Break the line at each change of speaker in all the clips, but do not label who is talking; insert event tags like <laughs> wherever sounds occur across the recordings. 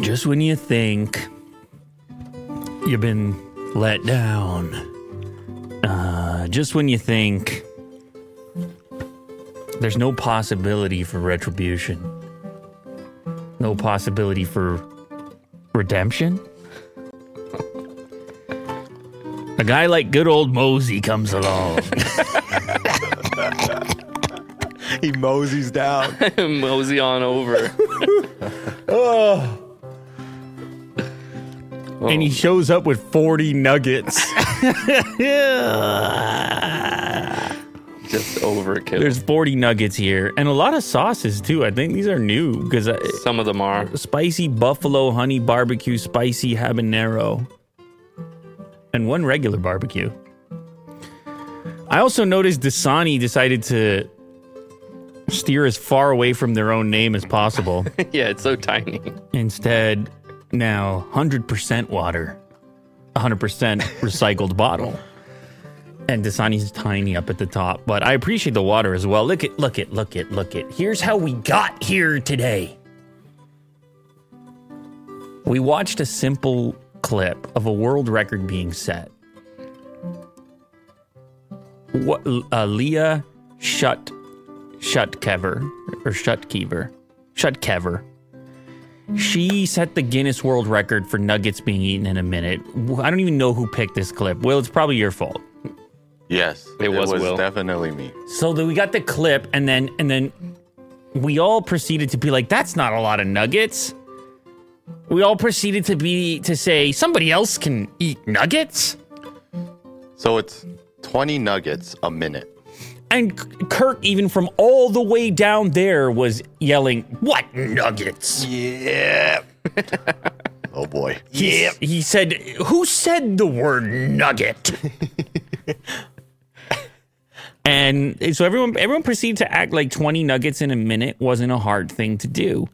Just when you think you've been let down, uh, just when you think there's no possibility for retribution, no possibility for redemption, a guy like good old Mosey comes along.
<laughs> He moseys down.
<laughs> Mosey on over.
and he shows up with 40 nuggets.
Just overkill.
There's 40 nuggets here and a lot of sauces too. I think these are new because
Some of them are. <laughs>
spicy buffalo honey barbecue, spicy habanero, and one regular barbecue. I also noticed Dasani decided to steer as far away from their own name as possible.
yeah, it's so tiny. <laughs>
Instead, now 100% water, 100% recycled bottle. And Dasani's tiny up at the top, but I appreciate the water as well. Look at, look at, look at, look at. Here's how we got here today. We watched a simple clip of a world record being set. What, uh, Leah Shut Shutkever or Shutkever, Shutkever. She set the Guinness World Record for nuggets being eaten in a minute. W- I don't even know who picked this clip. Will, it's probably your fault.
Yes,
It was Will.
definitely me.
So then we got the clip, and then and then we all proceeded to be like, "That's not a lot of nuggets." We all proceeded to be to say, "Somebody else can eat nuggets."
So it's 20 nuggets a minute.
And K- Kirk, even from all the way down there, was yelling, "What nuggets?"
Yeah. <laughs> oh boy.
Yeah. He said, Who said the word nugget? and eh, so everyone everyone proceeded to act like 20 nuggets in a minute wasn't a hard thing to do.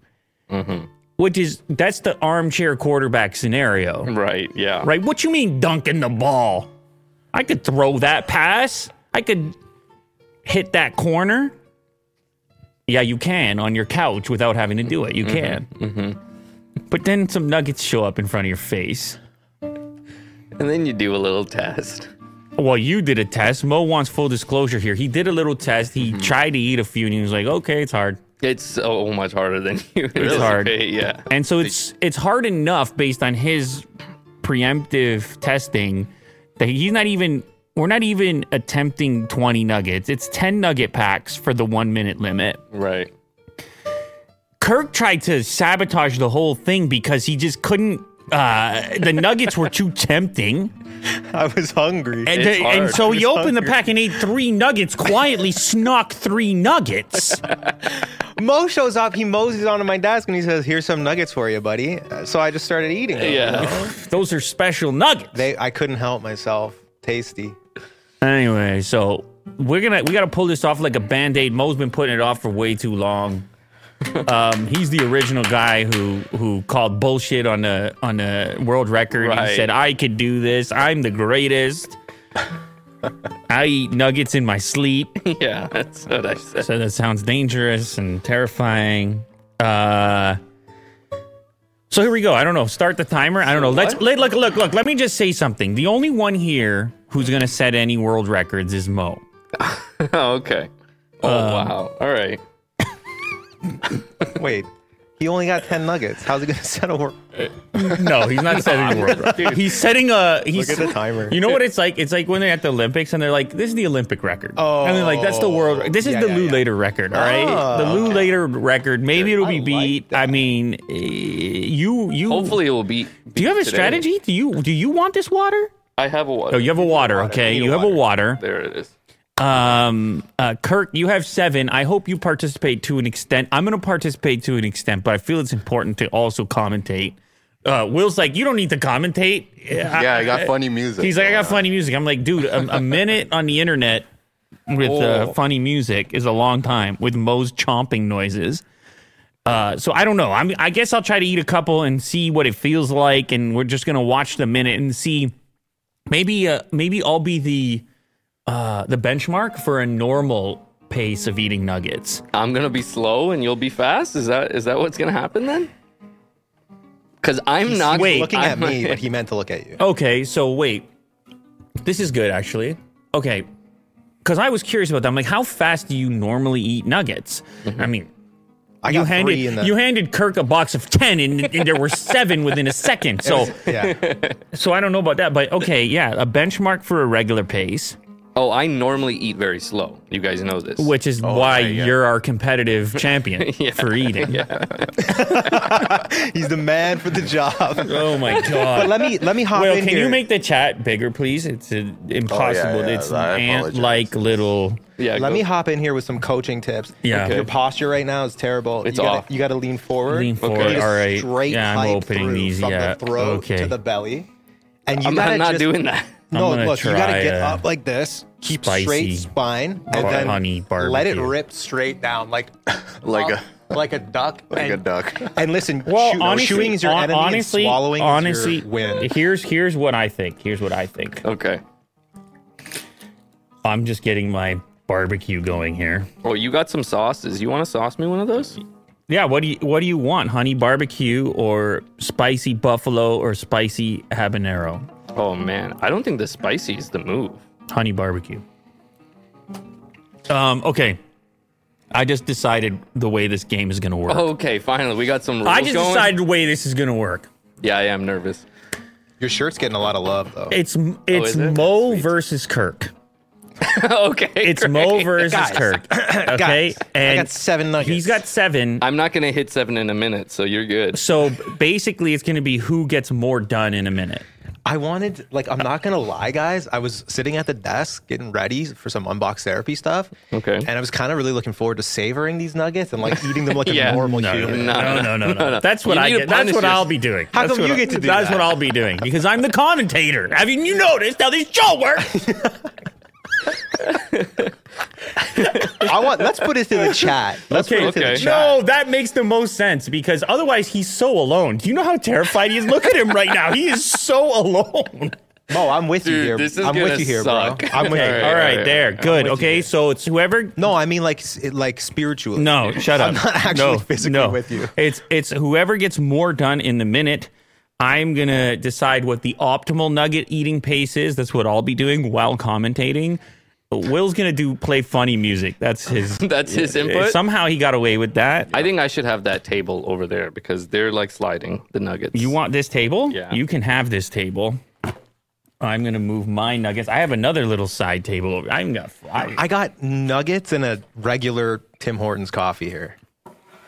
Which is that's the armchair quarterback scenario.
Right, yeah.
Right? What you mean dunking the ball? I could throw that pass. I could hit that corner. Yeah, you can on your couch without having to do it. You can. But then some nuggets show up in front of your face.
And then you do a little test.
Well, you did a test. Mo wants full disclosure here. He did a little test. He tried to eat a few, and he was like, "Okay, it's hard."
It's so much harder than <laughs> you anticipate.
hard.
Yeah.
And so it's it's hard enough based on his preemptive testing that he's not even we're not even attempting 20 nuggets. It's 10 nugget packs for the 1 minute limit.
Right.
Kirk tried to sabotage the whole thing because he just couldn't uh the nuggets were too tempting.
<laughs> I was hungry.
And,
It's
the- and
hard.
so
I
he
was
opened the
hungry.
pack and ate 3 nuggets quietly, snuck 3 nuggets.
Mo shows up. He moseys onto my desk and he says, "Here's some nuggets for you, buddy." Uh, So I just started eating. Them.
Yeah.
Those are special nuggets.
They, I couldn't help myself. Tasty.
Anyway, so we're gonna we gotta pull this off like a band-aid. Mo's been putting it off for way too long. Um, he's the original guy who who called bullshit on the on the world record and
Right.
said I could do this. I'm the greatest. I eat nuggets in my sleep.
<laughs> yeah, that's what I said.
So that sounds dangerous and terrifying. Uh so here we go. I don't know. Start the timer. I don't know. Let's let, look, look, look. Let me just say something. The only one here who's gonna set any world records is Mo.
Oh, okay. Oh,
Um,
wow. All right.
Wait, he only got ten nuggets. How's he gonna <laughs> settle? Work?
No, he's <laughs> not setting a world record. He's setting a. He's,
Look at the timer.
You know what it's like? It's like when they're at the Olympics and they're like, "This is the Olympic record,"
Oh.
and they're like, "That's the world. re- This is
Yeah,
the
yeah, Oh,
Lou
yeah.
Later record, all right? the Lou Later record. Maybe it'll be
like
beat. I mean, eh, you you.
Hopefully it will be.
do you have a
today.
strategy? Do you do you want this water?
I have a water.
No, Oh, you have a water. Okay,
need a
you have a water.
there it is.
Um, uh, Kirk, you have seven. I hope you participate to an extent. I'm going to participate to an extent, but I feel it's important to also commentate. Uh, Will's like, you don't need to commentate. Yeah,
Yeah, I got funny music.
He's like, I
going
got funny music. I'm like, dude, a, a minute on the internet with uh,
Oh.
funny music is a long time with Moe's chomping noises. Uh, so I don't know. I'm, I guess I'll try to eat a couple and see what it feels like, and we're just gonna watch the minute and see. Maybe, uh, maybe I'll be the uh, the benchmark for a normal pace of eating nuggets.
I'm gonna be slow and you'll be fast. Is that is that what's gonna happen then? Because I'm not
wait. Oh,
Looking at
I'm-
me,
<laughs>
but he meant to look at you.
Okay, so wait. This is good actually. Okay. Cause I was curious about that. I'm like, how fast do you normally eat nuggets? I mean,
I
you
got
handed
three in the.
you handed Kirk a box of ten, and, and there were seven within a <laughs> second. So
<laughs> yeah,
so I don't know about that, but okay, yeah, a benchmark for a regular pace,
Oh, I normally eat very slow. You guys know this.
which is why
yeah, yeah.
you're our competitive <laughs> champion for eating.
he's the man for
<laughs>
the job.
Oh my god.
Let me let me hop
Will,
in
can
here.
you make the chat bigger, please? It's uh, impossible.
yeah,
It's
I
ant like
apologize.
little.
Yeah.
Let
go-
me hop in here with some coaching tips.
Yeah. Okay.
Your posture right now is terrible.
It's
you gotta,
off.
You got to lean forward.
Lean
You need
forward,
a
all right.
Straight
Yeah, I'm
pipe
opening
through
these,
From
yeah,
the throat
okay.
to the belly. And you
I'm,
gotta
I'm not
just,
doing that.
No,
I'm gonna
look, you got
try
to get
a
up like this, keep
spicy
straight spine, and
bar-
then
honey
let it
barbecue.
rip straight down like
<laughs> Like
up, <laughs> like a duck.
<laughs> Like
and,
a duck.
And listen,
Well,
chew-
honestly,
chewing is your
hon-
enemy,
honestly,
and swallowing
honestly,
is your win.
Here's here's what I think. Here's what I think.
<laughs> Okay.
I'm just getting my barbecue going here.
Oh, you got some sauces. You want to sauce me one of those?
Yeah, what do you what do you want? Honey barbecue or spicy buffalo or spicy habanero?
Oh man, I don't think the spicy is the move.
Honey barbecue. Um, okay. I just decided the way this game is gonna
Oh,
work.
Okay, finally we got some rules
I just
going.
decided the way this is gonna work.
Yeah, I am nervous. <laughs>
Your shirt's getting a lot of love, though.
It's it's
is it?
Mo versus Kirk.
okay.
It's
great.
Mo versus
Guys.
Kirk. Okay,
<coughs> Guys, I
and
got seven nuggets.
he's got seven.
I'm not gonna hit seven in a minute, so you're good.
So basically, it's going to be who gets more done in a minute.
I wanted, like, I'm not gonna lie, guys. I was sitting at the desk getting ready for some unbox therapy stuff.
Okay.
And I was kind of really looking forward to savoring these nuggets and like eating them
<laughs>
like
Yeah.
a normal
No,
human.
no, no, no, no, no. That's what
You
I
need to
get. That's
punish
what I'll
yourself.
be doing.
How
That's
come
what
you
I-
get to do
That's
that?
what I'll be doing because I'm the commentator. Have you you noticed how this show works?
I want. Let's put it in
<laughs>
the chat. Let's
Okay,
put it in
okay.
the chat.
no, that makes the most sense because otherwise he's so alone. Do you know how terrified he is? Look at him right now. He is so <laughs> alone.
Mo, I'm with you
Dude,
here.
this is
I'm
gonna
with you here,
suck.
bro. I'm with
Okay,
you.
all right,
right,
there,
right.
good. Okay, so it's whoever
No, I mean like s- it- like spiritually.
No, shut up.
<laughs> I'm not actually
no,
physically
no.
with you.
It's it's whoever gets more done in the minute. I'm gonna decide what the optimal nugget eating pace is. That's what I'll be doing while commentating. Will's gonna do play funny music. That's his.
<laughs>
eh,
That's his input.
Somehow he got away with that.
I think I should have that table over there because they're like sliding the nuggets.
You want this table?
Yeah.
You can have this table. I'm gonna move my nuggets. I have another little side table. over- I'm got. I,
I got nuggets and a regular Tim Hortons coffee here.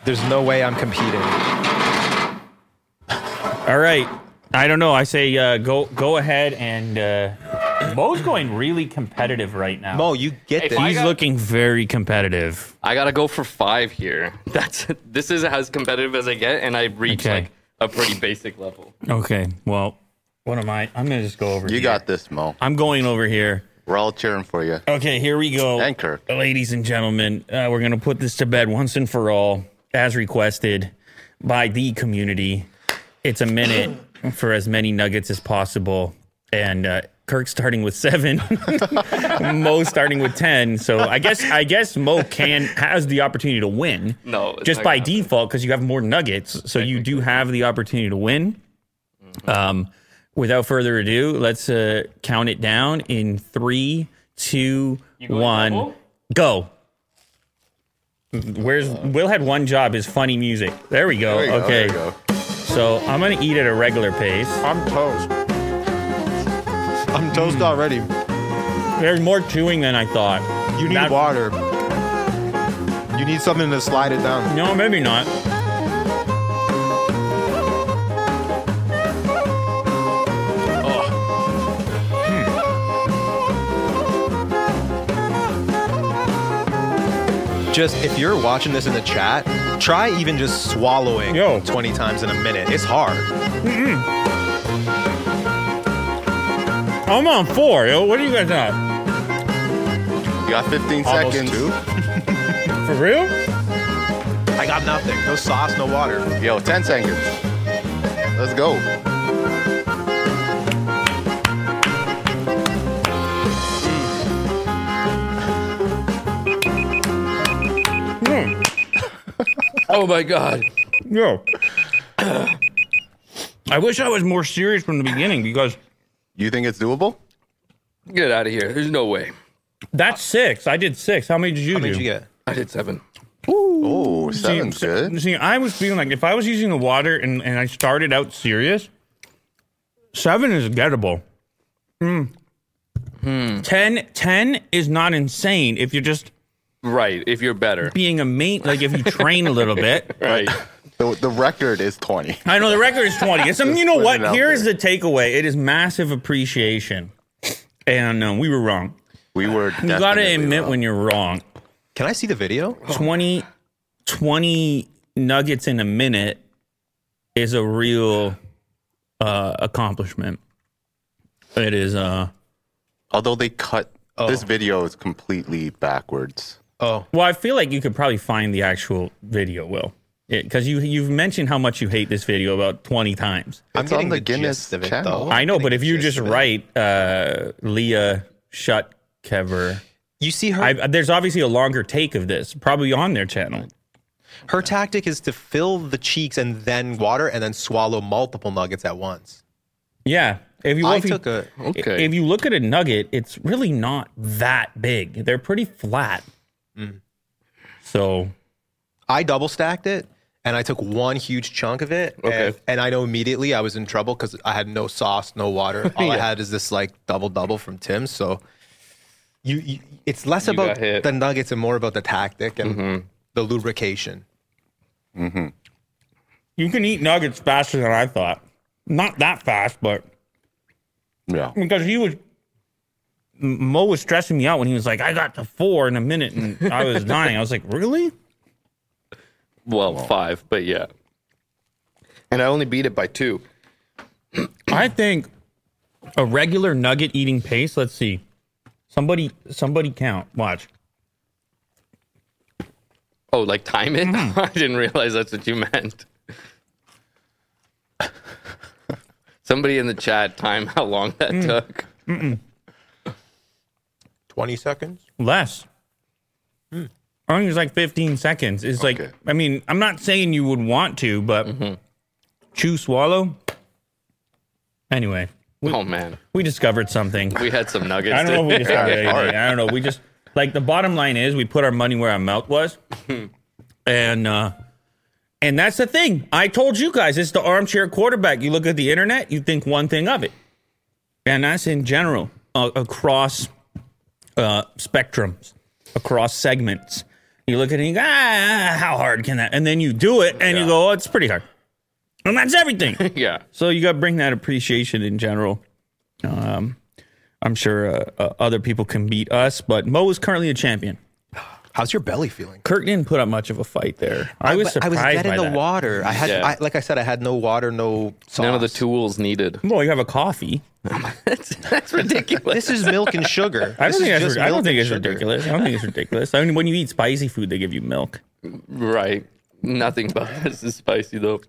There's no way I'm competing.
all right. I don't know. I say uh, go go ahead and uh, Mo's going really competitive right now.
Mo, you get this.
I
He's
got-
looking very competitive.
I gotta go for five here. <laughs> That's this is as competitive as I get, and I reach
Okay.
like a pretty basic level.
Okay, well, what am I? I'm gonna just go over.
You
here.
got this, Mo.
I'm going over here.
We're all cheering for you.
Okay, here we go.
And Kirk.
Ladies and gentlemen, uh, we're gonna put this to bed once and for all, as requested by the community. It's a
<coughs>
minute for as many nuggets as possible, and uh, Kirk starting with seven, <laughs> Mo starting with ten. So I guess I guess Mo can has the opportunity to win.
No, it's
just
not
by
uh,
gonna happen.
default because you have more nuggets, so you do have the opportunity to win. Um, without further ado, let's uh, count it down in three, two, one,
double?
go. Where's Will had one job is funny music. There we go.
There you go,
Oh, okay,
there you go.
so I'm gonna eat at a regular pace.
I'm toast.
I'm toast already.
There's more chewing than I thought.
You need
That-
water. You need something to slide it down.
No, maybe not.
Just if you're watching this in the chat, try even just swallowing
Yo.
20 times in a minute. It's hard.
I'm on four. Yo, what do you guys got?
You got 15
Almost
seconds.
two.
For real?
I got nothing. No sauce, no water.
Yo, 10 seconds. Let's go.
Oh my god.
Yo. I wish I was more serious from the beginning because
You think it's doable?
Get out of here. There's no way.
that's six. I did six. How many did you
What
do?
did you get?
I did seven.
Oh,
See,
seven's
so-
good.
See, I was feeling like if I was using the water and, and I started out serious, seven is gettable. Hmm. 10, 10 is not insane if you're just
Right. If you're better.
being a mate, like if you train a little bit.
<laughs> Right.
The, the record is 20.
I know the record is 20. It's, you know
put
what?
it out
Here's the takeaway it is massive appreciation. And uh, we were wrong.
We were
You got to
definitely
admit
wrong.
when you're wrong.
Can I see the video?
20, 20 nuggets in a minute is a real uh, accomplishment. It is. Uh,
Although they cut
Oh.
this video is completely backwards.
Oh,
well, I feel like you could probably find the actual video, Will, because you you've mentioned how much you hate this video about twenty times.
I'm
It's on
getting
the
gist
Guinness
of it,
Channel.
though.
I know, but if you
gist
just
of it.
write uh, Leah Shutkever,
You see her.
I, there's obviously a longer take of this, probably on their channel.
her tactic is to fill the cheeks and then water and then swallow multiple nuggets at once.
Yeah, if you well,
I
if you-
took a.
Okay.
If you look at a nugget, it's really not that big. They're pretty flat. So
I double stacked it and I took one huge chunk of it.
Okay.
And, and I know immediately I was in trouble because I had no sauce,
<laughs>
no water. All I had is this like double double from Tim's. So you, you it's less about
got hit. Mm-hmm.
the nuggets and more about the tactic and the lubrication.
you can eat nuggets faster than I thought. Not that fast, but
Yeah.
because he was M- Mo was stressing me out when he was like, "I got to four in a minute," and I was dying. I was like, "Really?"
well, five, but yeah. And I only beat it by two.
I think a regular nugget eating pace. Let's see. Somebody, somebody count. Watch.
Oh, like time it? <laughs> I didn't realize that's what you meant. Somebody in the chat time how long that took.
20 seconds?
Less. I think it's like 15 seconds. It's like,
Okay.
I mean, I'm not saying you would want to, but chew, swallow. Anyway, we,
Oh man,
we discovered something.
we had some nuggets.
I don't know if
<laughs>
we
didn't
discovered
Yeah,
anything.
hard.
I don't know. We just, like, the bottom line is we put our money where our mouth was. and, uh, and that's the thing. I told you guys, it's the armchair quarterback. You look at the internet, you think one thing of it. And that's in general uh, across uh, spectrums, across segments. You look at it and you go, ah, how hard can that? And then you do it and you
Yeah.
go, oh, it's pretty hard. And that's everything.
we? Yeah,
so you got to bring that appreciation in general. Um, I'm sure uh, uh, other people can beat us, but Mo is currently a champion.
How's your belly feeling?
Kirk didn't put up much of a fight there. I was
I
surprised
was dead
by
in the
that.
water. I had,
Yeah.
I, like I said, I had no water, no sauce.
none of <laughs> the tools needed.
Well, you have a coffee.
that's, that's ridiculous.
This is milk and sugar.
I don't
This
think
is
that's,
just
rid- I don't
milk
think
and
it's
sugar.
ridiculous. I don't think it's ridiculous. I mean, when you eat spicy food, they give you milk,
<laughs> right, nothing about this is <laughs> spicy though.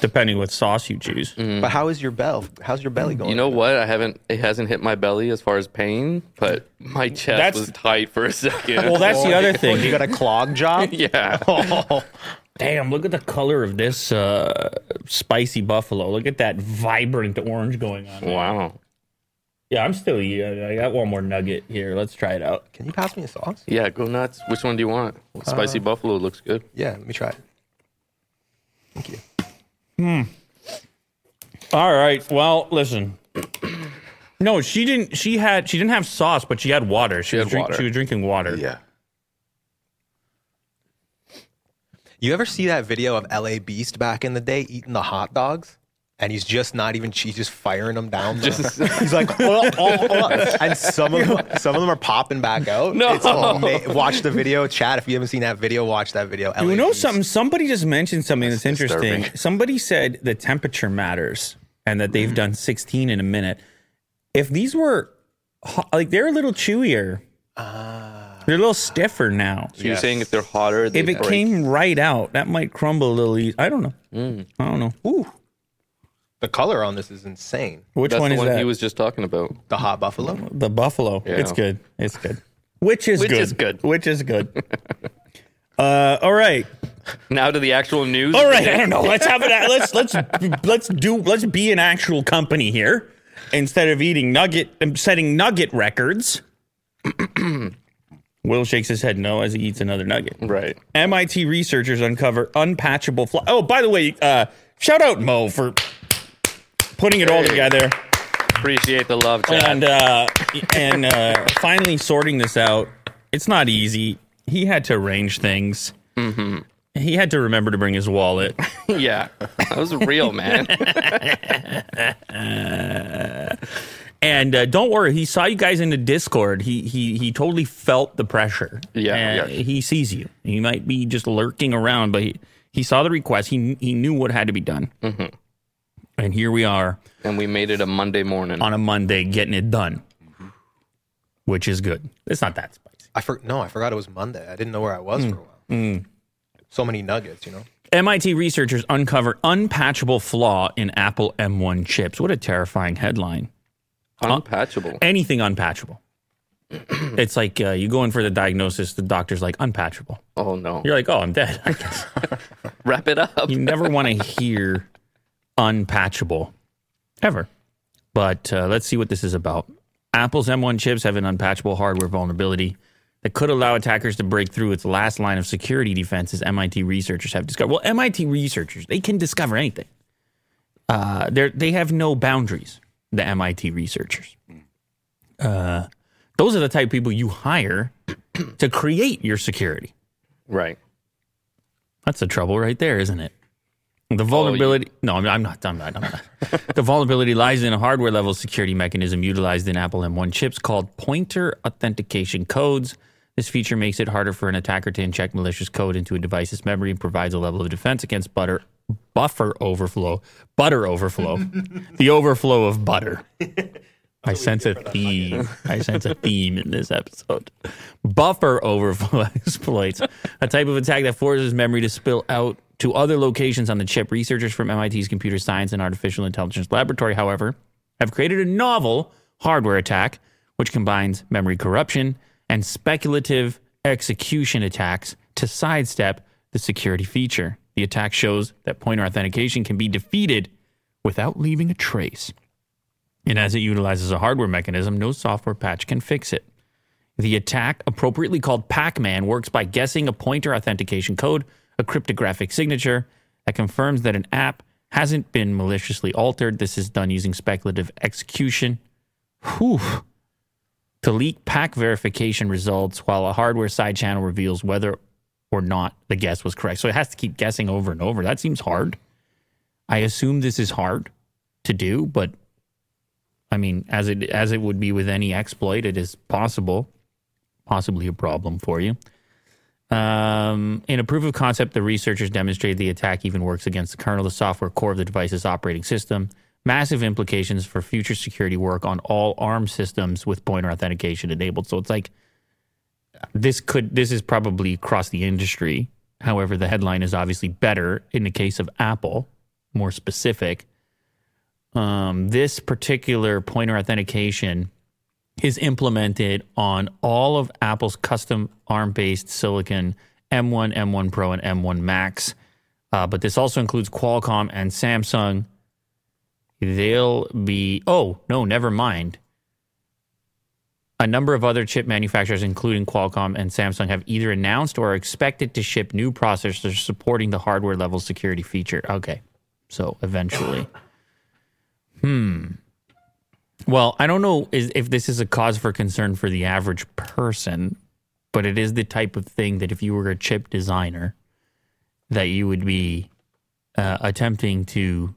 depending what sauce you choose.
But how is your bell? How's your belly going?
Mm, You know what? I haven't. It hasn't hit my belly as far as pain, but my chest
That's-
was tight for a second.
Well, that's the other thing.
Oh, you got a clog job?
<laughs>
Oh.
yeah.
Damn, look at the color of this uh, spicy buffalo. Look at that vibrant orange going on.
Wow.
Yeah, I'm still eating. I got one more nugget here. Let's try it out.
Can you pass me a sauce?
Yeah, go nuts. Which one do you want?
Uh,
Spicy buffalo looks good.
Yeah, let me try it. Thank you.
All right. Well, listen. No, she didn't. She had. She didn't have sauce, but she had water. She,
had
was, drink,
water.
she was drinking water.
Yeah.
You ever see that video of LA Beast back in the day eating the hot dogs? And he's just not even. He's just firing them down. the-
Just-
<laughs> he's like, "Hold up, hold up, hold up." and some of them, some of them are popping back out.
No.
It's ama- watch the video, chat. If you haven't seen that video, watch that video. LA
You know
Beast.
something? Somebody just mentioned something that's, interesting.
disturbing.
Somebody said the temperature matters and that
Mm.
they've done 16 in a minute. If these were ho- like they're a little chewier, they're a little stiffer now.
Ah. So You're saying if they're hotter, they
If it
break. Mm.
came right out, that might crumble a little. E- I don't know. I don't know.
Ooh, the color on this is insane.
Which
That's
one
the
is
one
that?
he was just talking about.
The hot buffalo.
the buffalo. It's good. It's good. Which is
Which
good. <laughs>
is good.
Which is good. uh, all right.
Now to the actual news.
All right, I don't know. Let's have it. At, let's let's let's do. Let's be an actual company here instead of eating nugget. um, Setting nugget records. <clears throat> Will shakes his head no as he eats another nugget.
Right.
MIT researchers uncover unpatchable flaws. Oh, by the way, uh, shout out Mo for putting it all
Hey.
together
Appreciate the love, Chad.
and uh, and uh, finally sorting this out. It's not easy. He had to arrange things.
Mm-hmm.
He had to remember to bring his wallet.
yeah, that was
<laughs>
real, man.
And uh, don't worry, he saw you guys in the Discord. He he he totally felt the pressure.
Yeah.
And
Yes.
he sees you. He might be just lurking around, but he, he saw the request. He he knew what had to be done.
Mm-hmm.
And here we are
and we made it a Monday morning.
on a Monday getting it done, which is good. It's not that spicy.
I for, no, I forgot it was Monday. I didn't know where I was for a while. So many nuggets, you know.
MIT researchers uncover unpatchable flaw in Apple M1 chips. What a terrifying headline.
Unpatchable.
Anything unpatchable. <clears throat> it's like uh, you go in for the diagnosis, the doctor's like, unpatchable.
Oh no.
You're like, oh, I'm dead. <laughs> I guess.
Wrap it up.
you never want to hear unpatchable ever. But uh, let's see what this is about. Apple's M1 chips have an unpatchable hardware vulnerability that could allow attackers to break through its last line of security defenses. MIT researchers have discovered. Well, MIT researchers they can discover anything. Uh, they they have no boundaries. The MIT researchers. Uh, those are the type of people you hire to create your security.
Right.
That's the trouble right there, isn't it? The vulnerability. No, I'm I'm not. I'm not. I'm not. the vulnerability lies in a hardware level security mechanism utilized in Apple M1 chips called pointer authentication codes. This feature makes it harder for an attacker to inject malicious code into a device's memory and provides a level of defense against butter, buffer overflow, butter overflow, the overflow of butter. I sense a theme. I sense a theme in this episode. Buffer overflow exploits, a type of attack that forces memory to spill out to other locations on the chip. Researchers from MIT's Computer Science and Artificial Intelligence Laboratory, however, have created a novel hardware attack which combines memory corruption and speculative execution attacks to sidestep the security feature. The attack shows that pointer authentication can be defeated without leaving a trace and as it utilizes a hardware mechanism, no software patch can fix it. The attack, appropriately called Pac Man, works by guessing a pointer authentication code, a cryptographic signature that confirms that an app hasn't been maliciously altered. This is done using speculative execution. Whew. To leak pack verification results while a hardware side channel reveals whether or not the guess was correct. So it has to keep guessing over and over. That seems hard. I assume this is hard to do, but I mean, as it as it would be with any exploit, it is possible, possibly a problem for you. Um, in a proof of concept, the researchers demonstrated the attack even works against the kernel, the software core of the device's operating system. Massive implications for future security work on all ARM systems with pointer authentication enabled. So it's like this could this is probably across the industry. However, the headline is obviously better in the case of Apple, more specific um, this particular pointer authentication is implemented on all of Apple's custom ARM based silicon M1, M1 Pro, and M1 Max. Uh, but this also includes Qualcomm and Samsung. They'll be, oh, no, never mind. A number of other chip manufacturers, including Qualcomm and Samsung, have either announced or are expected to ship new processors supporting the hardware level security feature. Okay. So eventually. Well, I don't know is, if this is a cause for concern for the average person, but it is the type of thing that if you were a chip designer, that you would be uh, attempting to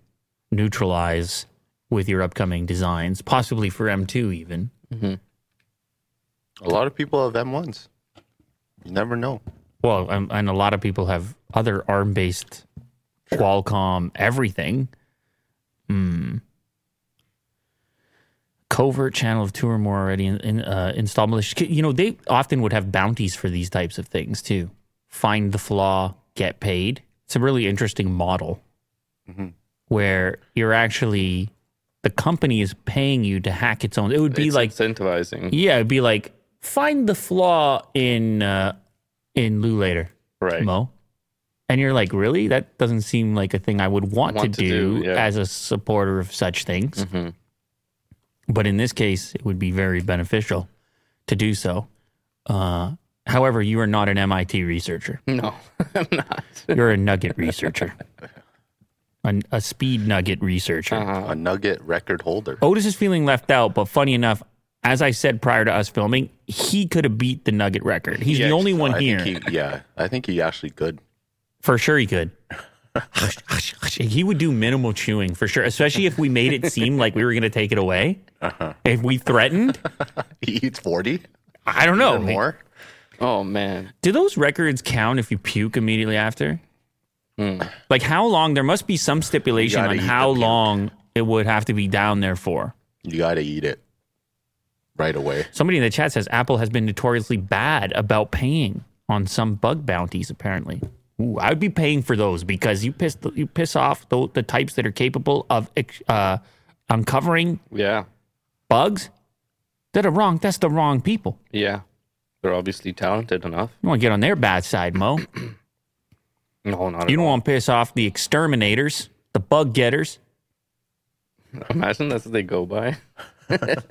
neutralize with your upcoming designs, possibly for M2 even.
A lot of people have M1s. You never know.
Well, um, and a lot of people have other ARM based Qualcomm everything. Hmm. Covert channel of two or more already in, in, uh, installed malicious. You know, they often would have bounties for these types of things too. Find the flaw, get paid. It's a really interesting model where you're actually the company is paying you to hack its own. It would be
It's
like
incentivizing.
yeah, it'd be like find the flaw in uh, in Lou later,
Right.
Mo, And you're like, really? That doesn't seem like a thing I would want,
Want
to,
to
do,
do, yeah.
as a supporter of such things. But in this case, it would be very beneficial to do so. Uh, however, you are not an MIT researcher.
<laughs> No, I'm not.
You're a nugget researcher, An, a speed nugget researcher.
A nugget record holder.
Otis is feeling left out, but funny enough, as I said prior to us filming, he could have beat the nugget record. He's the
Yeah,
only one
I
here.
think he, yeah, I think he actually could.
For sure, he could. he would do minimal chewing for sure, especially if we made it seem like we were going to take it away.
Uh-huh.
If we threatened,
He eats 40
I don't know.
or more.
Oh man,
Do those records count if you puke immediately after? Like how long? There must be some stipulation
Hmm. You gotta
on
eat the
how
puke.
long it would have to be down there for.
You got to eat it right away.
Somebody in the chat says Apple has been notoriously bad about paying on some bug bounties. Apparently, Ooh, I would be paying for those because you piss you piss off the, the types that are capable of ex- uh, uncovering
yeah,
bugs that are wrong. That's the wrong people.
yeah. They're obviously talented enough.
You want to get on their bad side, Mo.
No,
You
not at
don't
all.
want to piss off the exterminators, the bug getters.
Imagine that's what they go by.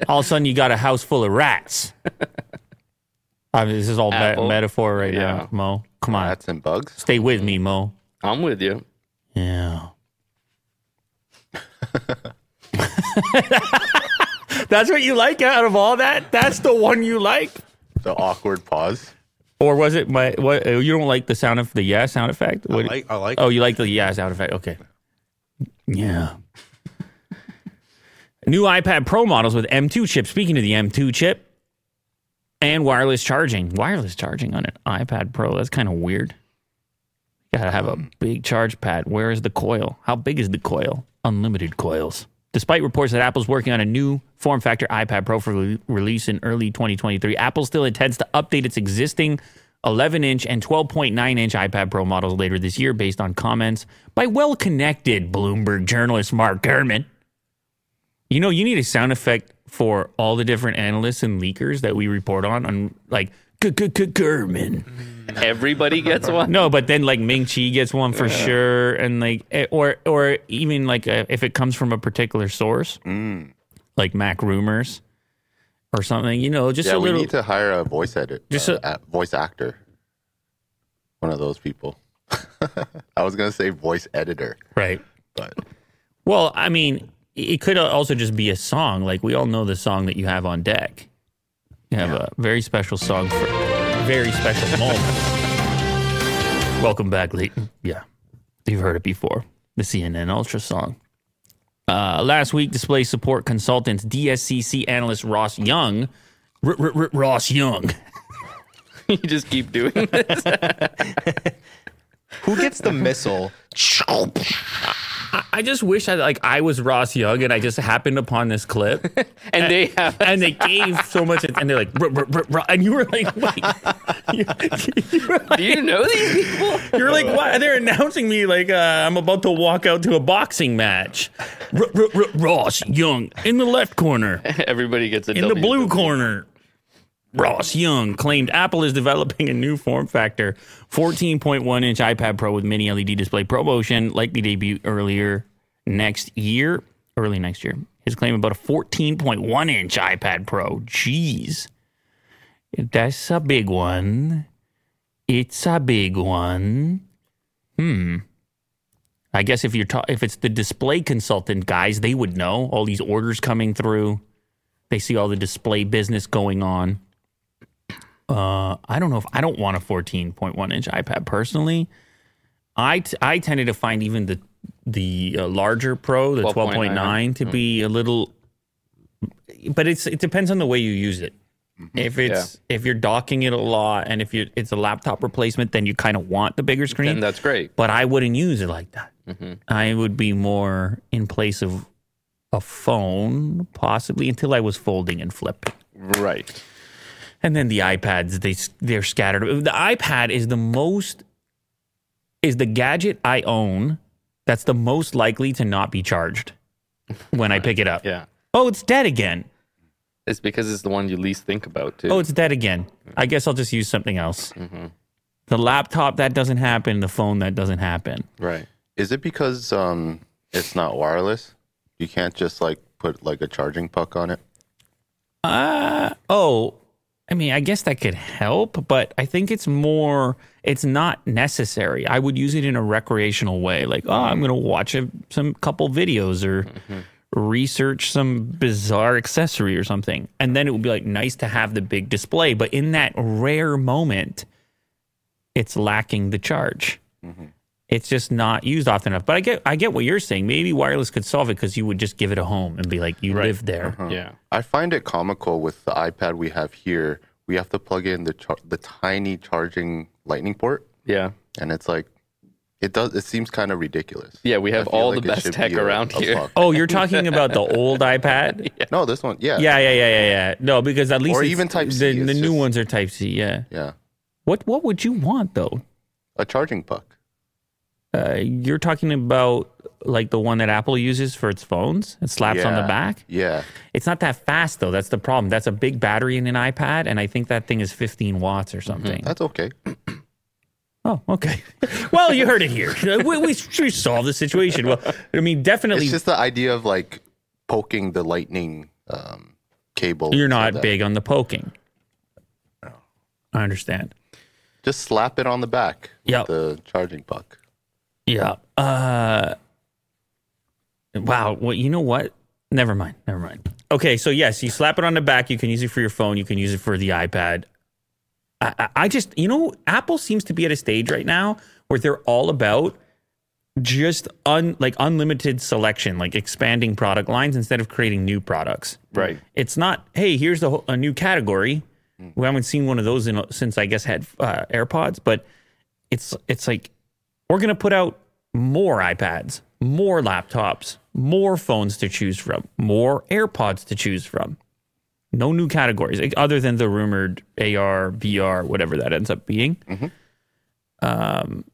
All of a sudden, you got a house full of rats. <laughs> I mean, this is all me-
Apple.
metaphor right
Yeah.
now, Mo. Come on,
Rats and bugs.
stay with me, Mo.
I'm with you.
Yeah. <laughs> that's what you like out of all that? That's the one you like?
The awkward pause.
Or was it my what uh, you don't like the sound of the yeah sound effect? What-
like- I like
Oh, you like the yeah sound effect. Okay. Yeah. New iPad Pro models with M2 chip. Speaking of the M2 chip and wireless charging. Wireless charging on an iPad Pro. That's kind of weird. You got to have a big charge pad. Where is the coil? How big is the coil? Unlimited coils. Despite reports that Apple's working on a new form factor iPad Pro for re- release in early 2023, Apple still intends to update its existing 11 inch and 12.9 inch iPad Pro models later this year based on comments by well connected Bloomberg journalist Mark Gurman. You know, you need a sound effect for all the different analysts and leakers that we report on, on like Gurman. <laughs>
Everybody gets one. <laughs>
No, but then like Ming Chi gets one for sure, and like eh, or or even like uh, if it comes from a particular source,
Mm.
like Mac rumors or something. You know, just
Yeah,
a
we
little.
need to hire a voice edit,
Just
just a, voice actor. One of those people. <laughs> I was gonna say voice editor,
right.
but
Well, I mean, it could also just be a song. Like we all know the song that you have on deck. You have a very special song for very special moment. Welcome back, Leighton. Yeah, you've heard it before. The CNN Ultra song. Uh, last week, display support consultant DSCC analyst Ross Young, R- R- R- Ross Young,
you just keep doing it.
Who gets the missile?
I just wish I like I was Ross Young and I just happened upon this clip
And they have.
and they gave so much and they're like "Ruh, ruh, ruh, ruh," and you were like wait <laughs> you, you were like,
Do you know these people? <laughs>
you were like why they're announcing me like uh, I'm about to walk out to a boxing match Ruh, ruh, ruh, Ross Young in the left corner
Everybody gets a
in the
W. E.
blue corner. Ross Young claimed Apple is developing a new form factor 14.1 inch iPad Pro with mini LED display ProMotion, likely debut earlier next year. Early next year. His claim about a 14.1 inch iPad Pro. Jeez. That's a big one. It's a big one. Hmm. I guess if you're ta- if it's the display consultant guys, they would know all these orders coming through they see all the display business going on. Uh, I don't know if I don't want a 14.1 inch iPad personally. I t- I tended to find even the the uh, larger Pro, the 12.9,
12.9,
to be a little, but it's it depends on the way you use it. If it's if you're docking it a lot and if you it's a laptop replacement, then you kind of want the bigger screen
And that's great.
but I wouldn't use it like that. I would be more in place of a phone, possibly until I was folding and flipping.
Right.
And then the iPads, they s- they're scattered. The iPad is the most is the gadget I own that's the most likely to not be charged when I pick it up.
Yeah.
Oh, it's dead again.
It's because it's the one you least think about, too.
Oh, it's dead again. I guess I'll just use something else. The laptop that doesn't happen. The phone that doesn't happen.
Right. Is it because um it's not wireless? You can't just like put like a charging puck on it.
Uh oh. I mean, I guess that could help, but I think it's more it's not necessary. I would use it in a recreational way, like, oh, I'm going to watch a, some couple videos or research some bizarre accessory or something. And then it would be like nice to have the big display, but in that rare moment, it's lacking the charge. It's just not used often enough. But I get I get what you're saying. Maybe wireless could solve it cuz you would just give it a home and be like, you live there.
Yeah.
I find it comical with the iPad we have here. We have to plug in the char- the tiny charging lightning port
Yeah.
and it's like it does it seems kind of ridiculous.
Yeah, we have
I feel
all the
it
best
should
tech
be a-
around
a
here.
puck.
Oh, you're talking about the
<laughs>
old iPad?
No, this one, yeah.
Yeah, yeah, yeah, yeah, yeah. No, because at least
Or
it's-
even Type
the,
C,
The
it's
new
just-
ones are Type C. Yeah.
Yeah.
What What would you want though?
A charging puck.
Uh, you're talking about like the one that Apple uses for its phones. It slaps on the
Yeah.
back.
Yeah.
It's not that fast though. That's the problem. That's a big battery in an iPad, and I think that thing is 15 watts or something.
Mm-hmm. That's okay.
Oh, okay. <laughs> well, you heard it here. <laughs> We, we, we solved the situation. Well, I mean, definitely.
It's just the idea of like poking the lightning um, cable.
you're
so
not
that- Oh.
big on the poking. I understand.
Just slap it on the back. with
Yep.
The charging puck.
Yeah. Uh Wow, well, you know what? Never mind. Never mind. Okay, so yes, you slap it on the back, you can use it for your phone, you can use it for the iPad. I, I- I just, you know, Apple seems to be at a stage right now where they're all about just un like unlimited selection, like expanding product lines instead of creating new products.
Right.
It's not, hey, here's the, whole- a new category. We haven't seen one of those in, a- since I guess had uh, AirPods, but it's it's like we're going to put out more iPads, more laptops, more phones to choose from, more AirPods to choose from. No new categories like, other than the rumored AR, VR, whatever that ends up being. Um,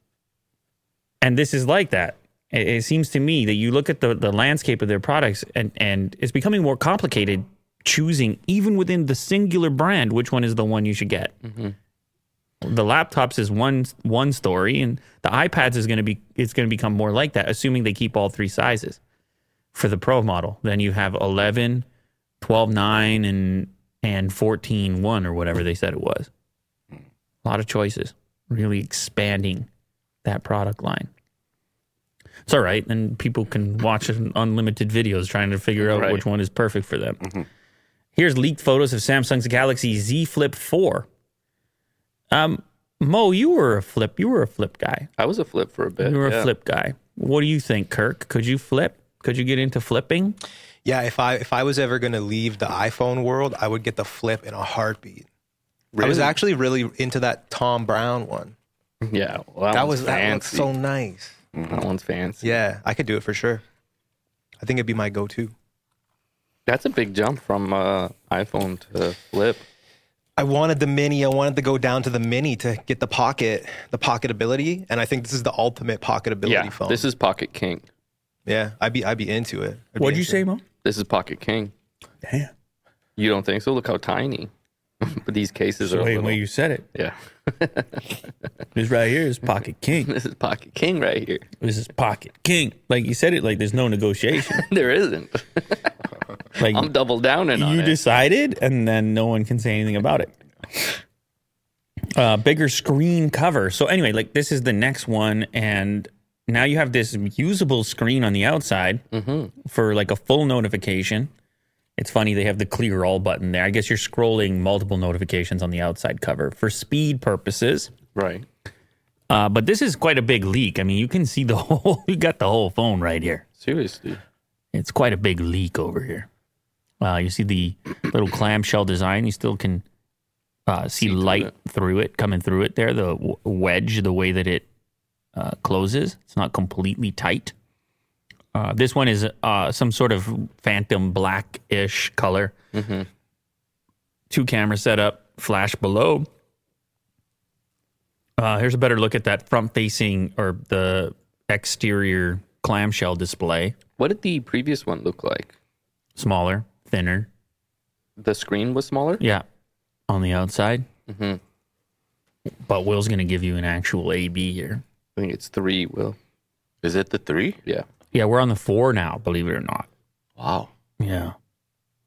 and this is like that. It, it seems to me that you look at the, the landscape of their products and, and it's becoming more complicated choosing even within the singular brand which one is the one you should get the laptops is one one story and the iPads is going to be it's going to become more like that assuming they keep all three sizes for the pro model then you have 11 12 9 and and 14 1 or whatever they said it was a lot of choices really expanding that product line it's all right and people can watch an unlimited videos trying to figure out
Right. Mm-hmm.
which one is perfect for them here's leaked photos of Samsung's Galaxy Z Flip 4 um, Mo, you were a flip. You were a flip guy.
I was a flip for a bit.
You were
yeah.
a flip guy. What do you think, Kirk? Could you flip? Could you get into flipping?
Yeah, if I if I was ever gonna leave the iPhone world, I would get the flip in a heartbeat. I was actually really into that Tom Brown one.
Yeah. Well, that,
That
one's
was that looked
fancy.
so nice.
That one's fancy.
Yeah, I could do it for sure. I think it'd be my go-to.
That's a big jump from uh, iPhone to flip.
I wanted the mini. I wanted to go down to the mini to get the pocket, the pocketability, and I think this is the ultimate pocketability
Yeah.
phone.
This is Pocket King.
yeah, I'd be I'd be into it. I'd be into it.
Mo?
This is Pocket King.
Damn.
You don't think so? Look how tiny. <laughs> but these cases are. a little-
you said it.
yeah. <laughs>
This right here is Pocket King.
This is Pocket King right here. <laughs>
This is Pocket King. Like you said it. Like there's no
<laughs>
negotiation.
there isn't.
Like
I'm double downing on
you
it.
decided, and then no one can say anything about it. Uh, bigger screen cover. So anyway, like this is the next one, and now you have this usable screen on the outside
Mm-hmm.
for like a full notification. It's funny they have the clear all button there. I guess you're scrolling multiple notifications on the outside cover for speed purposes.
right.
Uh, but this is quite a big leak. I mean, you can see the <laughs> whole. You got the whole phone right here.
Seriously.
It's quite a big leak over here. Uh, you see <clears throat> the little clamshell design. You still can uh, see, light
it.
through it, coming through it there. The w- wedge, the way that it uh, closes, it's not completely tight. Uh, this one is uh, some sort of phantom blackish color. Two camera setup, flash below. Uh, here's a better look at that front facing or the exterior clamshell display
What did the previous one look like?
smaller, thinner.
The screen was smaller? Mm-hmm.
Yeah, on the outside. But Will's gonna give you an actual AB here.
I think it's three, Will.
Is it the three?
Yeah.
Yeah, we're on the four now, believe it or not.
Wow.
Yeah.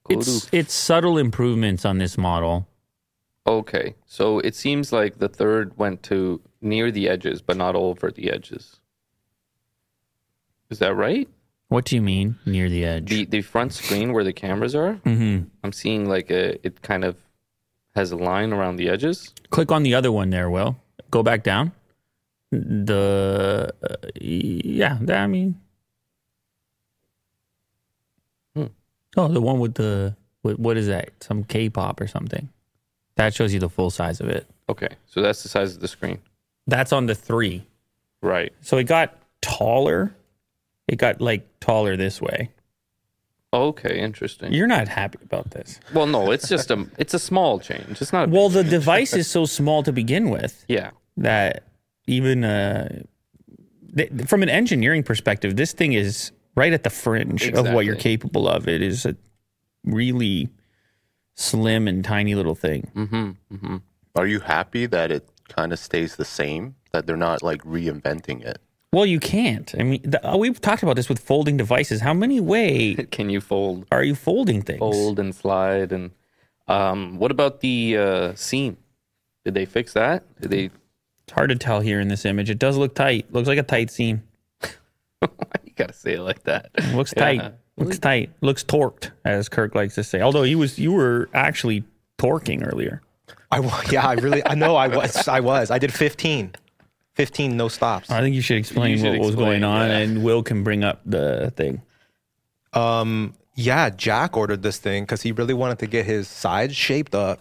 Go
it's
to-
it's subtle improvements on this model.
Okay. So it seems like the third went to near the edges, but not over the edges. Is that right?
What do you mean near the edge?
The the front screen where the cameras are,
hmm
I'm seeing like a it kind of has a line around the edges.
Click on the other one there, Will. Go back down. The uh, yeah, that, I mean. Oh, the one with the what, what is that? Some K-pop or something. That shows you the full size of it.
Okay. So that's the size of the screen.
That's on the 3.
Right.
So it got taller. It got like taller this way.
Okay, interesting.
You're not happy about this.
Well, no, it's just a <laughs> it's a small change. It's not a,
Well, the device is so small to begin with.
yeah.
that even uh, th- from an engineering perspective, this thing is right at the fringe of what you're
Exactly.
capable of. It is a really slim and tiny little thing.
Mhm. Mhm.
Are you happy that it kind of stays the same? That they're not like reinventing it?
Well, you can't. I mean, the, uh, we've talked about this with folding devices. How many way
Can you fold
are you folding things?
fold and slide and um what about the uh seam? Did they fix that? Did they
It's hard to tell here in this image. It does look tight. Looks like a tight seam.
you got to say it like that.
Looks
Yeah.
tight. Looks tight. Looks torqued, as Kirk likes to say. Although he was, you were actually torquing earlier.
I wa- <laughs> yeah, I really I know I was I was. I did 15. 15 no stops.
I think you should explain
You should
what was
explain,
going on,
yeah.
and Will can bring up the thing.
Um, yeah, Jack ordered this thing because he really wanted to get his sides
<laughs>
shaped up.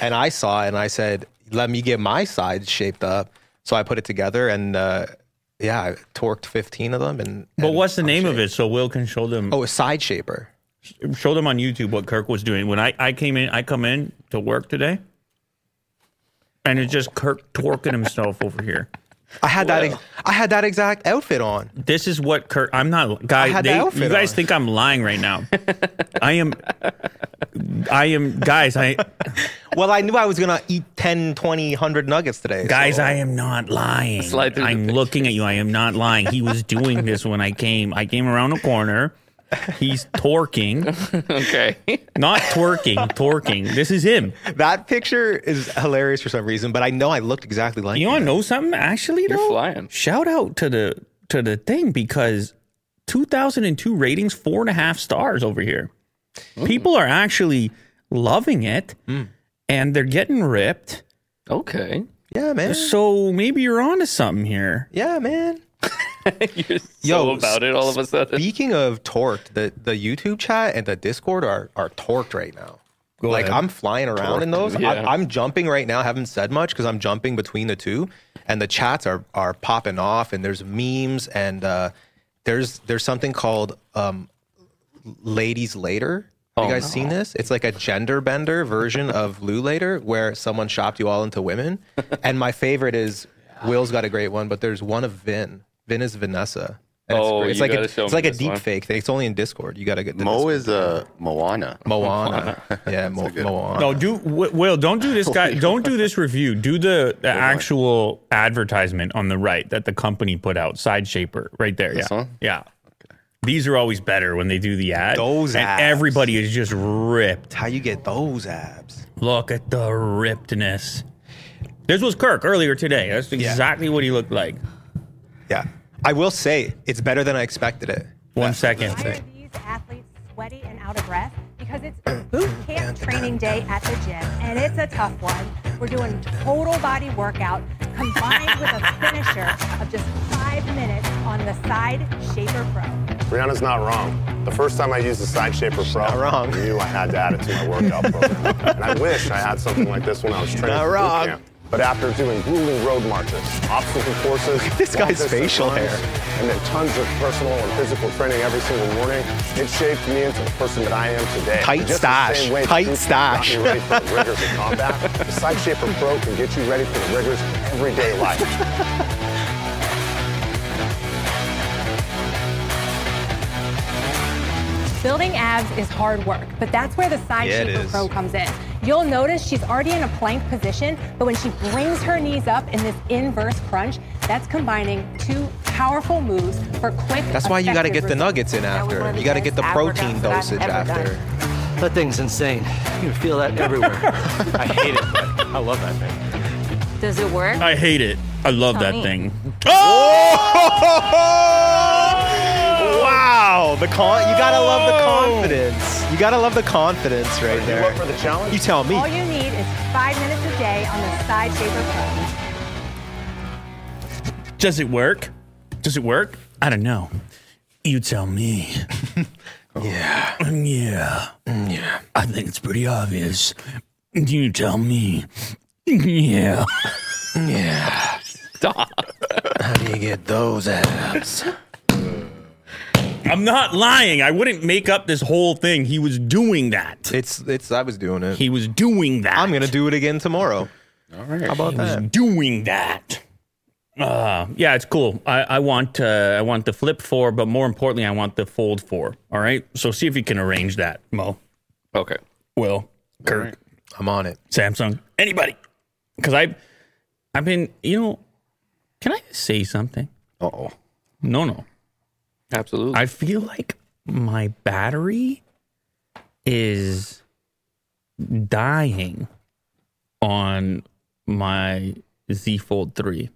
and I saw it and I said, let me get my sides shaped up. So I put it together and uh, yeah, I torqued 15 of them. And,
But
and
what's the
I'm
name of
shaped.
it so Will can show them?
Oh, a side shaper.
Show them on YouTube what Kirk was doing when I I came in. I come in to work today, and it's just Kirk torquing himself <laughs> over here.
I had that. Ex- I had that exact outfit on.
This is what Kirk. I'm not guy.
had
They,
the
you
outfit
guys
on.
think I'm lying right now? I am. I am guys. I
Well, I knew I was gonna eat 10, 20, 100 nuggets today.
guys. I am not lying.
Slide through the
I'm looking at you. I am not lying. He was doing this when I came. I came around a corner. He's torquing.
<laughs> okay.
Not twerking, twerking. This is him.
That picture is hilarious for some reason, but I know I looked exactly like
You
him.
want to know something? Actually, though,
flying.
shout out to the to the thing because 2002 ratings four and a half stars over here. People are actually loving it,
Hmm.
and they're getting ripped.
Okay. <laughs>
Yeah, man.
So maybe you're onto something here.
Yeah, man.
You're so
Yo,
about it all of a
<laughs>
sudden.
Speaking of torqued, the, the YouTube chat and the Discord are are torqued right now. like
ahead.
I'm flying around in those.
yeah.
I, I'm jumping right now. Haven't said much because I'm jumping between the two, and the chats are are popping off. And there's memes and uh, there's there's something called um, ladies later. Have you
Oh,
guys seen this? It's like a gender bender version of Lou later, where someone shopped you all into women. and my favorite is Will's got a great one, but there's one of Vin. Vin is Vanessa. And
Oh,
great.
you
like
gotta
a,
show
it's
me
like a
this one.
deep fake thing. It's only in Discord. You got to get the
Mo
Discord.
is a Moana.
Moana. <laughs> Yeah, Mo- Moana.
No, do Wi- Will. Don't do this guy. Don't do this review. Do the, the actual advertisement on the right that the company put out. Side Shaper, right there. yeah,
one?
yeah. These are always better when they do the ad.
Those
and
abs.
everybody is just ripped.
How you get those abs?
Look at the rippedness. This was Kirk earlier today. That's exactly what he looked like.
Yeah. I will say it's better than I expected it.
One second.
Why are these athletes sweaty and out of breath?
<clears throat>
Because it's boot camp training day at the gym, and it's a tough one. We're doing total body workout combined with a finisher of just five minutes on the Side Shaper Pro.
Brianna's not wrong. The first time I used the Side Shaper Pro,
not wrong.
I knew I had to add it to my workout program. and I wish I had something like this when I was training
Not
for boot
wrong.
camp. But after doing grueling road marches, obstacle courses,
this
long
guy's
distance
facial
runs,
hair.
and then tons of personal and physical training every single morning, it shaped me into the person that I am today.
Tight
Just the
stash.
same way
Tight
boot camp
stash.
Got me ready for the rigors of combat. The Side Shaper Pro can get you ready for the rigors of everyday life.
Building abs is hard work, but that's where the Side
Yeah, it
Shaper
is.
Pro comes in. You'll notice she's already in a plank position, but when she brings her knees up in this inverse crunch, that's combining two powerful moves for quick.
That's why you got to get
effective
the
results.
nuggets in
That was one
after.
of
You got to
best
get the
ab
protein
workouts I've
dosage
ever done.
after.
That thing's insane. You can feel that everywhere.
<laughs>
I hate it, but I love that thing.
Does it work?
I hate it. I love that
Tony.
thing. Oh!
<laughs> Wow, the con- you gotta love the confidence. You gotta love the confidence right
You up for
there.
the challenge?
You tell me.
All you need is five minutes a day on the side shaper program.
Does it work? Does it work? I don't know. You tell me.
<laughs> Oh.
yeah. Yeah. Yeah. I think it's pretty obvious. You tell me. Yeah.
How do you get those abs?
I'm not lying. I wouldn't make up this whole thing. He was doing that.
It's it's. I was doing it.
He was doing that.
I'm gonna do it again tomorrow.
All right.
How about
was
that?
doing that. Uh, yeah, it's cool. I, I want uh, I want the flip four, but more importantly, I want the fold four. All right. So see if you can arrange that, Mo,
<laughs> Okay.
Will, Kirk,
I'm on it.
Samsung, anybody. Because I, I've been, you know, can I say something?
Uh oh.
No, no.
Absolutely.
I feel like my battery is dying on my Z Fold three.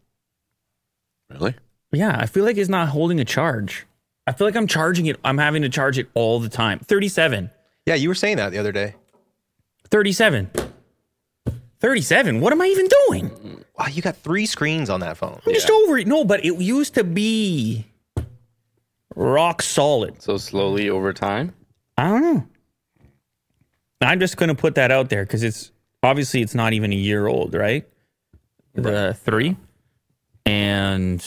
Really?
Yeah, I feel like it's not holding a charge. I feel like I'm charging it. I'm having to charge it all the time. 37.
Yeah, you were saying that the other day.
37. 37. What am I even doing?
Wow, you got three screens on that phone.
I'm just over it. No, but it used to be rock solid.
so slowly over time.
I don't know. I'm just going to put that out there because it's obviously it's not even a year old, right? The three, and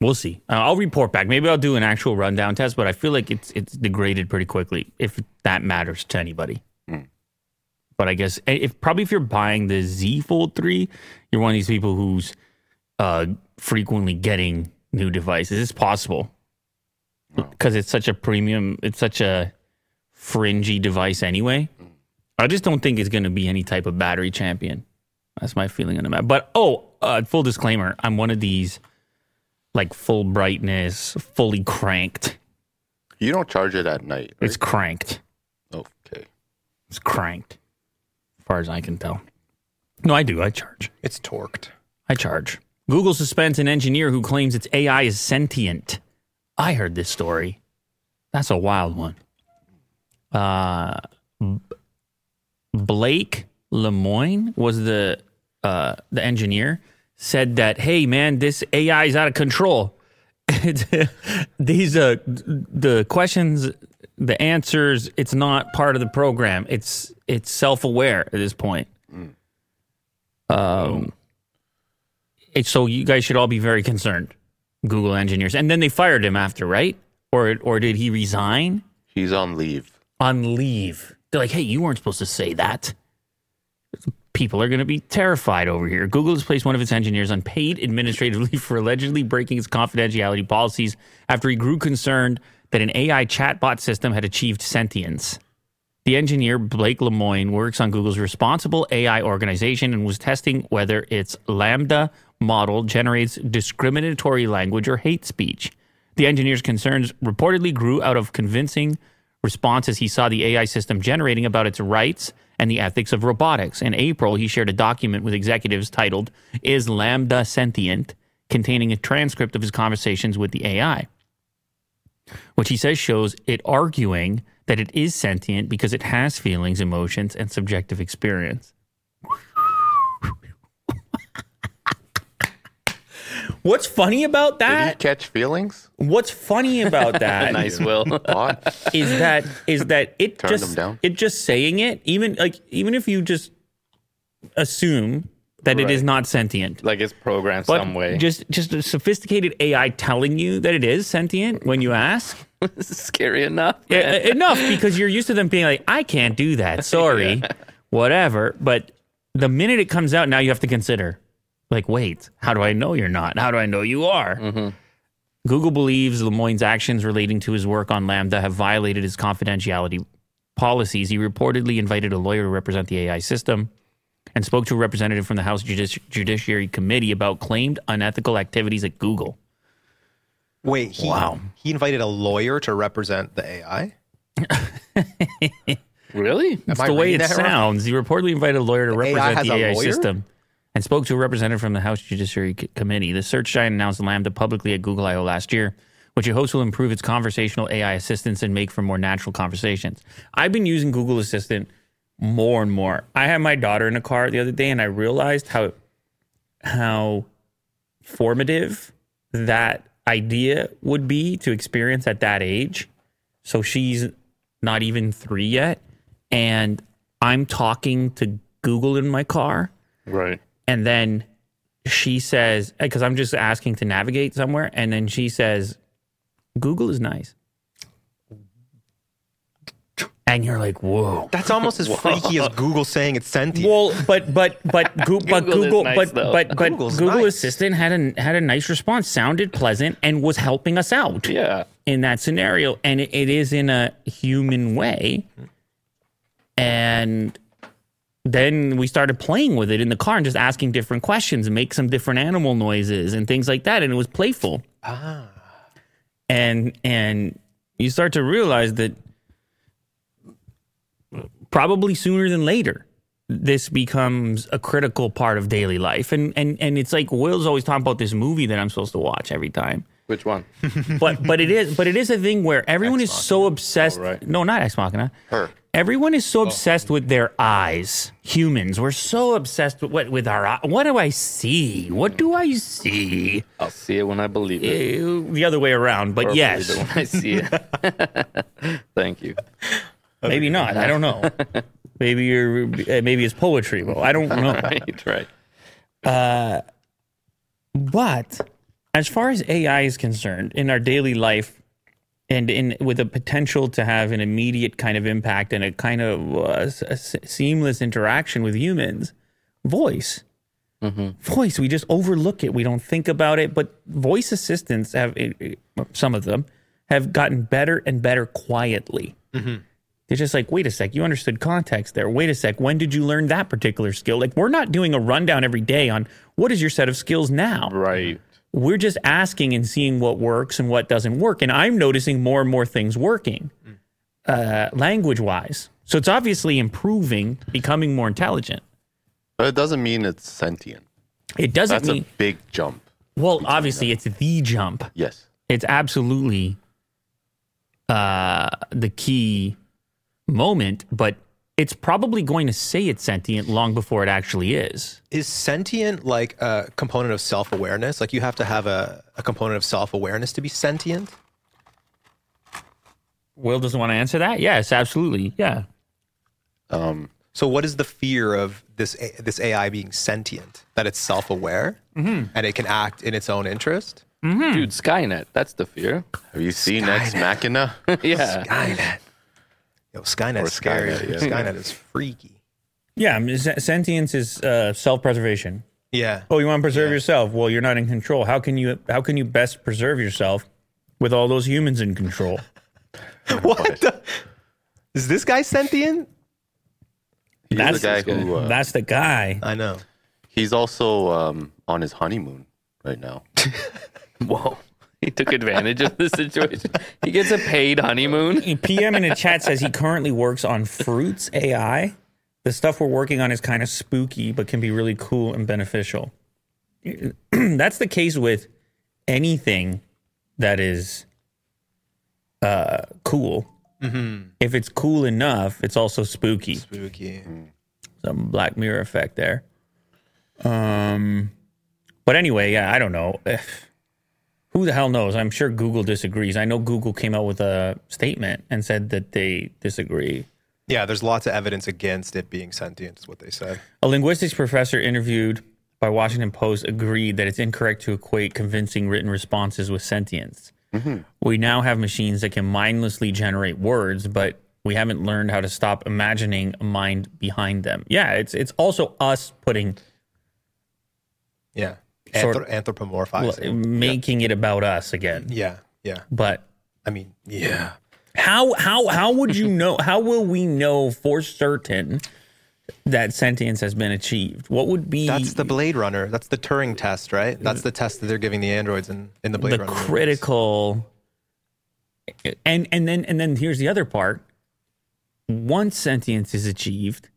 we'll see. Uh, I'll report back. Maybe I'll do an actual rundown test, but I feel like it's it's degraded pretty quickly. If that matters to anybody. But I guess i- if probably if you're buying the Z Fold three, you're one of these people who's uh, frequently getting new devices. It's possible because it's such a premium, it's such a fringy device anyway. I just don't think it's going to be any type of battery champion. That's my feeling on the matter. But oh, uh, full disclaimer: I'm one of these like full brightness, fully cranked.
You don't charge it at night. Right?
It's cranked.
okay.
It's cranked, as far as I can tell. No, I do. I charge.
It's torqued.
I charge. Google suspends an engineer who claims its AI is sentient. I heard this story. That's a wild one. Uh, B- Blake Lemoyne was the uh, the engineer. Said that, hey man, this AI is out of control. <laughs> These uh, the questions, the answers. It's not part of the program. It's it's self aware at this point. Um, it's so you guys should all be very concerned. Google engineers, and then they fired him after, right? Or or did he resign
He's on leave.
on leave? They're like, hey, you weren't supposed to say that. People are going to be terrified over here. Google has placed one of its engineers on paid administrative leave <laughs> for allegedly breaking its confidentiality policies after he grew concerned that an AI chatbot system had achieved sentience. The engineer Blake Lemoyne works on Google's responsible AI organization and was testing whether its Lambda model generates discriminatory language or hate speech. The engineer's concerns reportedly grew out of convincing responses he saw the AI system generating about its rights and the ethics of robotics. In April, he shared a document with executives titled, Is Lambda Sentient? containing a transcript of his conversations with the AI which he says shows it arguing that it is sentient because it has feelings, emotions, and subjective experience. What's funny about
Did he
that?
catch feelings?
What's funny about that is
Nice, Will.
<laughs> What?
that is that it
Turned
just
them down.
it just saying it even like even if you just assume that it is
Right.
not sentient
like it's programmed
but
some way.
just just a sophisticated AI telling you that it is sentient when you ask
<laughs> this is scary enough.
Yeah, e- enough because you're used to them being like, I can't do that. Sorry, whatever. But the minute it comes out, now you have to consider, like, wait, how do I know you're not? How do I know you are? Google believes Lemoyne's actions relating to his work on Lambda have violated his confidentiality policies, he reportedly invited a lawyer to represent the AI system and spoke to a representative from the House Judici- Judiciary Committee about claimed unethical activities at Google.
Wait, he,
Wow.
he invited a lawyer to represent the AI?
Really?
It's
I
the way
reading
it
that wrong?
sounds. He reportedly invited a lawyer to represent
has
the
a
AI
lawyer?
system and spoke to a representative from the House Judiciary C- Committee. The search giant announced Lambda publicly at Google I.O. last year, which it hopes will improve its conversational AI assistance and make for more natural conversations. I've been using Google Assistant more and more. I had my daughter in a car the other day and I realized how how formative that idea would be to experience at that age. So she's not even three yet. And I'm talking to Google in my car.
Right.
And then she says, because I'm just asking to navigate somewhere. And then she says, Google is nice. And you're like, whoa.
That's almost <laughs> as freaky as Google saying it's sentient.
Well, but but <laughs> but Goo- but
Google is
Google
nice,
but,
though.
but but
Google's
Google
nice.
Assistant had a had a nice response, sounded pleasant, and was helping us out
Yeah.
in that scenario, and it, it is in a human way. And then we started playing with it in the car and just asking different questions and make some different animal noises and things like that, and it was playful. Ah. And and you start to realize that probably sooner than later this becomes a critical part of daily life and and and it's like will's always talking about this movie that i'm supposed to watch every time
Which one?
but but it is but it is a thing where everyone is so obsessed
Oh, right. Oh.
no not ex machina
Her.
everyone is so obsessed with their eyes humans we're so obsessed with what with our eye- what do i see what do i see
I'll see it when I believe it.
Uh, the other way around but
Or
yes
believe it when I see it.
<laughs>
Thank you.
maybe not i don't know
<laughs>
maybe you're uh, maybe it's poetry well i don't know
Right. Right.
But as far as AI is concerned, in our daily life, and in with a potential to have an immediate kind of impact and a kind of uh, s- s- seamless interaction with humans, voice, voice. We just overlook it. We don't think about it. But voice assistants have eh, eh, some of them have gotten better and better quietly. They're just like, wait a sec, you understood context there. Wait a sec, when did you learn that particular skill? Like, we're not doing a rundown every day on what is your set of skills now
Right.
we're just asking and seeing what works and what doesn't work. And I'm noticing more and more things working uh, language wise. So it's obviously improving, becoming more intelligent.
But it doesn't mean it's sentient.
It doesn't
That's
mean,
a big jump.
well, obviously, it's the jump.
Yes.
It's absolutely uh, the key moment, but it's probably going to say it's sentient long before it actually is.
is sentient like a component of self awareness? Like you have to have a, a component of self awareness to be sentient?
Will doesn't want to answer that? Yes, absolutely. Yeah.
Um,
So what is the fear of this A- this AI being sentient? That it's self aware
Mm-hmm.
and it can act in its own interest?
Dude, Skynet. That's the fear. <laughs>
have you seen Ex Machina? <laughs>
yeah.
Skynet. Yo, Skynet's scary.
Skynet, yeah.
Skynet is freaky.
Yeah, I mean, se- sentience is uh, self preservation.
Yeah.
oh you want to preserve yourself well you're not in control how can you how can you best preserve yourself with all those humans in control
What the? Is this guy sentient?
He's
That's-
the guy who. Uh,
that's the guy
I know.
he's also um, on his honeymoon right now.
Whoa. He took advantage of the situation. He gets a paid honeymoon.
pm in the chat says he currently works on fruits ai the stuff we're working on is kind of spooky but can be really cool and beneficial <clears throat> that's the case with anything that is uh cool if it's cool enough it's also spooky
Spooky.
some Black Mirror effect there. Um, but anyway, yeah, I don't know. Ugh. Who the hell knows? I'm sure Google disagrees. I know Google came out with a statement and said that they disagree.
Yeah, there's lots of evidence against it being sentient, is what they said.
A linguistics professor interviewed by Washington Post agreed that it's incorrect to equate convincing written responses with sentience. We now have machines that can mindlessly generate words, but we haven't learned how to stop imagining a mind behind them. Yeah, it's it's also us putting
Yeah.
Sort-
Anthrop- anthropomorphizing.
Well, making it about us again.
yeah. Yeah.
But
I mean, yeah.
How how how would you know? How will we know for certain that sentience has been achieved? What would be
That's the Blade Runner. That's the Turing test, right? That's the test that they're giving the androids in, in the Blade
the
Runner. movies.
critical and and then and then here's the other part once sentience is achieved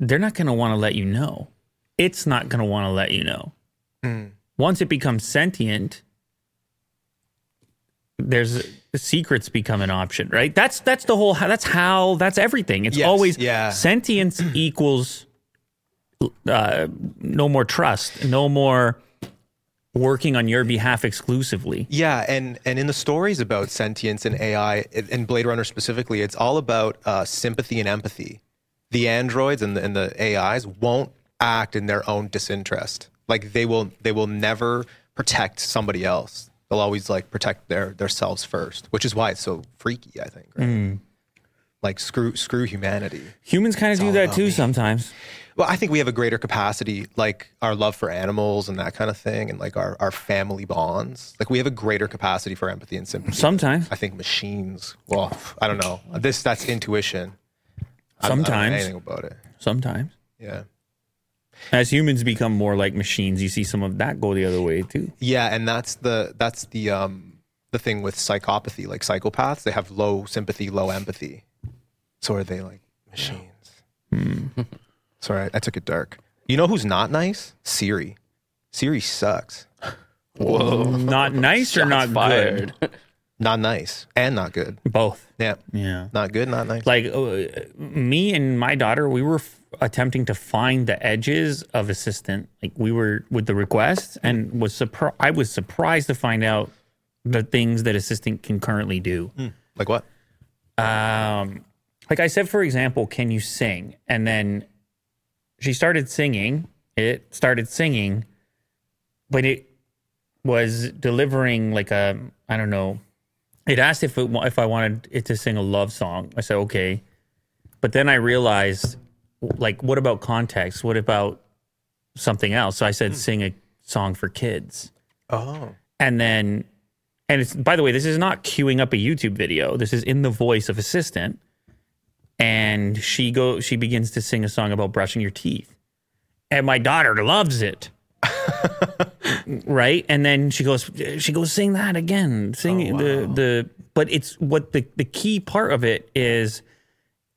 they're not going to want to let you know it's not going to want to let you know
Hmm.
once it becomes sentient there's the secrets become an option right that's that's the whole that's how that's everything it's
Yes,
always
yeah. <clears throat>
sentience equals uh, no more trust no more working on your behalf exclusively.
Yeah, and and in the stories about sentience and AI and and Blade Runner specifically, it's all about uh, sympathy and empathy. The androids and the, and the AIs won't act in their own disinterest. Like they will they will never protect somebody else. They'll always like protect their their selves first, which is why it's so freaky. I think. Right? Like screw screw humanity.
Humans kind of do
all
that
about
too
me.
sometimes.
Well, I think we have a greater capacity, like our love for animals and that kind of thing, and like our, our family bonds. Like we have a greater capacity for empathy and sympathy.
Sometimes.
I think machines. Well, pff, I don't know. This that's intuition. I don't- I don't know
Sometimes.
anything about it.
Sometimes.
Yeah,
As humans become more like machines, you see some of that go the other way too.
yeah, and that's the that's the um the thing with psychopathy. Like psychopaths, they have low sympathy, low empathy. So are they like machines?
Hmm.
Sorry, I took it dark. You know who's not nice? Siri. Siri sucks.
Not nice or not
fired.
Not nice and not good.
good. Both.
Yeah,
Yeah.
not good, not nice.
Like uh, me and my daughter, we were f- attempting to find the edges of assistant. Like we were with the requests and was surprised. I was surprised to find out the things that assistant can currently do.
Like what?
um, like I said, for example, can you sing? And then she started singing. It started singing, but it was delivering like a I don't know. It asked if it, wa- if I wanted it to sing a love song. I said okay, but then I realized like what about context? What about something else? So I said sing a song for kids
Oh,
and then and it's by the way this is not queuing up a youtube video this is in the voice of assistant and she go she begins to sing a song about brushing your teeth and my daughter loves it right and then she goes she goes sing that again sing the the but it's what the the key part of it is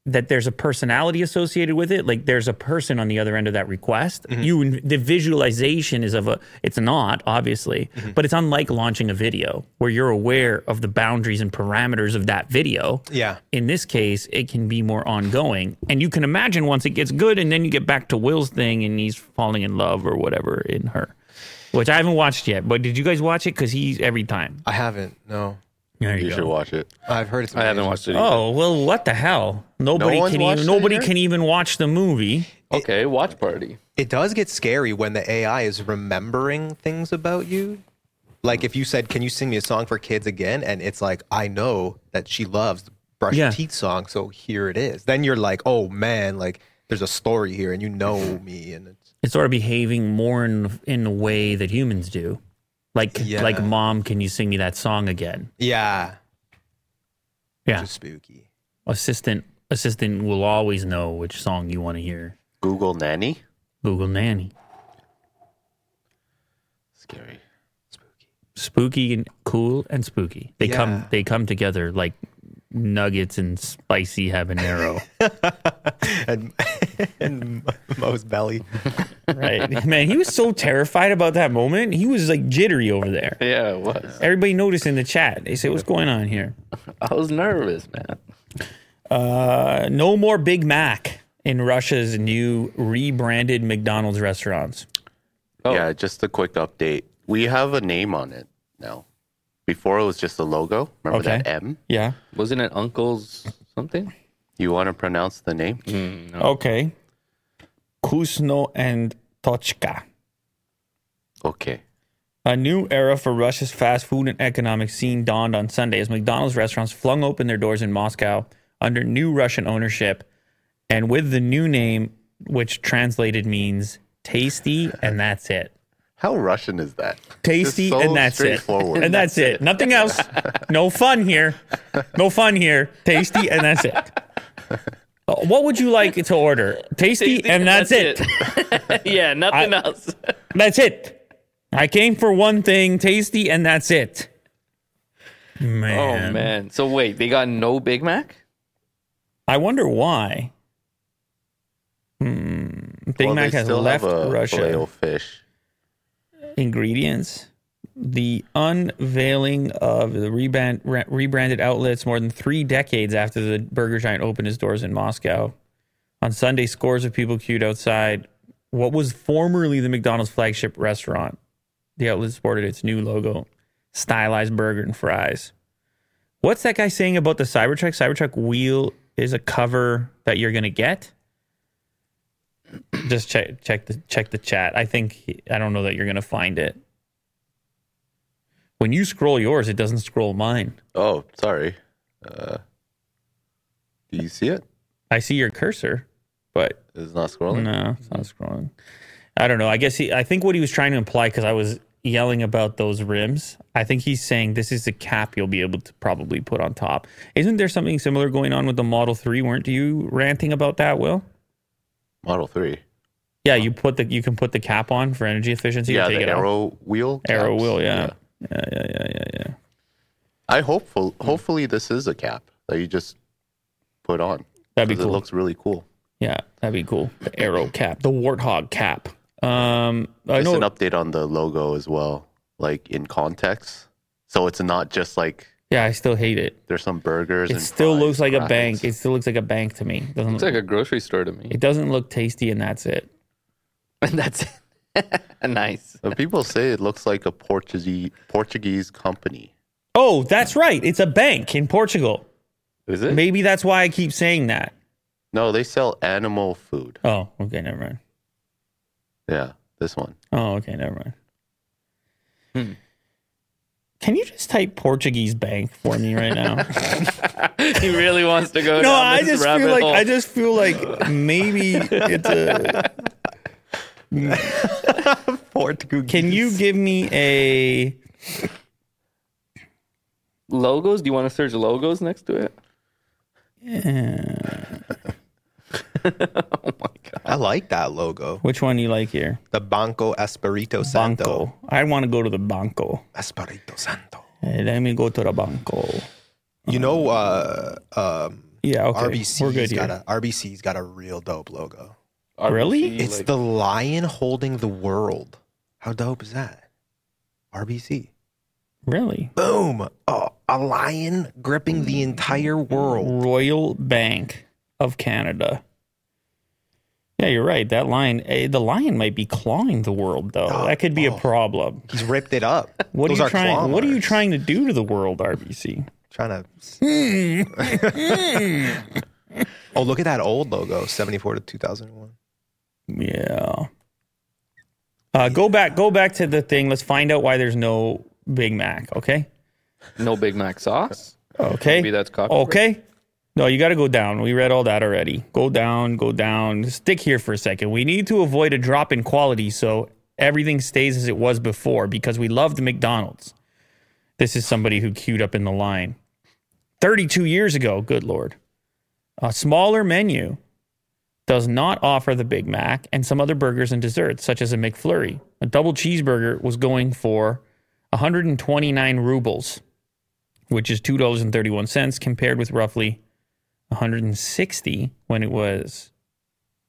that there's a personality associated with it like there's a person on the other end of that request you the visualization is of a it's not obviously but it's unlike launching a video where you're aware of the boundaries and parameters of that video
yeah.
in this case, it can be more ongoing. And you can imagine once it gets good, and then you get back to Will's thing, and he's falling in love or whatever in her, which I haven't watched yet. But did you guys watch it? Because he's every time.
I haven't. No,
There
You should watch it.
I've heard it's.
I haven't watched it. Either.
Oh well, what the hell? Nobody
one's
can
watched
even
it
nobody
yet?
can even watch the movie.
Okay, watch party.
It does get scary when the AI is remembering things about you. Like if you said, "Can you sing me a song for kids again?" and it's like, "I know that she loves the brush
Yeah.
your teeth song, so here it is." Then you're like, "Oh man, like there's a story here, and you know me." And it's,
It's sort of behaving more in in the way that humans do, like
Yeah.
like mom, can you sing me that song again?
yeah,
Yeah,
just spooky.
assistant assistant will always know which song you want to hear.
Google Nanny.
Google nanny.
Scary.
spooky and cool and spooky. They come
Yeah.
they come together like nuggets and spicy habanero.
And and <laughs> Mo's belly.
right. <laughs> Man, he was so terrified about that moment. He was like jittery over there.
Yeah, it was.
Everybody noticed in the chat. They said, "What's going on here?"
I was nervous, man.
Uh, no more Big Mac in Russia's new rebranded McDonald's restaurants.
Oh.
Yeah, just a quick update. We have a name on it now. Before it was just a logo. Remember
Okay.
that M?
Yeah.
Wasn't it Uncle's something?
You want to pronounce the name?
Mm. Okay. Kusno and Tochka.
Okay.
A new era for Russia's fast food and economic scene dawned on Sunday as McDonald's restaurants flung open their doors in Moscow under new Russian ownership and with the new name, which translated means tasty, and that's it.
How Russian is that?
tasty,
Just so
and that's it. <laughs>
straightforward.
And that's it. Nothing else. No fun here. No fun here. Tasty, and that's it. Uh, What would you like to order? Tasty, and that's, it.
<laughs> yeah, nothing else.
That's it. I came for one thing, tasty, and that's it. Man.
Oh man. So wait, they got no Big Mac?
I wonder why. Hmm. Big
Well, they
Mac has
still
left
have a
Russia.
filet fish.
ingredients. The unveiling of the rebrand, re- rebranded outlets more than three decades after the burger giant opened his doors in Moscow. On Sunday, scores of people queued outside what was formerly the McDonald's flagship restaurant. The outlet sported its new logo, stylized burger and fries. What's that guy saying about the Cybertruck? Cybertruck wheel is a cover that you're going to get? just check check the check the chat. I think he- I don't know that you're gonna find it. When you scroll yours, it doesn't scroll mine.
Oh, sorry. Uh, do you see it?
I see your cursor, but
It's not scrolling.
no, it's not scrolling. I don't know. I guess he. I think what he was trying to imply because I was yelling about those rims. I think he's saying this is the cap you'll be able to probably put on top. Isn't there something similar going on with the Model Three? Weren't you ranting about that, Will?
Model three.
Yeah, you put the you can put the cap on for energy efficiency. or
yeah,
take
the
it off.
arrow wheel.
arrow
caps.
wheel. Yeah. yeah, yeah, yeah, yeah, yeah.
I hopeful. Hopefully, this is a cap that you just put on.
That'd be
'cause
cool.
It looks really cool.
Yeah, that'd be cool. The <laughs> arrow cap, the warthog cap. Um, I
Just
know.
an update on the logo as well, like in context. So it's not just like
yeah, I still hate it.
there's some burgers.
It
and
still
fries,
looks like a
fries.
bank. It still looks like a bank to me. Doesn't
It's like a grocery store to me. <laughs>
it doesn't look tasty, and that's it.
And that's it. <laughs> nice.
But people say it looks like a Portuguese Portuguese company.
Oh, that's right. It's a bank in Portugal.
Is it?
Maybe that's why I keep saying that.
No, they sell animal food.
Oh, okay, never mind.
Yeah, this one.
Oh, okay, never mind.
Hmm.
Can you just type Portuguese bank for me right
<laughs>
now?
he really wants to go
no,
down
I
this
just
rabbit
feel like
hole.
I just feel like maybe it's a. Can you give me
<laughs>
a?
logos. Do you want to search logos next to it?
uh,
I like that logo.
Which one do you like here?
The Banco Esperito Santo.
Banco. I want to go to the banco.
Esperito Santo.
Hey, let me go to the banco.
You know, uh, um,
Yeah, okay. We're good
RBC's
here.
got a RBC's got a real dope logo.
Really?
RBC,
It's
Mm, like-
the lion holding the world. How dope is that? RBC.
Really?
Boom! Oh, a lion gripping the entire world.
Royal Bank of Canada. Yeah, you're right. That lion, eh, the lion might be clawing the world though. that could be a problem.
He's ripped it up.
<laughs> What
Oh, Those
are you trying?
claw
What are you
marks.
trying to do to the world, RBC?
Trying
<laughs>
to. oh, look at that old logo, seventy-four to two thousand one.
Yeah. Uh, go back. Go back to the thing. Let's find out why there's no Big Mac. Okay.
no Big Mac sauce.
Okay.
Maybe that's copyright.
okay. No, you got to go down. We read all that already. Go down. Go down. Stick here for a second. We need to avoid a drop in quality, so everything stays as it was before because we loved McDonald's. This is somebody who queued up in the line. 32 years ago, good lord. A smaller menu does not offer the Big Mac and some other burgers and desserts, such as a McFlurry. A double cheeseburger was going for 129 rubles, which is $2.31, compared with roughly 160 when it was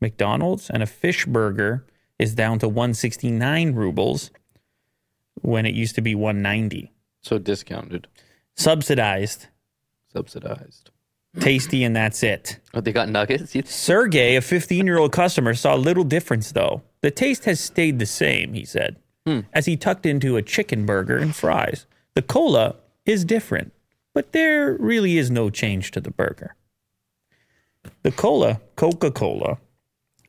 McDonald's. And a fish burger is down to 169 rubles when it used to be 190.
So discounted,
Subsidized,
subsidized.
tasty, and that's it.
Oh, they got nuggets. You-
Sergey, a 15 year old customer, saw little difference though. The taste has stayed the same, he said,
Hmm.
as he tucked into a chicken burger and fries. The cola is different, but there really is no change to the burger. The cola, Coca Cola,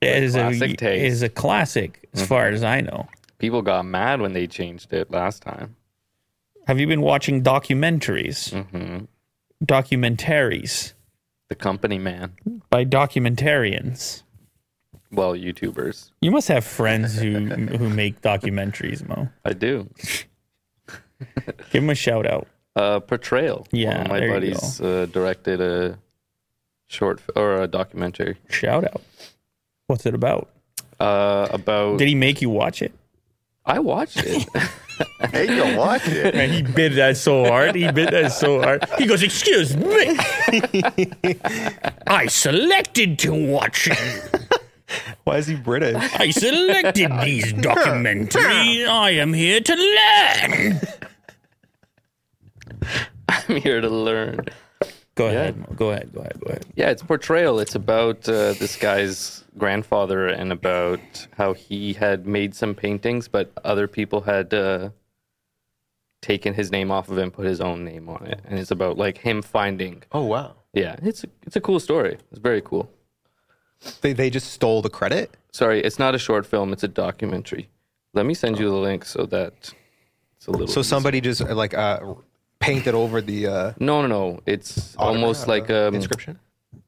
is a,
classic taste. Mm-hmm.
is a classic as far as I know.
People got mad when they changed it last time.
Have you been watching documentaries?
Mm-hmm.
Documentaries
The company man.
by documentarians.
well, YouTubers.
You must have friends who who make documentaries, Mo.
I do.
Give them a shout out.
Uh, Portrayal. One
Yeah,
of my
there you
buddies uh, directed a short f- or a documentary
Shout out. What's it about?
uh, about.
Did he make you watch it?
I watched it. <laughs>
Hey, you watch it.
Man, he bid that so hard. He bid that so hard. He goes, "Excuse me, <laughs> I selected to watch.
Why is he
<laughs>
British?
I selected these documentaries. I am here to learn."
I'm here to learn.
Go ahead. Mo. Go ahead. Go ahead. Go ahead.
Yeah, it's portrayal. It's about uh, this guy's grandfather and about how he had made some paintings, but other people had uh, taken his name off of it and put his own name on it. And it's about like him finding.
Oh wow.
Yeah, it's a, it's a cool story. It's very cool.
They they just stole the credit.
Sorry, it's not a short film. It's a documentary. Let me send you the link so that it's a little.
So somebody just uh, like uh, painted over the uh,
No, no, no. It's almost
autograph,
like
uh,
um,
inscription.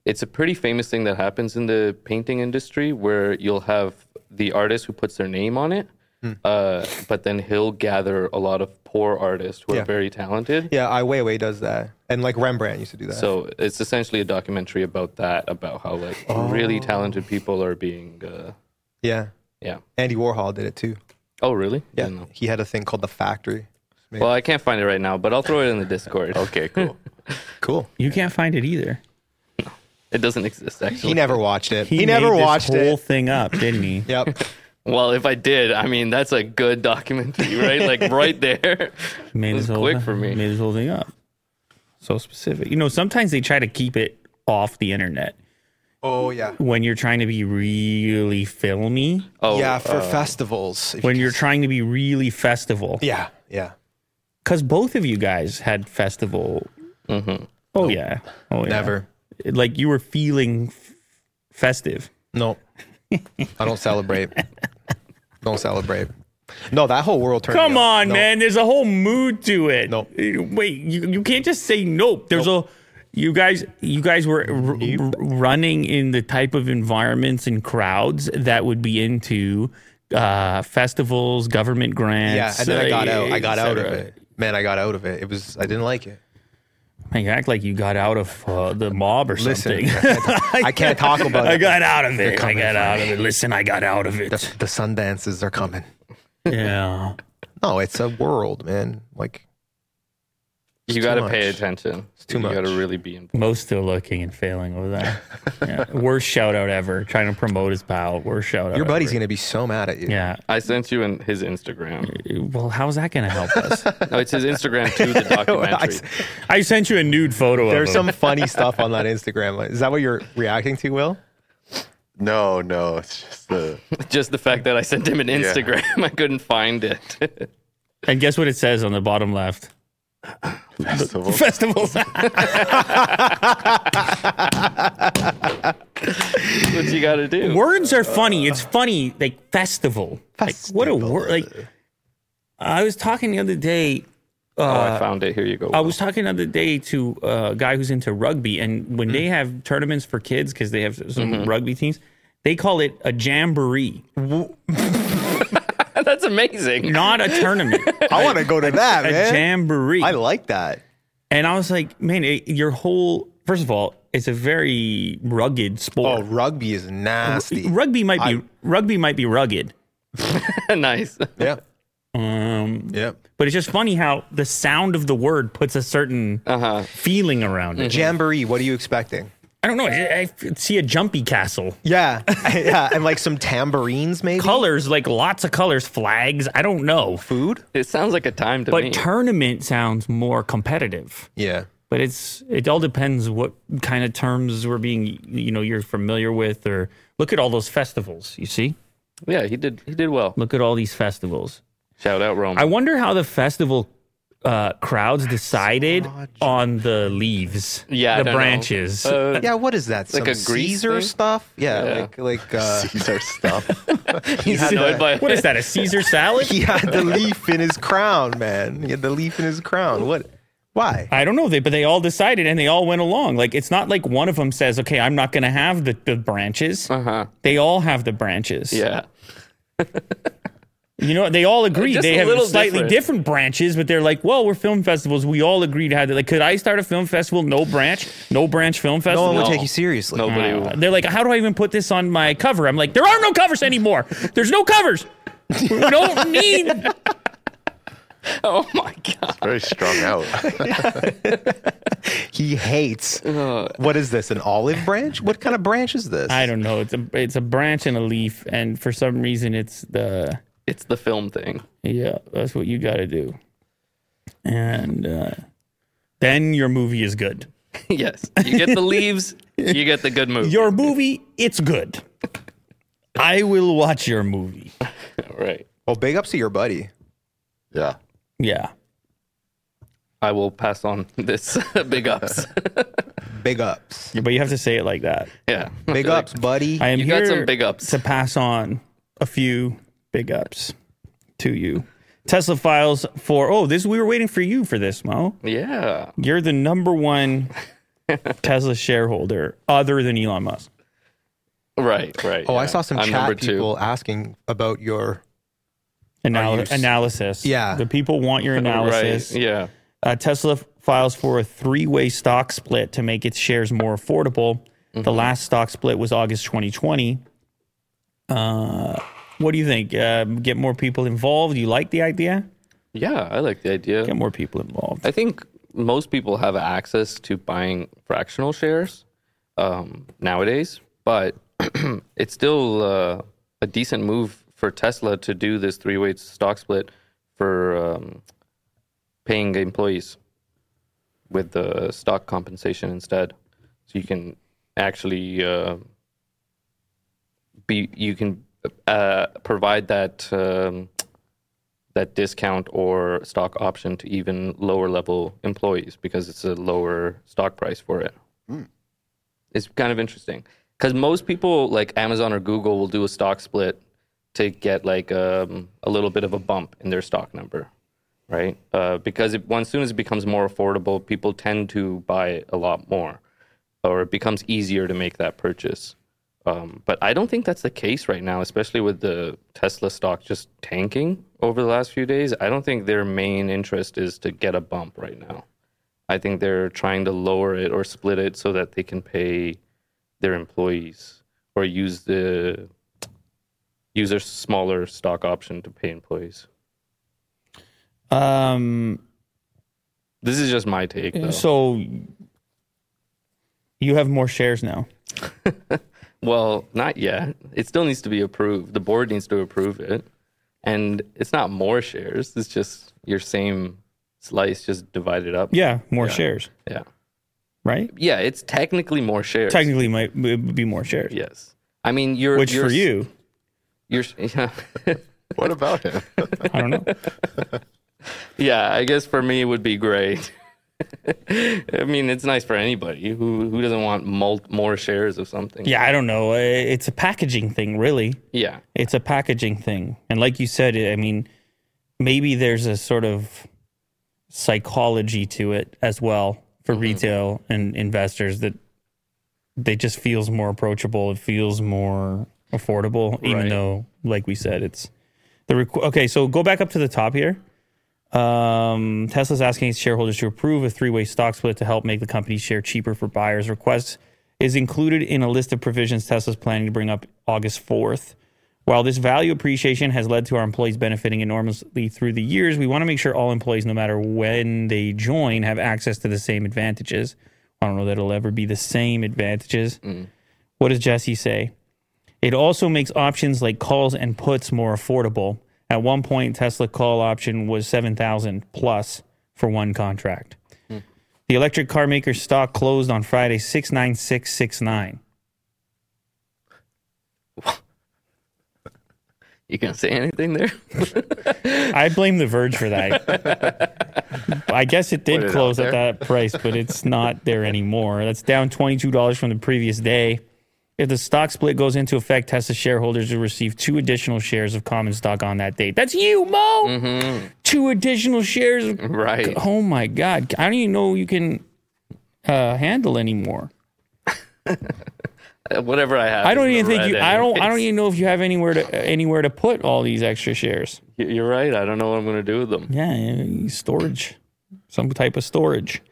it's a pretty famous thing that happens in the painting industry where you'll have the artist who puts their name on it,
Hmm.
uh, but then he'll gather a lot of poor artists who
Yeah.
are very talented.
Yeah, I Weiwei does that, and like Rembrandt used to do that.
So it's essentially a documentary about that, about how like
Oh.
really talented people are being. Uh,
yeah,
yeah.
Andy Warhol did it too.
Oh, really?
Yeah,
Didn't know.
he had a thing called the Factory.
Well, I can't find it right now, but I'll throw it in the Discord.
Okay, cool.
Cool.
You can't find it either.
It doesn't exist actually.
He never watched it. He, never
made this
watched
whole
it.
thing up, didn't he?
<laughs> Yep.
Well, if I did, I mean that's a good documentary, right? like
<laughs>
right there.
made
was
his whole
quick for me.
Made his whole thing up. So specific. You know, sometimes they try to keep it off the internet
Oh yeah.
when you're trying to be really filmy.
Oh,
yeah, for festivals. if
uh, When
you
you're
can-
trying to be really festival,
yeah, yeah.
because both of you guys had festival. Oh yeah, oh yeah.
Mm-hmm. Never.
Like you were feeling f- festive.
No, I don't celebrate. don't celebrate. No, that whole world turned.
Come
me off.
on,
No.
man. There's a whole mood to it.
Nope.
Wait, you, you can't just say nope. There's a you guys you guys were r- r- running in the type of environments and crowds that would be into uh festivals, government
Yeah,
grants.
and then I got
uh,
out. I
et
got out of
cetera.
it. Man, I got out of it. It was. I didn't like it.
Man, you act like you got out of uh, the mob or
Listen,
something.
<laughs> I can't talk about it.
<laughs> I got out of it. I
coming
got
for
out of it. Listen, I got out of
the,
it.
the Sundances are coming.
<laughs> yeah.
No, Oh, it's a world, man. Like
You
too
got to
much.
pay attention. It's
too
you got
much.
to really be in.
Mo's still looking and failing over
<laughs>
that. Yeah. Worst shout out ever. Trying to promote his pal. Worst shout out.
your buddy's
ever.
gonna be so mad at you. <laughs>
Yeah.
I sent you in his Instagram.
Well, how's that gonna help
<laughs>
us?
No, it's his Instagram to the
I
documentary.
s-
I sent you a nude photo
There's
of him.
some
<laughs>
funny stuff on that Instagram. Is that what you're reacting to, Will?
No, no, it's just the
<laughs> Just the fact that I sent him an Instagram, <laughs> I couldn't find it. <laughs>
And guess what it says on the bottom left? <laughs>
festival.
<laughs>
Festivals.
what you got to do?
Words are funny. It's funny. Like festival. Like, what a word. Like I was talking the other day.
oh, I found it. Here you go.
I was talking the other day to a guy who's into rugby, and
Mm.
when they have tournaments for kids, because they have some
Mm-hmm.
rugby teams, they call it a jamboree,
<laughs> That's amazing.
not a tournament.
<laughs> I want to go to that,
a
man.
jamboree.
I like that.
and I was like, man, it, your whole, first of all, it's a very rugged
Oh,
sport.
rugby is nasty.
rugby might be
I-
rugby might be rugged,
<laughs> nice.
Yeah. Um, yeah.
but it's just funny how the sound of the word puts a certain
Uh-huh.
feeling around
Mm-hmm.
it.
Jamboree. What are you expecting?
I don't know. I, I see a jumpy castle.
Yeah, <laughs> yeah, and like some tambourines, maybe
Colors, like lots of colors, flags. I don't know.
food.
It sounds like a time to me.
But tournament sounds more competitive.
Yeah,
But it's it all depends what kind of terms we're being you know you're familiar with or look at all those festivals. You see,
yeah, he did. He did well.
look at all these festivals.
Shout out Rome.
I wonder how the festival uh, crowds decided on the leaves,
yeah, I
the
don't know.
branches.
Uh,
yeah. What is that?
Like
some
a Greece
Caesar
thing?
stuff. Yeah,
Yeah.
like
<laughs>
like uh,
These are
<laughs>
stuff.
he,
<laughs>
had
annoyed
the,
by
what is that? A
<laughs>
<laughs>
Caesar salad?
he had the leaf in his crown, man. He had the leaf in his crown. What Why?
I don't know, they, but they all decided and they all went along. Like it's not like one of them says, "Okay, I'm not going to have the, the branches."
Uh-huh.
They all have the branches.
Yeah.
You know, they all agree.
Just
They
a
have
little
slightly
different.
different. branches, but they're like, "Well, we're film festivals. We all agreed to have that." Like, could I start a film festival? No branch, no branch film
No
festival.
one would
No.
take you seriously.
Nobody.
Uh, they're like, how do I even put this on my cover? I'm like, there are no covers anymore. There's no covers. We
<laughs>
don't need.
Oh my god.
Very strung out. <laughs>
He hates.
Uh,
what is this? An olive branch? What kind of branch is this?
I don't know. It's a it's a branch and a leaf, and for some reason, it's the
It's the film thing. <laughs>
yeah. That's what you got to do, and uh, then your movie is good.
yes. You get the leaves. You get the good movie.
Your movie, it's good. I will watch your movie.
right.
Well, Oh, big ups to your buddy.
Yeah.
Yeah.
I will pass on <laughs> this big ups.
Big ups.
Yeah, but you have to say it like that.
yeah.
Big ups, buddy.
I am
You got some
here
big ups.
to pass on a few big ups to you. Tesla files for oh this we were waiting for you for this Mo.
Yeah.
You're the number one Tesla shareholder other than Elon Musk.
Right. Right.
oh, I
yeah.
saw some
I'm number
chat
two.
people asking about your.
Anal-
you s-
analysis.
Yeah.
the people want your analysis.
<laughs> Right. Yeah.
uh, Tesla f- files for a three-way stock split to make its shares more affordable. The last stock split was August 2020. Uh, what do you think? Um, get more people involved. You like the idea?
Yeah. I like the idea.
Get more people involved.
I think most people have access to buying fractional shares um, nowadays, but <clears throat> it's still uh, a decent move for Tesla to do this three-way stock split for um, paying employees with the stock compensation instead. So you can actually uh, be you can uh, provide that. Um, that discount or stock option to even lower level employees because it's a lower stock price for it. It's kind of interesting because most people like Amazon or Google will do a stock split to get like um, a little bit of a bump in their stock number, right? Uh, because it, once soon as it becomes more affordable, people tend to buy a lot more, or it becomes easier to make that purchase. Um, but I don't think that's the case right now, especially with the Tesla stock just tanking over the last few days. I don't think their main interest is to get a bump right now. I think they're trying to lower it or split it so that they can pay their employees or use the use their smaller stock option to pay employees.
Um,
This is just my take, though.
so you have more shares now.
Well, not yet. It still needs to be approved. The board needs to approve it. And it's not more shares, it's just your same slice just divided up.
Yeah, more
Yeah.
shares.
Yeah.
Right?
Yeah, it's technically more shares.
Technically, might it would be more shares.
Yes. I mean, you're.
Which
you're,
for you,
You're, <laughs> yeah.
What about him?
I <laughs> don't know.
yeah, I guess for me it would be great. <laughs> I mean, it's nice for anybody who who doesn't want mul- more shares of something.
yeah, I don't know. Uh, It's a packaging thing, really.
Yeah.
it's a packaging thing and like you said i mean maybe there's a sort of psychology to it as well for retail and investors that they just feels more approachable it feels more affordable even
Right.
though like we said it's the requ- okay so go back up to the top here um, Tesla's asking its shareholders to approve a three way stock split to help make the company's share cheaper for buyers. Request is included in a list of provisions Tesla's planning to bring up August 4th. While this value appreciation has led to our employees benefiting enormously through the years, we want to make sure all employees, no matter when they join, have access to the same advantages. I don't know that it'll ever be the same advantages. What does Jesse say? It also makes options like calls and puts more affordable. At one point, Tesla call option was 7,000 plus for one contract. The electric car maker's stock closed on Friday 69669.
You gonna say anything there? <laughs>
I blame the Verge for that.
<laughs>
I guess it did
Put it
close
out
at that price, but it's not there anymore. That's down $22 from the previous day. If the stock split goes into effect, Tesla shareholders will receive two additional shares of common stock on that date. That's you, Mo.
Mm-hmm.
Two additional shares. of-
Right.
Oh my God! I don't even know you can uh, handle anymore.
Uh, Whatever I have.
I don't
is
even
the
think
red
you. I don't. I don't
anyways.
even know if you have anywhere to anywhere to put all these extra shares.
Y- You're right. I don't know what I'm going to do with them.
Yeah, yeah, storage, some type of storage.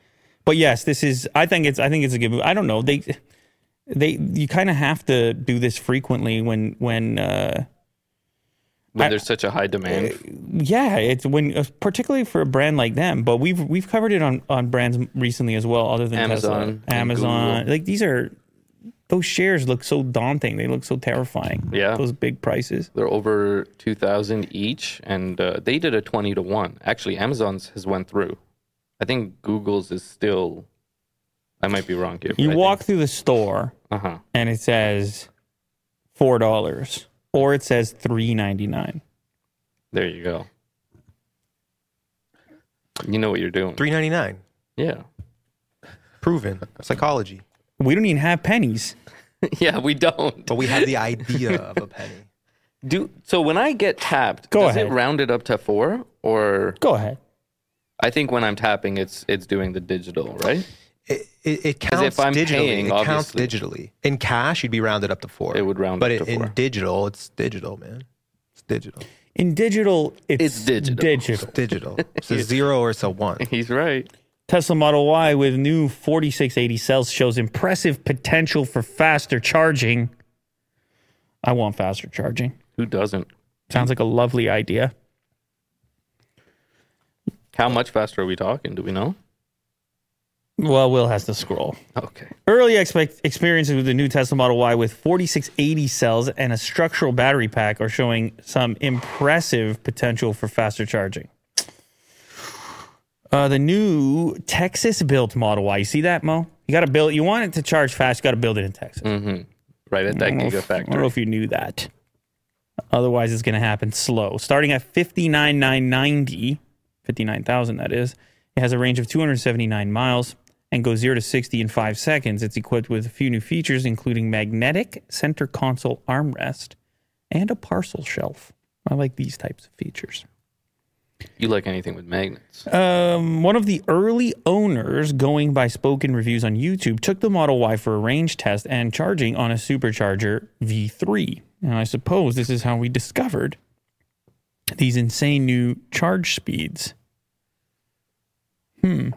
But yes, this is. I think it's. I think it's a good move. I don't know. They, they. You kind of have to do this frequently when when. uh
When
I-
there's such a high demand.
Yeah, it's when uh, particularly for a brand like them. But we've we've covered it on on brands recently as well. Other than
Amazon
Tesla,
and
Amazon.
Google.
Like these are. Those shares look so daunting. They look so terrifying.
Yeah.
Those big prices.
They're over 2,000 each, and uh, they did a 20 to 1. Actually, Amazon's has went through. I think Google's is still. I might be wrong here.
You walk through the store.
Uh huh.
and it says four dollars or it says three ninety nine.
There you go. You know what you're doing.
Three ninety nine.
Yeah.
Proven psychology.
We don't even have pennies.
<laughs> yeah, we don't.
But we
<laughs>
have the idea of a penny.
Do so when I get tapped,
Go
does it
ahead.
round it up to four? Or
Go ahead.
I think when I'm tapping it's it's doing the digital, right?
It, it, it
'Cause if
counts
I'm
digitally.
paying,
it counts
obviously.
digitally. In cash, you'd be rounded up to four.
It would round
but
up to
in
four.
digital, it's digital, man. It's digital.
In digital, it's,
It's digital.
digital.
It's digital. <laughs> it's a zero or it's a one.
He's right.
Tesla Model Y with new 4680 cells shows impressive potential for faster charging. I want faster charging.
Who doesn't?
Sounds like a lovely idea.
How much faster are we talking? Do we know?
Well, Will has to scroll.
Okay.
Early expect- experiences with the new Tesla Model Y with 4680 cells and a structural battery pack are showing some impressive potential for faster charging. Uh, the new Texas-built Model Y. You see that, Mo? You got to build. You want it to charge fast. You got to build it in Texas.
Right at that
I don't know if- I don't
gigafactory.
know if you knew that. Otherwise, it's going to happen slow. Starting at 59,990, 59,000 that is, it has a range of 279 miles and goes 0 to 60 in 5 seconds. It's equipped with a few new features, including magnetic center console armrest and a parcel shelf. I like these types of features.
You like anything with magnets.
Um, one of the early owners, going by spoken reviews on YouTube, took the Model Y for a range test and charging on a supercharger V3. And I suppose this is how we discovered these insane new charge speeds. Hmm.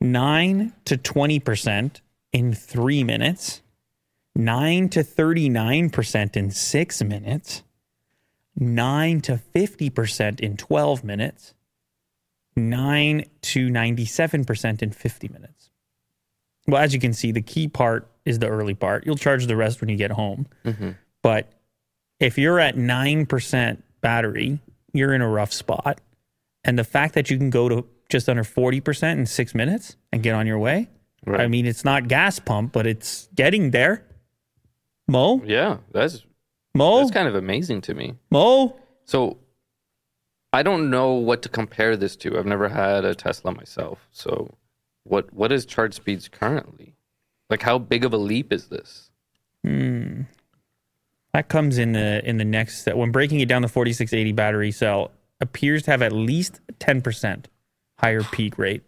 9 to 20% in three minutes, 9 to 39% in six minutes, 9 to 50% in 12 minutes. 9 to 97% in 50 minutes. Well, as you can see, the key part is the early part. You'll charge the rest when you get home. But if you're at 9% battery, you're in a rough spot. And the fact that you can go to just under 40% in six minutes and get on your way,
Right.
I mean, it's not gas pump, but it's getting there. Mo,
Yeah, that's
Mo, oh.
that's kind of amazing to me.
Mo.
So I don't know what to compare this to. I've never had a Tesla myself. So what what is charge speeds currently? Like how big of a leap is this?
That comes in the in the next set. When breaking it down, the 4680 battery cell appears to have at least 10% higher peak rate.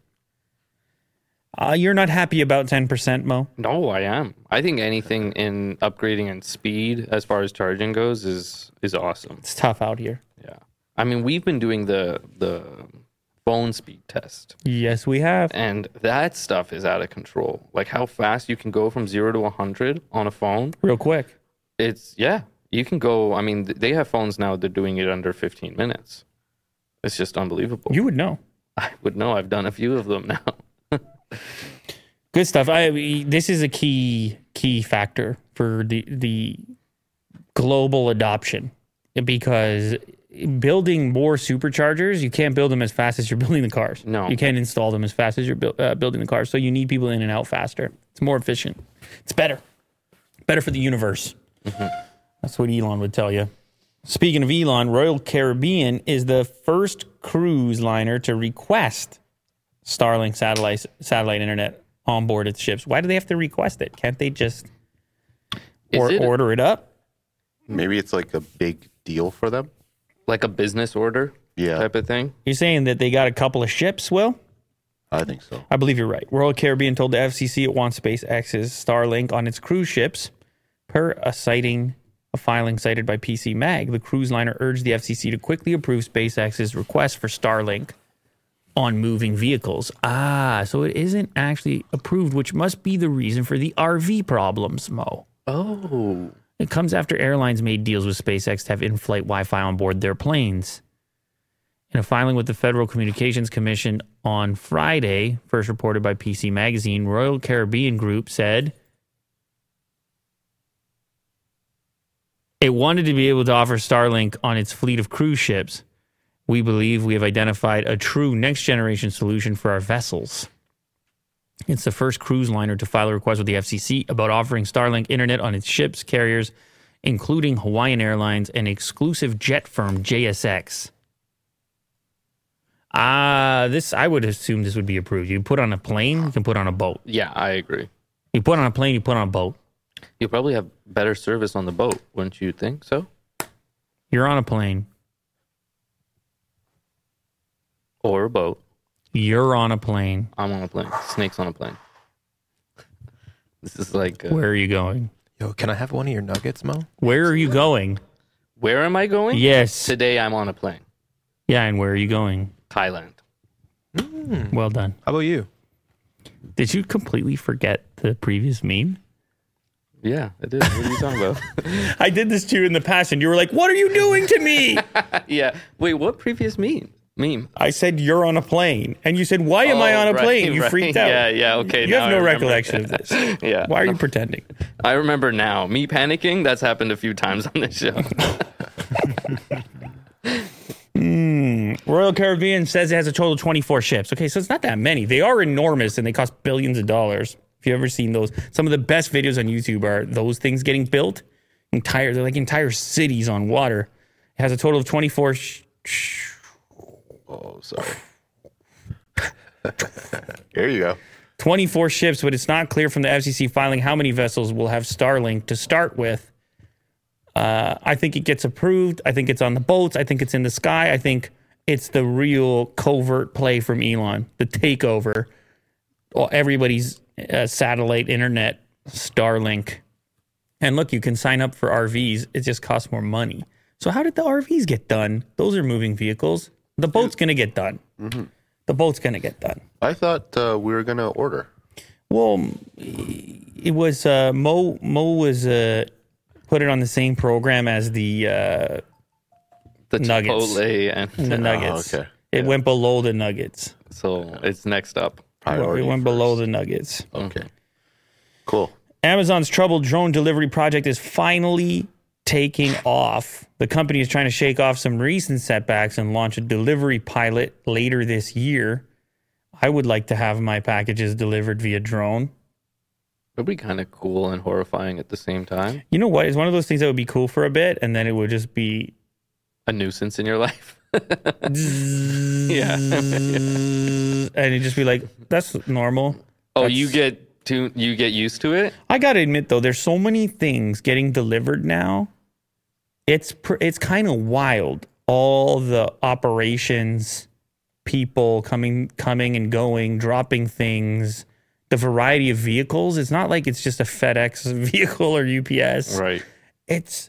Uh, you're not happy about 10%, Mo?
No, I am. I think anything in upgrading and speed as far as charging goes is is awesome.
It's tough out here.
Yeah. I mean, we've been doing the the phone speed test
Yes, we have.
and that stuff is out of control. Like how fast you can go from 0 to 100 on a phone
Real quick.
it's yeah you can go i mean th- they have phones now they're doing it under 15 minutes it's just unbelievable
You would know.
i would know i've done a few of them <laughs> now
Good stuff. I this is a key key factor for the the global adoption because building more superchargers, you can't build them as fast as you're <laughs> building the cars.
No.
you can't install them as fast as you're buil- uh, building the cars. So you need people in and out faster. It's more efficient. It's better, better for the universe. That's what Elon would tell you. Speaking of Elon, Royal Caribbean is the first cruise liner to request Starlink satellite satellite internet on board its ships. Why do they have to request it? Can't they just
Is
or
it-
order it up.
Maybe it's like a big deal for them.
like a business order
Yeah.
type of thing.
You're saying that they got a couple of ships, Will?
I think so.
I believe you're right. Royal Caribbean told the FCC it wants SpaceX's Starlink on its cruise ships, per a citing a filing cited by PC Mag. The cruise liner urged the FCC to quickly approve SpaceX's request for Starlink on moving vehicles. Ah, so it isn't actually approved, which must be the reason for the RV problems, Mo.
Oh,
It comes after airlines made deals with SpaceX to have in flight Wi Fi on board their planes. In a filing with the Federal Communications Commission on Friday, first reported by PC Magazine, Royal Caribbean Group said it wanted to be able to offer Starlink on its fleet of cruise ships. We believe we have identified a true next generation solution for our vessels. It's the first cruise liner to file a request with the FCC about offering Starlink internet on its ships, carriers, including Hawaiian Airlines and exclusive jet firm JSX. Ah, this I would assume this would be approved. You put on a plane, you can put on a boat.
yeah, I agree.
You put on a plane, you put on a boat.
You'll probably have better service on the boat, wouldn't you think so?
You're on a plane.
Or a boat.
You're on a plane.
I'm on a plane. Snakes on a plane. <laughs> This is like, uh, where?
Where are you going?
Yo, can I have one of your nuggets, Mo?
Where are you going?
am I going?
Yes.
Today I'm on a plane.
Yeah, and where are you going?
Thailand.
Well done.
How about you?
Did you completely forget the previous meme?
Yeah, it is. What are you talking about?
I did this to you in the past, and you were like, "What are you doing to me?"
<laughs> <laughs> yeah. Wait, what previous meme? Meme.
I said, "You're on a plane," and you said, "Why am I
Oh,
on a
right,
plane?" You
right. <laughs>
freaked out.
Yeah, yeah, okay,
You
now
have
I
no
remember.
recollection of this.
<laughs> Yeah.
Why are you pretending?
I remember now. Me panicking, that's happened a few times on this
<laughs>
show.
Royal Caribbean says it has a total of 24 ships. Okay, so it's not that many. They are enormous and they cost billions of dollars. If you've ever seen those, some of the best videos on YouTube are those things getting built. Entire, they're like entire cities on water. It has a total of 24 sh-
Oh, sorry. there you go.
24 ships, but it's not clear from the FCC filing how many vessels will have Starlink to start with. Uh, I think it gets approved. I think it's on the boats. I think it's in the sky. I think it's the real covert play from Elon, the takeover. Well, everybody's uh, satellite internet, Starlink. And look, you can sign up for RVs. It just costs more money. So, how did the RVs get done? Those are moving vehicles. The boat's going to get done. The boat's going to get done.
I thought uh, we were gonna order.
Well, m- it was uh, Mo. Mo was uh, put it on the same program as the uh,
The
Nuggets.
Chipotle and
the Nuggets.
Oh, okay.
It went below the Nuggets.
so it's next up.
it
Priority
went below the Nuggets.
Okay. Cool.
Amazon's troubled drone delivery project is finally taking off. The company is trying to shake off some recent setbacks and launch a delivery pilot later this year. I would like to have my packages delivered via drone.
It'd be kind of cool and horrifying at the same time.
You know what? It's one of those things that would be cool for a bit and then it would just be
A nuisance in your life. <laughs>
<laughs>
yeah.
and it'd just be like, that's normal.
Oh, you get to you get used to it.
I gotta admit though, there's so many things getting delivered now. It's pr- it's kind of wild. All the operations, people coming coming and going, dropping things, the variety of vehicles. It's not like it's just a FedEx <laughs> vehicle or UPS.
Right.
It's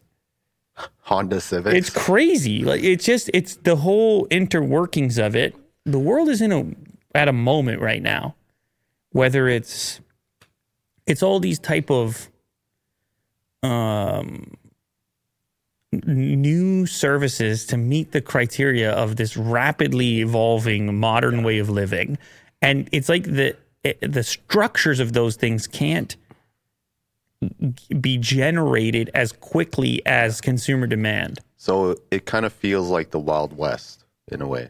Honda Civic.
it's crazy. Like it's just it's the whole interworkings of it. The world is in a at a moment right now. Whether it's it's all these type of um n- new services to meet the criteria of this rapidly evolving modern way of living. And it's like the it- the structures of those things can't be generated as quickly as consumer demand.
so it kind of feels like the Wild West in a way.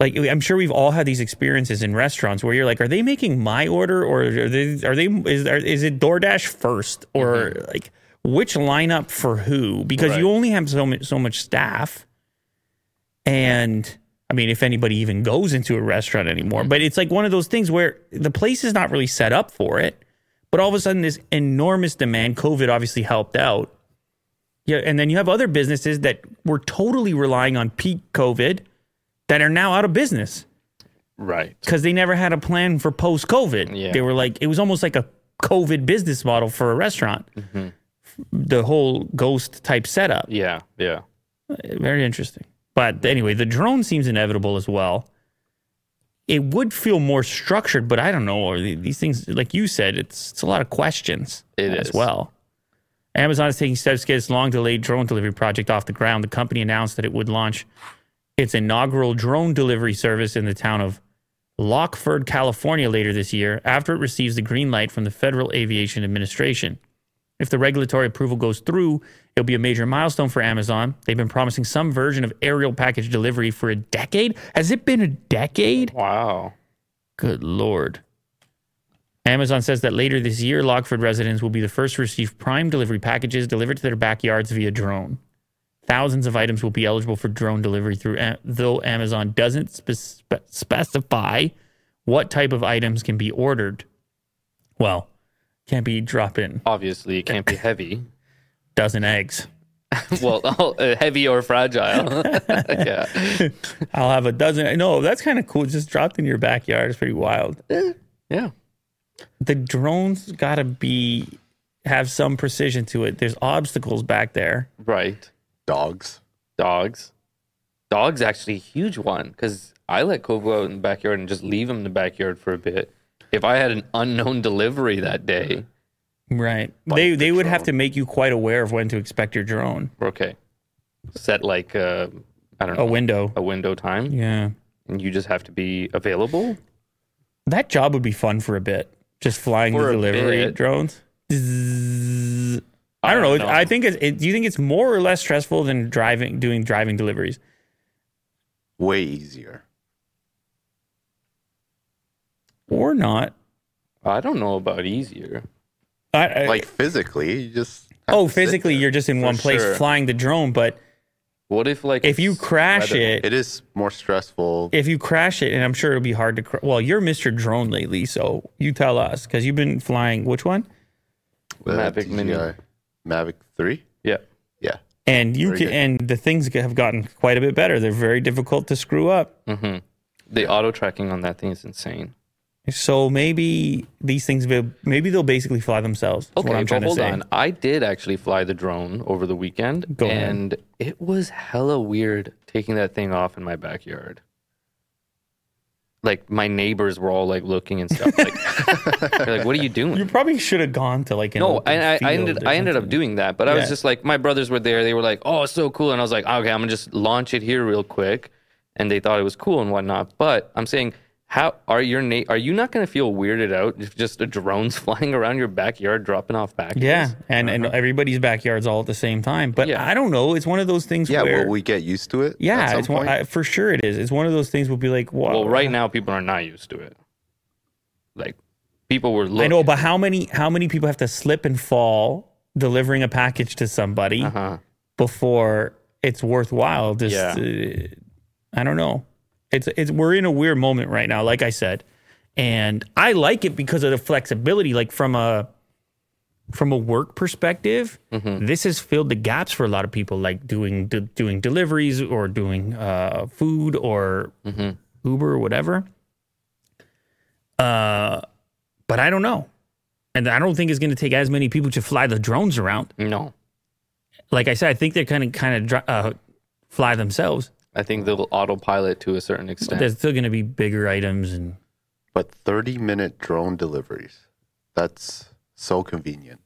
like I'm sure we've all had these experiences in restaurants where you're like, are they making my order or are they are they is are, is it DoorDash first or like which lineup for who? Because you only have so much so much staff, and I mean, if anybody even goes into a restaurant anymore, but it's like one of those things where the place is not really set up for it. But all of a sudden, this enormous demand, COVID obviously helped out. Yeah, and then you have other businesses that were totally relying on peak COVID that are now out of business
Right.
because they never had a plan for post COVID.
Yeah.
They were like, it was almost like a COVID business model for a restaurant. The whole ghost type setup.
Yeah. Yeah.
Very interesting. But anyway, the drone seems inevitable as well. It would feel more structured, but I don't know. Or the- These things, like you said, it's it's a lot of questions
It
as
is.
well. Amazon is taking steps to get its long delayed drone delivery project off the ground. The company announced that it would launch its inaugural drone delivery service in the town of Lockford, California later this year after it receives the green light from the Federal Aviation Administration. If the regulatory approval goes through, it'll be a major milestone for Amazon. They've been promising some version of aerial package delivery for a decade. Has it been a decade?
Wow.
Good lord. Amazon says that later this year, Lockford residents will be the first to receive prime delivery packages delivered to their backyards via drone. Thousands of items will be eligible for drone delivery through, Am- though Amazon doesn't spe- spe- specify what type of items can be ordered. Well, can't be drop in
Obviously, it can't be heavy. <laughs>
dozen eggs.
well, <laughs> uh, heavy or fragile. <laughs> yeah.
I'll have a dozen. No, that's kind of cool. Just dropped in your backyard. It's pretty wild.
Yeah.
The drones gotta be have some precision to it. There's obstacles back there.
Right.
Dogs.
Dogs. Dogs actually a huge one because I let Kovu out in the backyard and just leave him in the backyard for a bit. If I had an unknown delivery that day,
Right. they they would have to make you quite aware of when to expect your drone.
okay, set like uh, I don't know
A window.
a window time,
Yeah.
and you just have to be available.
That job would be fun for a bit. Just flying
For
the
a
delivery
bit.
drones. Zzzz. I don't know.
don't know.
I think it's, it, do you think it's more or less stressful than driving doing driving deliveries?
Way easier.
Or not.
I don't know about easier.
I, I,
Like physically, you just. have
oh,
to sit
physically
there.
you're just in
For
one place
sure.
flying the drone, but
What if like
if you
it's
crash
weather-
it,
It is more stressful.
if you crash it, and I'm sure it'll be hard to. Cr- well, you're Mr. Drone lately, so you tell us because you've been flying which one,
with
Mavic Mini.
DJI Mavic Three.
Yeah.
Yeah.
and you
Very
can,
good.
and the things have gotten quite a bit better. They're very difficult to screw up.
The auto tracking on that thing is insane.
So maybe these things will maybe they'll basically fly themselves. is what
Okay,
I'm trying
but
to
hold
say.
on. I did actually fly the drone over the weekend,
Go ahead.
and it was hella weird taking that thing off in my backyard. Like my neighbors were all like looking and stuff.
<laughs>
Like, they're like what are you doing?
You probably should have gone to like an
no,
open
and I, I
field
ended
or
I ended up
something.
doing that, but I
Yeah.
was just like my brothers were there. They were like, "Oh, it's so cool," and I was like, "Okay, I'm gonna just launch it here real quick," and they thought it was cool and whatnot. But I'm saying, how are your na- are you not gonna feel weirded out if just a drone's <laughs> flying around your backyard dropping off packages?
Yeah, and and everybody's backyards all at the same time. But
Uh-huh. Yeah.
I don't know. It's one of those things
Yeah.
where
Will we get used to it? At
yeah,
some
it's one,
point?
I, for sure it is. It's one of those things. We'll be like, wow,
Well, right now people are not used to it. Like people were looking.
I know, but how many how many people have to slip and fall delivering a package to somebody
huh?
before it's worthwhile? Just
Yeah.
uh, I don't know. It's it's we're in a weird moment right now, like I said, and I like it because of the flexibility. Like from a from a work perspective, this has filled the gaps for a lot of people, like doing d- doing deliveries or doing uh, food or Uber or whatever. Uh, but I don't know, and I don't think it's going to take as many people to fly the drones around.
No,
Like I said, I think they're kind of kind of dri uh, fly themselves.
I think they'll autopilot to a certain extent.
There's still going to be bigger items and
But 30 minute drone deliveries. That's so convenient.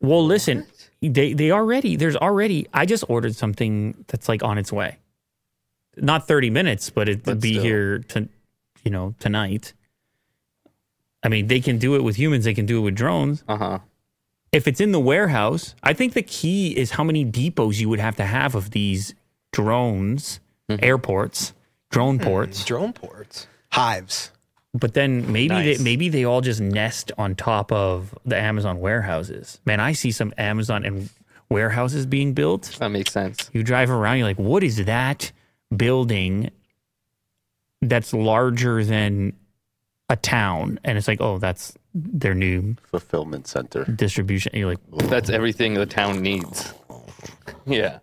Well, listen, they they already there's already. I just ordered something that's like on its way. Not 30 minutes, but it would be
still.
here to, you know, tonight. I mean, they can do it with humans. They can do it with drones.
Uh huh.
If it's in the warehouse, I think the key is how many depots you would have to have of these drones, airports, drone ports.
Drone ports. Hives.
But then maybe
Nice.
they, maybe they all just nest on top of the Amazon warehouses. Man, I see some Amazon and warehouses being built.
That makes sense.
You drive around, you're like, what is that building that's larger than a town? And it's like, oh, that's their new
fulfillment center.
distribution. You're like,
That's everything the town needs. <laughs> Yeah.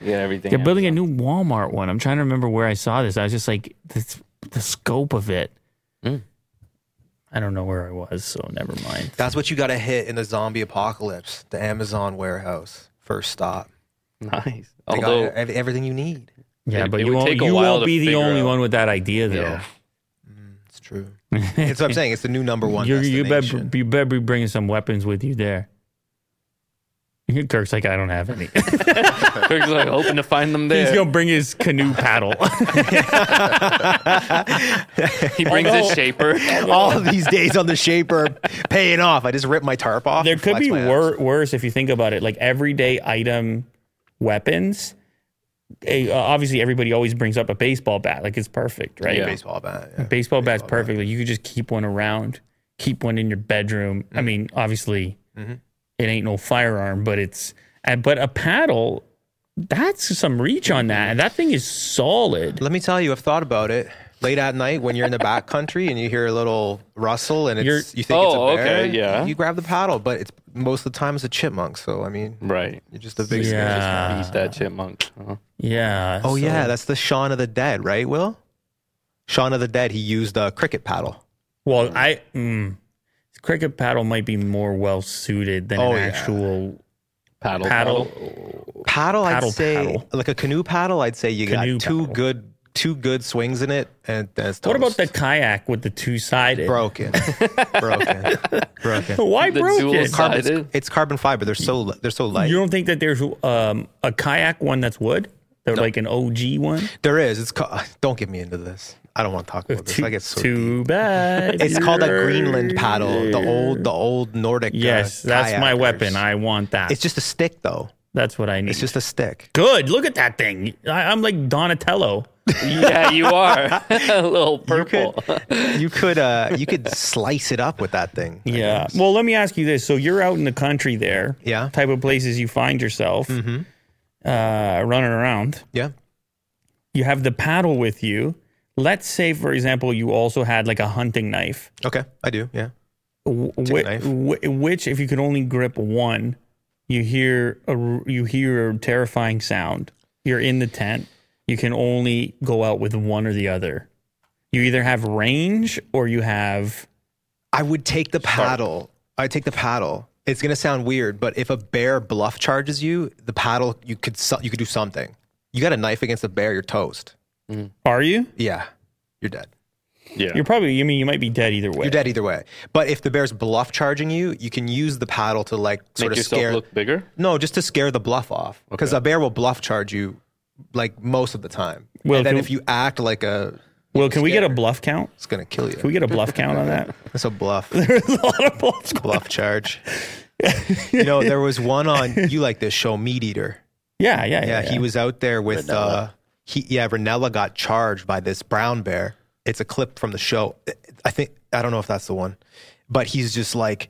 Yeah, everything.
They're building a new Walmart one. I'm trying to remember where I saw this. I was just like, this, the scope of it.
Hmm.
I don't know where I was, so never mind.
That's what you got to hit in the zombie apocalypse. The Amazon warehouse, first stop.
<laughs> Nice.
They
Although <laughs>
got ev- everything you need.
Yeah,
It-
but
it
you
would
won't,
take a
you
while
won't
to
be the
figure
only
out.
one with that idea, though.
Yeah.
It's
<laughs>
true. That's what I'm saying. It's the new number one.
You, you, better,
destination.
you better be bringing some weapons with you there. <laughs> Kirk's like, I don't have any. <laughs>
Kirk's like hoping to find them
He's
there.
going to bring his canoe paddle. <laughs>
he brings his
<laughs>
shaper.
All these days on the shaper paying off. I just ripped my tarp off.
there
and
could
flexed
be
my abs.
wor- worse if you think about it. Like everyday item weapons. Eh, uh, obviously, everybody always brings up a baseball bat. Like it's perfect, right?
Yeah.
baseball bat. yeah.
Baseball bat's perfect. Like you could just keep one around, keep one in your bedroom. I mean, obviously, it ain't no firearm, but it's uh, but a paddle. That's some reach on that, and that thing is solid.
Let me tell you, I've thought about it. Late at night, when you're in the back country and you hear a little rustle and it's
You're-
you think
Oh,
it's a bear,
okay, yeah.
you grab the paddle, but it's most of the time it's a chipmunk. So I mean,
Right.
you're just a big
Yeah.
Eat that chipmunk. Uh-huh. Huh?
Yeah.
Oh
so-
yeah, that's the Shaun of the Dead, right? Will Shaun of the Dead? He used a cricket paddle.
Well, I mm, cricket paddle might be more well suited than
Oh,
an
yeah.
actual
Paddle,
paddle. Paddle,
Paddle, I'd say,
paddle.
like a canoe paddle. I'd say you
Canoe
got two
paddle.
good, two good swings in it, and that's
What about
toast.
the kayak with the two sided? <laughs>
broken, broken, broken?
Why
The
broken?
dual side.
Carbon, it's, it's carbon fiber. They're so li- they're so light.
You don't think that there's um, a kayak one that's wood? They're like an OG one.
There is. It's called. <laughs> Don't get me into this. I don't want to talk about this. I
Too,
get so deep.
too bad.
It's called a
you're-
Greenland paddle. The old, the old Nordic. uh,
Yes, that's my
kayakers.
weapon. I want that.
It's just a stick, though.
that's what I need.
It's just a stick.
good. Look at that thing. I, I'm like
<laughs>
Donatello.
yeah, you are. <laughs> a little purple.
You could, uh, you could slice it up with that thing.
<laughs>
I
Yeah.
guess.
Well, let me ask you this. So you're out in the country there.
Yeah. Mm-hmm.
Type of places you find yourself uh, running around.
Yeah.
You have the paddle with you. Let's say, for example, you also had like a hunting knife.
Okay. I do. Yeah.
Wh-
Chicken
wh-
knife.
wh- which, if you could only grip one, you hear a r- you hear a terrifying sound. You're in the tent. You can only go out with one or the other. You either have range or you have
I would take the paddle. I take the paddle. It's gonna sound weird, but if a bear bluff charges you, the paddle you could so- you could do something. You got a knife against a bear, you're toast.
are you?
Yeah, you're dead.
Yeah.
You're probably. I mean, you might be dead either way.
You're dead either way. But if the bear's bluff charging you, you can use the paddle to like
Make
sort of
yourself
scare.
look bigger.
no, just to scare the bluff off, because
Okay.
a bear will bluff charge you like most of the time.
Well,
and then
can-
if you act like a,
Well, can we get a bluff count?
it's gonna kill you.
Can we get a bluff count on that?
That's a
<laughs>
bluff.
There's a lot of bluffs.
bluff
<laughs>
charge. you know, there was one on you like this show, Meat Eater.
Yeah, yeah, yeah.
Yeah, he was out there with uh he yeah, Renella got charged by this brown bear. It's a clip from the show. I think I don't know if that's the one. But he's just like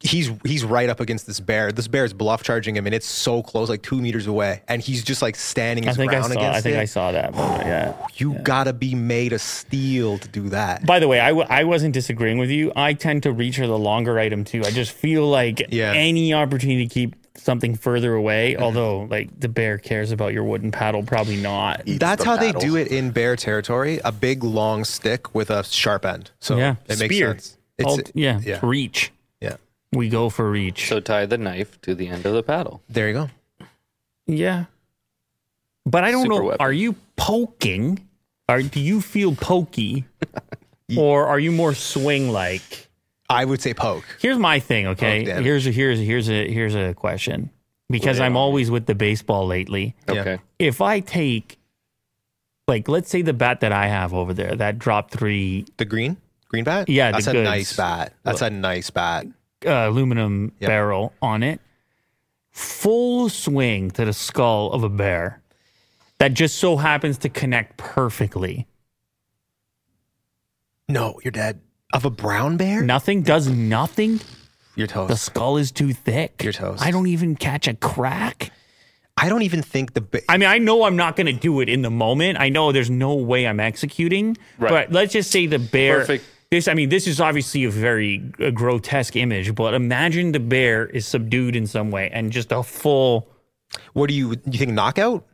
he's he's right up against this bear. This bear is bluff charging him and it's so close, like two meters away. And he's just like standing
I
his
think I
ground
saw.
against
I think
it.
I saw that. moment, yeah.
you gotta be made of steel to do that.
By the way, I w- I wasn't disagreeing with you. I tend to reach for the longer item too. I just feel like
Yeah.
any opportunity to keep something further away, although like the bear cares about your wooden paddle, probably not.
Eats
That's
the
how
paddle.
they do it in bear territory. A big long stick with a sharp end. So
yeah,
it makes
Spear.
sense. It's,
Alt- yeah,
yeah.
reach.
yeah.
We go for reach.
So tie the knife to the end of the paddle.
There you go.
yeah, but I don't
Super
know.
weapon.
Are you poking? Are do you feel
<laughs>
pokey, or are you more swing like?
I would say poke.
Here's my thing, okay?
Oh, damn it.
here's a here's a here's a here's a question. Because I'm always with the baseball lately.
Yeah.
Okay.
If I take like let's say the bat that I have over there, that drop three
The green? Green bat?
Yeah, the
That's a
goods.
nice bat. That's a nice bat.
uh, aluminum
Yeah.
barrel on it, full swing to the skull of a bear that just so happens to connect perfectly.
No, you're dead. Of a brown bear?
Nothing does nothing.
You're
The
toast.
skull is too thick.
You're toast.
I don't even catch a crack.
I don't even think the ba-
I mean, I know I'm not going to do it in the moment. I know there's no way I'm executing.
Right.
But let's just say the bear
Perfect
This, I mean, this is obviously a very uh grotesque image, but imagine the bear is subdued in some way and just a full.
What do you do? You think knockout?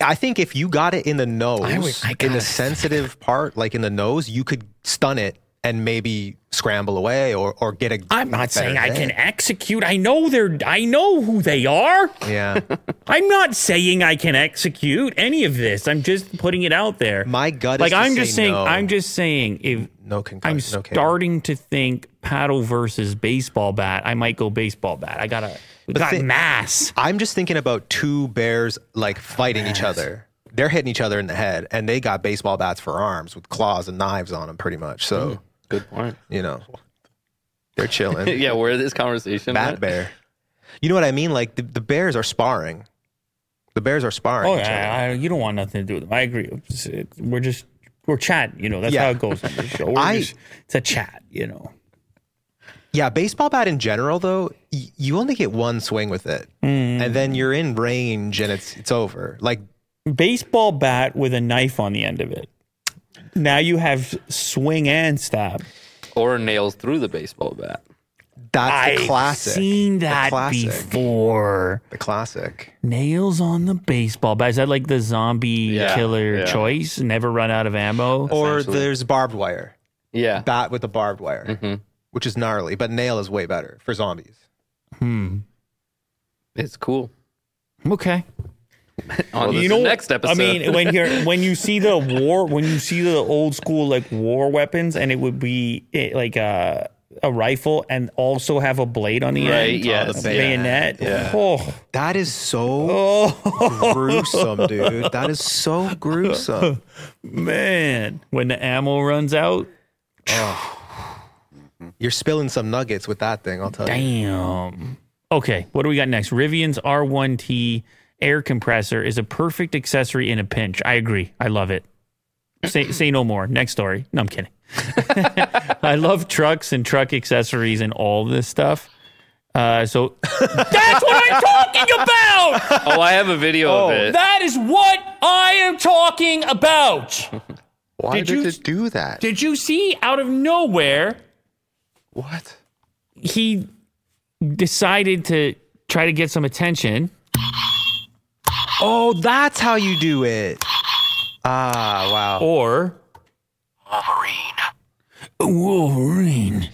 I think if you got it in the nose,
I
in
gotta-
the sensitive part, like in the nose, you could stun it and maybe scramble away or or get a.
I'm not saying I
better
can
hit.
execute. I know they're. I know who they are.
Yeah,
I'm not saying I can execute any of this. I'm just putting it out there.
My gut is
like
to
I'm just
say
saying.
no.
I'm just saying if
no <laughs> concussion.
I'm
no KO.
starting to think paddle versus baseball bat, I might go baseball bat. I gotta we got
thi-
mass.
I'm just thinking about two bears like fighting each other. They're hitting each other in the head, and they got baseball bats for arms with claws and knives on them, pretty much.
Hmm.
So
Good point.
you know, they're chilling.
<laughs>
yeah, where this conversation
Bat
went.
bear. You know what I mean? Like the, the bears are sparring. The bears are sparring.
Oh
each other.
yeah, I, you don't want nothing to do with them. I agree. It's- it- We're just we're chatting. You know that's
Yeah.
how it goes on the show. We're
I-
just- it's a chat. You know.
Yeah, baseball bat in general though, y- you only get one swing with it,
Hmm.
and then you're in range, and it's it's over. Like
baseball bat with a knife on the end of it. Now you have swing and stab.
Or nails through the baseball bat.
that's the
I've
classic.
seen
The
that
classic.
before.
The classic.
Nails on the baseball bat. Is that like the zombie
Yeah,
killer
yeah.
choice? Never run out of ammo.
Or
Essentially.
there's barbed wire.
Yeah.
Bat with the barbed wire, which is gnarly, but nail is way better for zombies.
It's cool.
Oh.
Okay.
On to the next episode.
I mean, when you're when you see the war, when you see the old school like war weapons, and it would be eh, like a a rifle, and also have a blade on the
Right,
end,
yes.
a bayonet. Oh,
That is so gruesome, dude. That is so gruesome.
Man, when the ammo runs out,
You're spilling some nuggets with that thing, I'll tell you.
damn. Okay, what do we got next? Rivian's R1T air compressor is a perfect accessory in a pinch. I agree. I love it. Say say no more. Next story. No, I'm kidding. <laughs> I love trucks and truck accessories and all this stuff. Uh, so <laughs> that's what I'm talking about.
<laughs> oh, I have a video of it.
That is what I am talking about.
Why
Did
did,
you-
it do that?
Did you see out of nowhere?
what?
he decided to try to get some attention.
Oh, that's how you do it. Ah, wow.
Or Wolverine. Wolverine.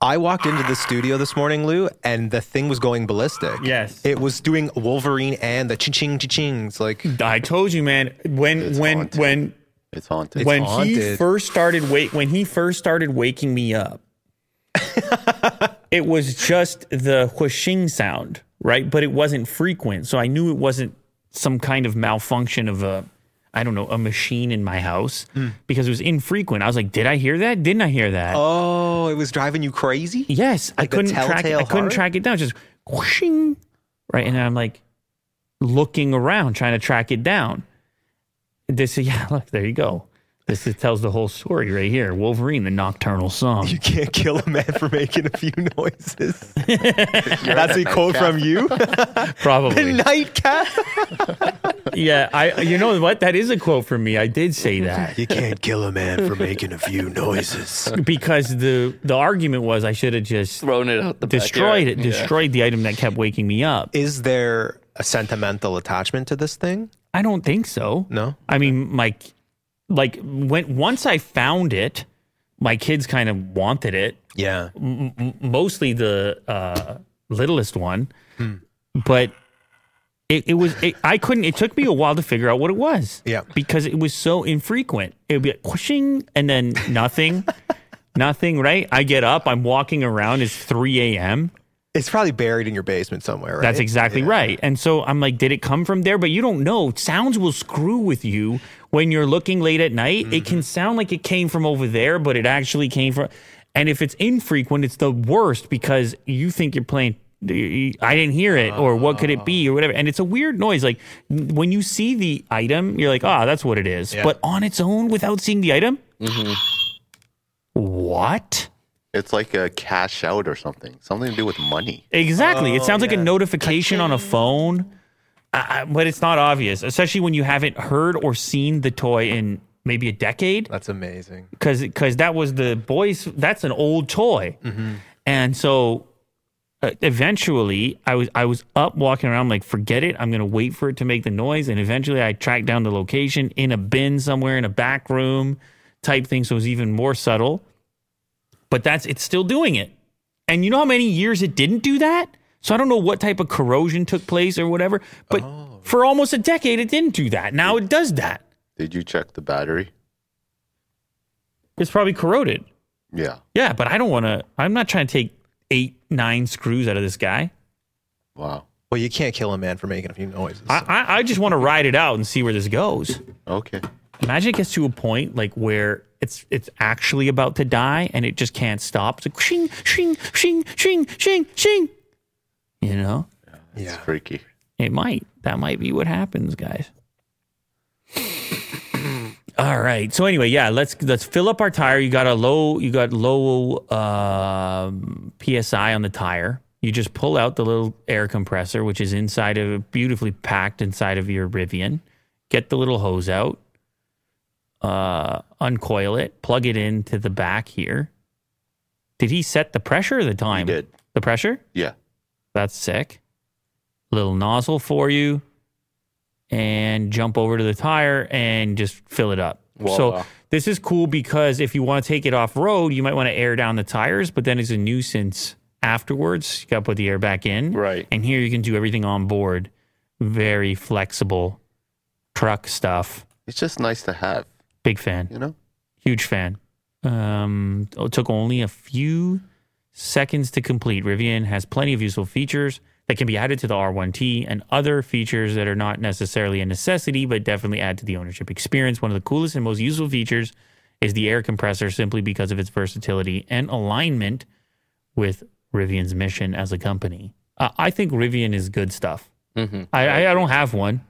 I walked into the studio this morning, Lou, and the thing was going ballistic.
Yes.
It was doing Wolverine and the ching ching chings. Like,
I told you, man. When
It's
when
haunted.
when
It's haunted.
when he
haunted.
first started wait when he first started waking me up, it was just the whooshing sound, right? But it wasn't frequent, so I knew it wasn't some kind of malfunction of a I don't know a machine in my house because it was infrequent. I was like, did I hear that? Didn't I hear that?
oh, it was driving you crazy?
Yes, I
Like the
couldn't track it. I
telltale
couldn't
heart?
track it down. It's Just whooshing, right? And I'm like looking around, trying to track it down. This, <laughs> yeah, look, there you go. This is, tells the whole story right here. Wolverine, the nocturnal
<laughs>
song.
You can't <laughs> kill a man for making a few noises. that's a quote from you?
Probably,
<laughs> Nightcap?
yeah. I, you know what? That is a quote from me. I did say
<laughs>
that
You can't kill a man for making a few noises.
because the the argument was I should have just
Thrown it out the
destroyed it,
backyard. Yeah.
destroyed the item that kept waking me up.
<laughs> Is there a sentimental attachment to this thing?
I don't think so.
No?
I mean, my like when once I found it, my kids kind of wanted it.
Yeah.
M- m- mostly the uh, littlest one,
Hmm.
but it, it was it, I couldn't. It took me a while to figure out what it was.
Yeah.
because it was so infrequent. It would be like whooshing and then nothing,
<laughs>
nothing. Right? I get up. I'm walking around. It's three a.m.
It's probably buried in your basement somewhere, right?
That's exactly right. And so I'm like, did it come from there? But you don't know. Sounds will screw with you when you're looking late at night. It can sound like it came from over there, but it actually came from. And if it's infrequent, it's the worst because you think you're playing. I didn't hear it, or what could it be, or whatever. And it's a weird noise. Like when you see the item, you're like, ah, that's what it is. But on its own, without seeing the item, what?
It's like a cash out or something. Something to do with money.
Exactly. it sounds like a notification on a phone, I, I, but it's not obvious, especially when you haven't heard or seen the toy in maybe a decade
That's amazing.
because because that was the boys. That's an old toy, and so uh, eventually I was I was up walking around like forget it. I'm gonna wait for it to make the noise, and eventually I tracked down the location in a bin somewhere in a back room type thing. So it was even more subtle, but that's it's still doing it. And you know how many years it didn't do that? So I don't know what type of corrosion took place or whatever, but for almost a decade it didn't do that. Now it does that.
Did you check the battery?
It's probably corroded.
Yeah.
Yeah, but I don't want to. I'm not trying to take eight, nine screws out of this guy.
Wow.
Well, you can't kill a man for making a few noises.
I, I, I just want to ride it out and see where this goes.
Okay.
Imagine it gets to a point like where it's it's actually about to die and it just can't stop. It's like shing, shing, shing, shing, shing, shing. You know,
yeah.
Freaky.
it might. That might be what happens, guys. All right. So anyway, yeah, let's let's fill up our tire. You got a low, you got low um, psi on the tire. You just pull out the little air compressor, which is inside of beautifully packed inside of your Rivian. Get the little hose out, uh, uncoil it, plug it into the back here. Did he set the pressure or the time?
did.
The pressure?
Yeah.
That's sick. Little nozzle for you, and jump over to the tire and just fill it up.
Voila.
So this is cool because if you want to take it off road, you might want to air down the tires, but then it's a nuisance afterwards. You got to put the air back in.
Right.
And here you can do everything on board. Very flexible truck stuff.
It's just nice to have,
Big fan
you know?
huge fan. Um, it took only a few seconds to complete. Rivian has plenty of useful features that can be added to the R1T and other features that are not necessarily a necessity, but definitely add to the ownership experience. One of the coolest and most useful features is the air compressor simply because of its versatility and alignment with Rivian's mission as a company. Uh, I think Rivian is good stuff. I, I, I don't have one.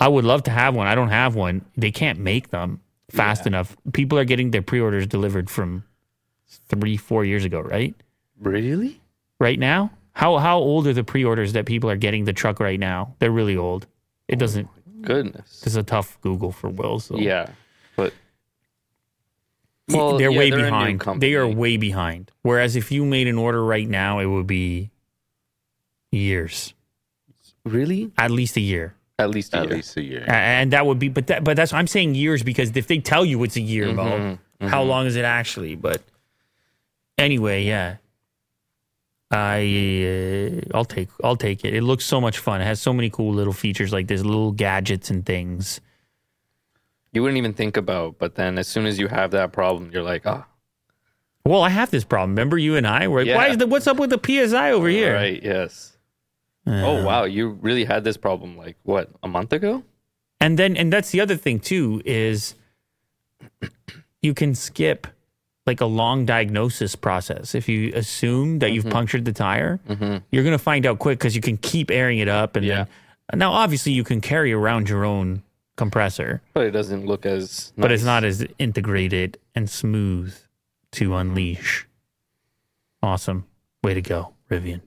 I would love to have one. I don't have one. They can't make them fast enough. People are getting their pre-orders delivered from three, four years ago, right?
Really?
Right now, how how old are the pre-orders that people are getting the truck right now? They're really old. It doesn't.
Goodness.
This is a tough Google for Will. So
Oh Yeah, but
Y- they're
yeah,
way
a new
behind. They are
company.
way behind. Whereas if you made an order right now, it would be years,
really
at least a year.
at least a
At
year.
least a year.
A- and that would be but that but that's I'm saying years because if they tell you it's a year,
Mm-hmm.
Mo, how long is it actually? But anyway, yeah, I uh, I'll take I'll take it. It looks so much fun. It has so many cool little features like this, little gadgets and things.
You wouldn't even think about, but then as soon as you have that problem, you're like, ah,
Well, I have this problem. Remember you and I were like, why
Yeah.
is the what's up with the PSI over here?
right, yes. oh wow, you really had this problem like what a month ago?
And then and that's the other thing too is you can skip like a long diagnosis process if you assume that you've punctured the tire. You're going to find out quick cuz you can keep airing it up and
Yeah.
then now obviously you can carry around your own compressor,
But it doesn't look as.
but it's
nice.
not as integrated and smooth to unleash. Awesome. Way to go, Rivian.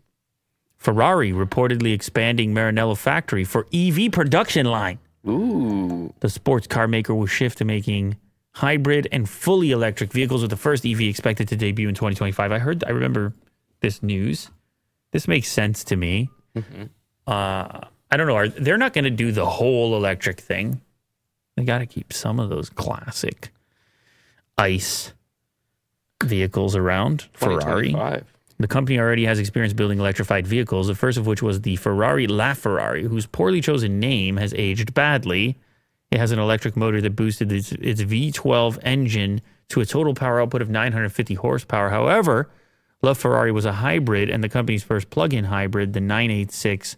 Ferrari reportedly expanding Maranello factory for EV production line
Ooh,
the sports car maker will shift to making hybrid and fully electric vehicles with the first EV expected to debut in 2025. I heard, I remember this news. This makes sense to me. Uh, I don't know. Are, they're not going to do the whole electric thing. They got to keep some of those classic ICE vehicles around. Ferrari.
2025.
The company already has experience building electrified vehicles, the first of which was the Ferrari LaFerrari, whose poorly chosen name has aged badly. It has an electric motor that boosted its, its V12 engine to a total power output of 950 horsepower. However, LaFerrari was a hybrid, and the company's first plug in hybrid, the 986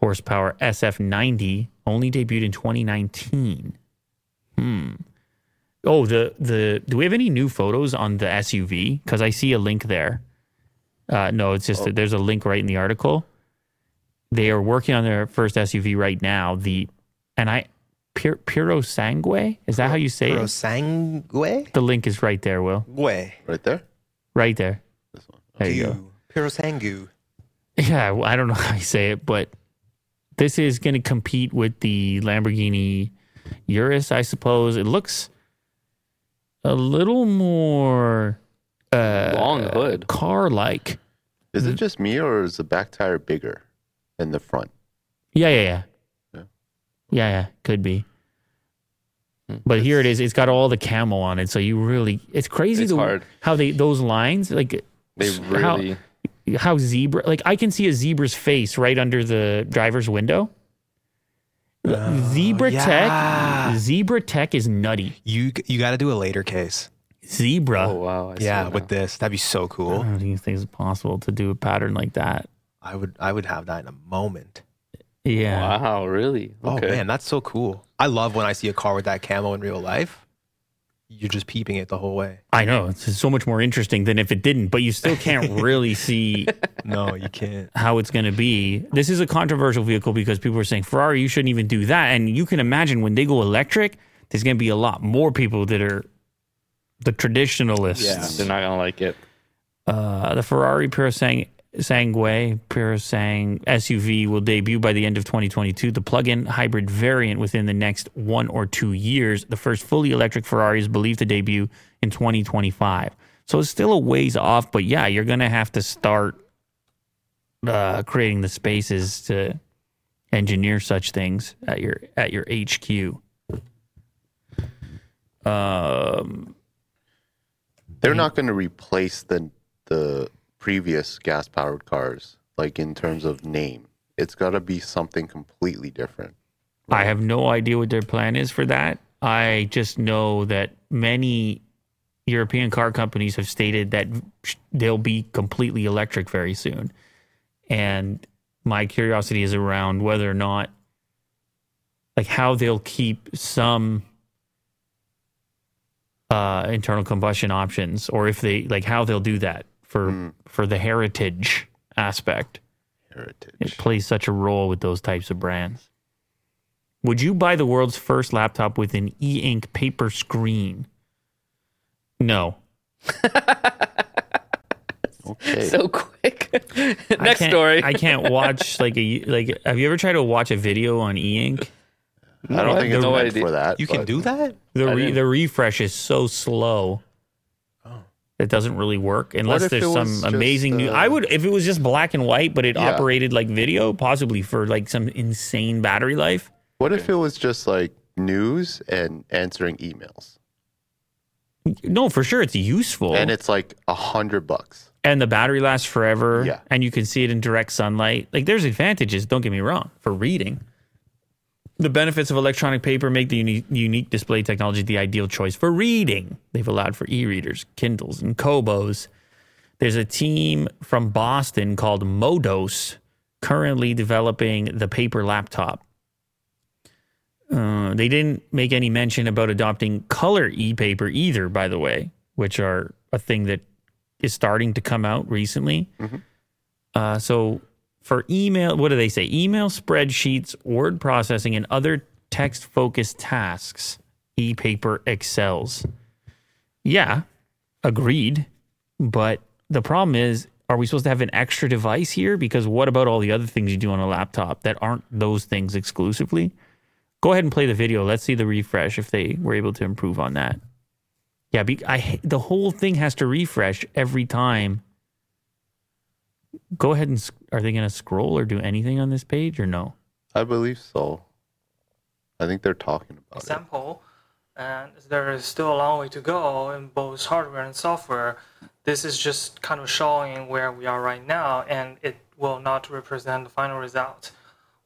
horsepower SF90, only debuted in 2019. Hmm. Oh, the, the do we have any new photos on the SUV? Because I see a link there. Uh, no, it's just that there's a link right in the article. They are working on their first SUV right now. The and I Pir, Piro Sangue is that how you say it?
Pirosangue?
The link is right there, Will.
Way.
Right there?
Right there.
This one.
There you go.
Pirosangu.
Yeah, well, <laughs> I don't know how you say it, but this is going to compete with the Lamborghini Urus, I suppose. It looks a little more uh,
Long hood.
car like.
Is it just me or is the back tire bigger than the front?
Yeah, yeah, yeah.
Yeah.
Yeah, yeah, could be.
Hmm.
But here it is. It's got all the camo on it, so you really it's crazy
It's
the,
hard.
how they those lines like
They
s- how-
really.
how zebra like I can see a zebra's face right under the driver's window.
Oh,
zebra tech zebra tech is nutty.
You you got to do a later case.
Zebra.
oh wow! I see
Yeah,
it
with
now.
this, that'd be so
I
cool.
don't think it's possible to do a pattern like that.
I would I would have that in a moment.
Yeah.
Wow, really? Okay.
Oh man, that's so cool. I love when I see a car with that camo in real life. You're just peeping it the whole way.
I know. It's so much more interesting than if it didn't, but you still
<laughs>
can't really see
No, you can't.
how it's going to be. This is a controversial vehicle because people are saying Ferrari, you shouldn't even do that. And you can imagine when they go electric, there's going to be a lot more people that are the traditionalists.
Yeah, they're not gonna like it.
Uh, the Ferrari Purasang Sangue Purasang SUV will debut by the end of 2022. The plug-in hybrid variant within the next one or two years. The first fully electric Ferrari is believed to debut in 2025. So it's still a ways off, but yeah, you're gonna have to start uh, creating the spaces to engineer such things at your at your HQ. Um,
They're not going to replace the the previous gas powered cars like in terms of name. It's got to be something completely different.
I have no idea what their plan is for that. I just know that many European car companies have stated that they'll be completely electric very soon. And my curiosity is around whether or not, like, how they'll keep some uh, internal combustion options, or if they like how they'll do that for for the heritage aspect it
Heritage.
plays such a role with those types of brands. Would you buy the world's first laptop with an e ink paper screen? No.
Okay.
So quick. <laughs>
I
Next
can't-
story.
I
<laughs>
can't watch like a like. Have you ever tried to watch a video on e ink?
I don't think it's
no
meant
idea.
for that.
You can
but
do that?
The re,
didn't.
the refresh is so slow. It doesn't really work unless
Oh. if
there's
it
some
was just,
amazing new.
uh,
I would if it was just black and white, but it
Yeah.
operated like video, possibly for like some insane battery life.
What if it was just like news and answering emails,
No, for sure, it's useful.
and it's like a hundred bucks?
and the battery lasts forever
Yeah.
and you can see it in direct sunlight like there's advantages don't get me wrong for reading the benefits of electronic paper make the uni- unique display technology the ideal choice for reading they've allowed for e-readers kindles and kobos there's a team from boston called modos currently developing the paper laptop uh, they didn't make any mention about adopting color e-paper either by the way which are a thing that is starting to come out recently. Uh, so for email, what do they say? Email, spreadsheets, word processing, and other text-focused tasks, e-paper excels. Yeah, agreed. But the problem is, are we supposed to have an extra device here? Because what about all the other things you do on a laptop that aren't those things exclusively? Go ahead and play the video. Let's see the refresh if they were able to improve on that. Yeah, be, I h- the whole thing has to refresh every time. Go ahead and sc- are they going to scroll or do anything on this page or no?
I believe so. I think they're talking about it.
example, and there is still a long way to go in both hardware and software. This is just kind of showing where we are right now, and it will not represent the final result.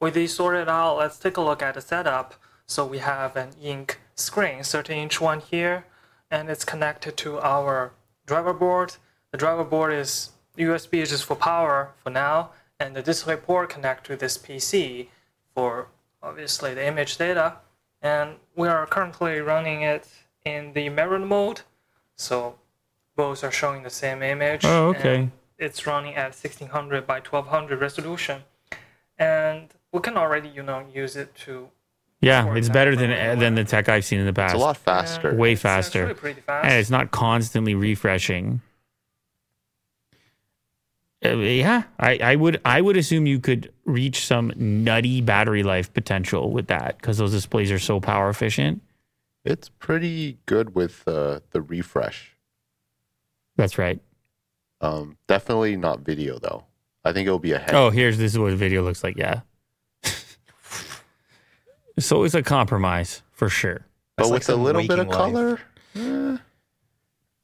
With this sorted out, let's take a look at the setup. So we have an ink screen, 13 inch one here, and it's connected to our driver board. The driver board is USB is just for power for now, and the display port connect to this PC for obviously the image data. And we are currently running it in the mirrored mode, so both are showing the same image.
Oh, okay.
and It's running at 1600 by 1200 resolution, and we can already you know use it to
Yeah,
For
it's
example,
better than uh, than the tech I've seen in the past.
It's a lot faster.
way
It's
faster,
actually pretty fast.
and it's not constantly refreshing. Uh, yeah, I, I would I would assume you could reach some nutty battery life potential with that because those displays are so power efficient.
It's pretty good with uh, the refresh.
That's right.
Um, definitely not video though. I think it'll be a head.
Oh, here's this is what a video looks like. Yeah. <laughs> so it's a compromise for sure.
but
That's like
with a
some
little bit of
waking life.
color,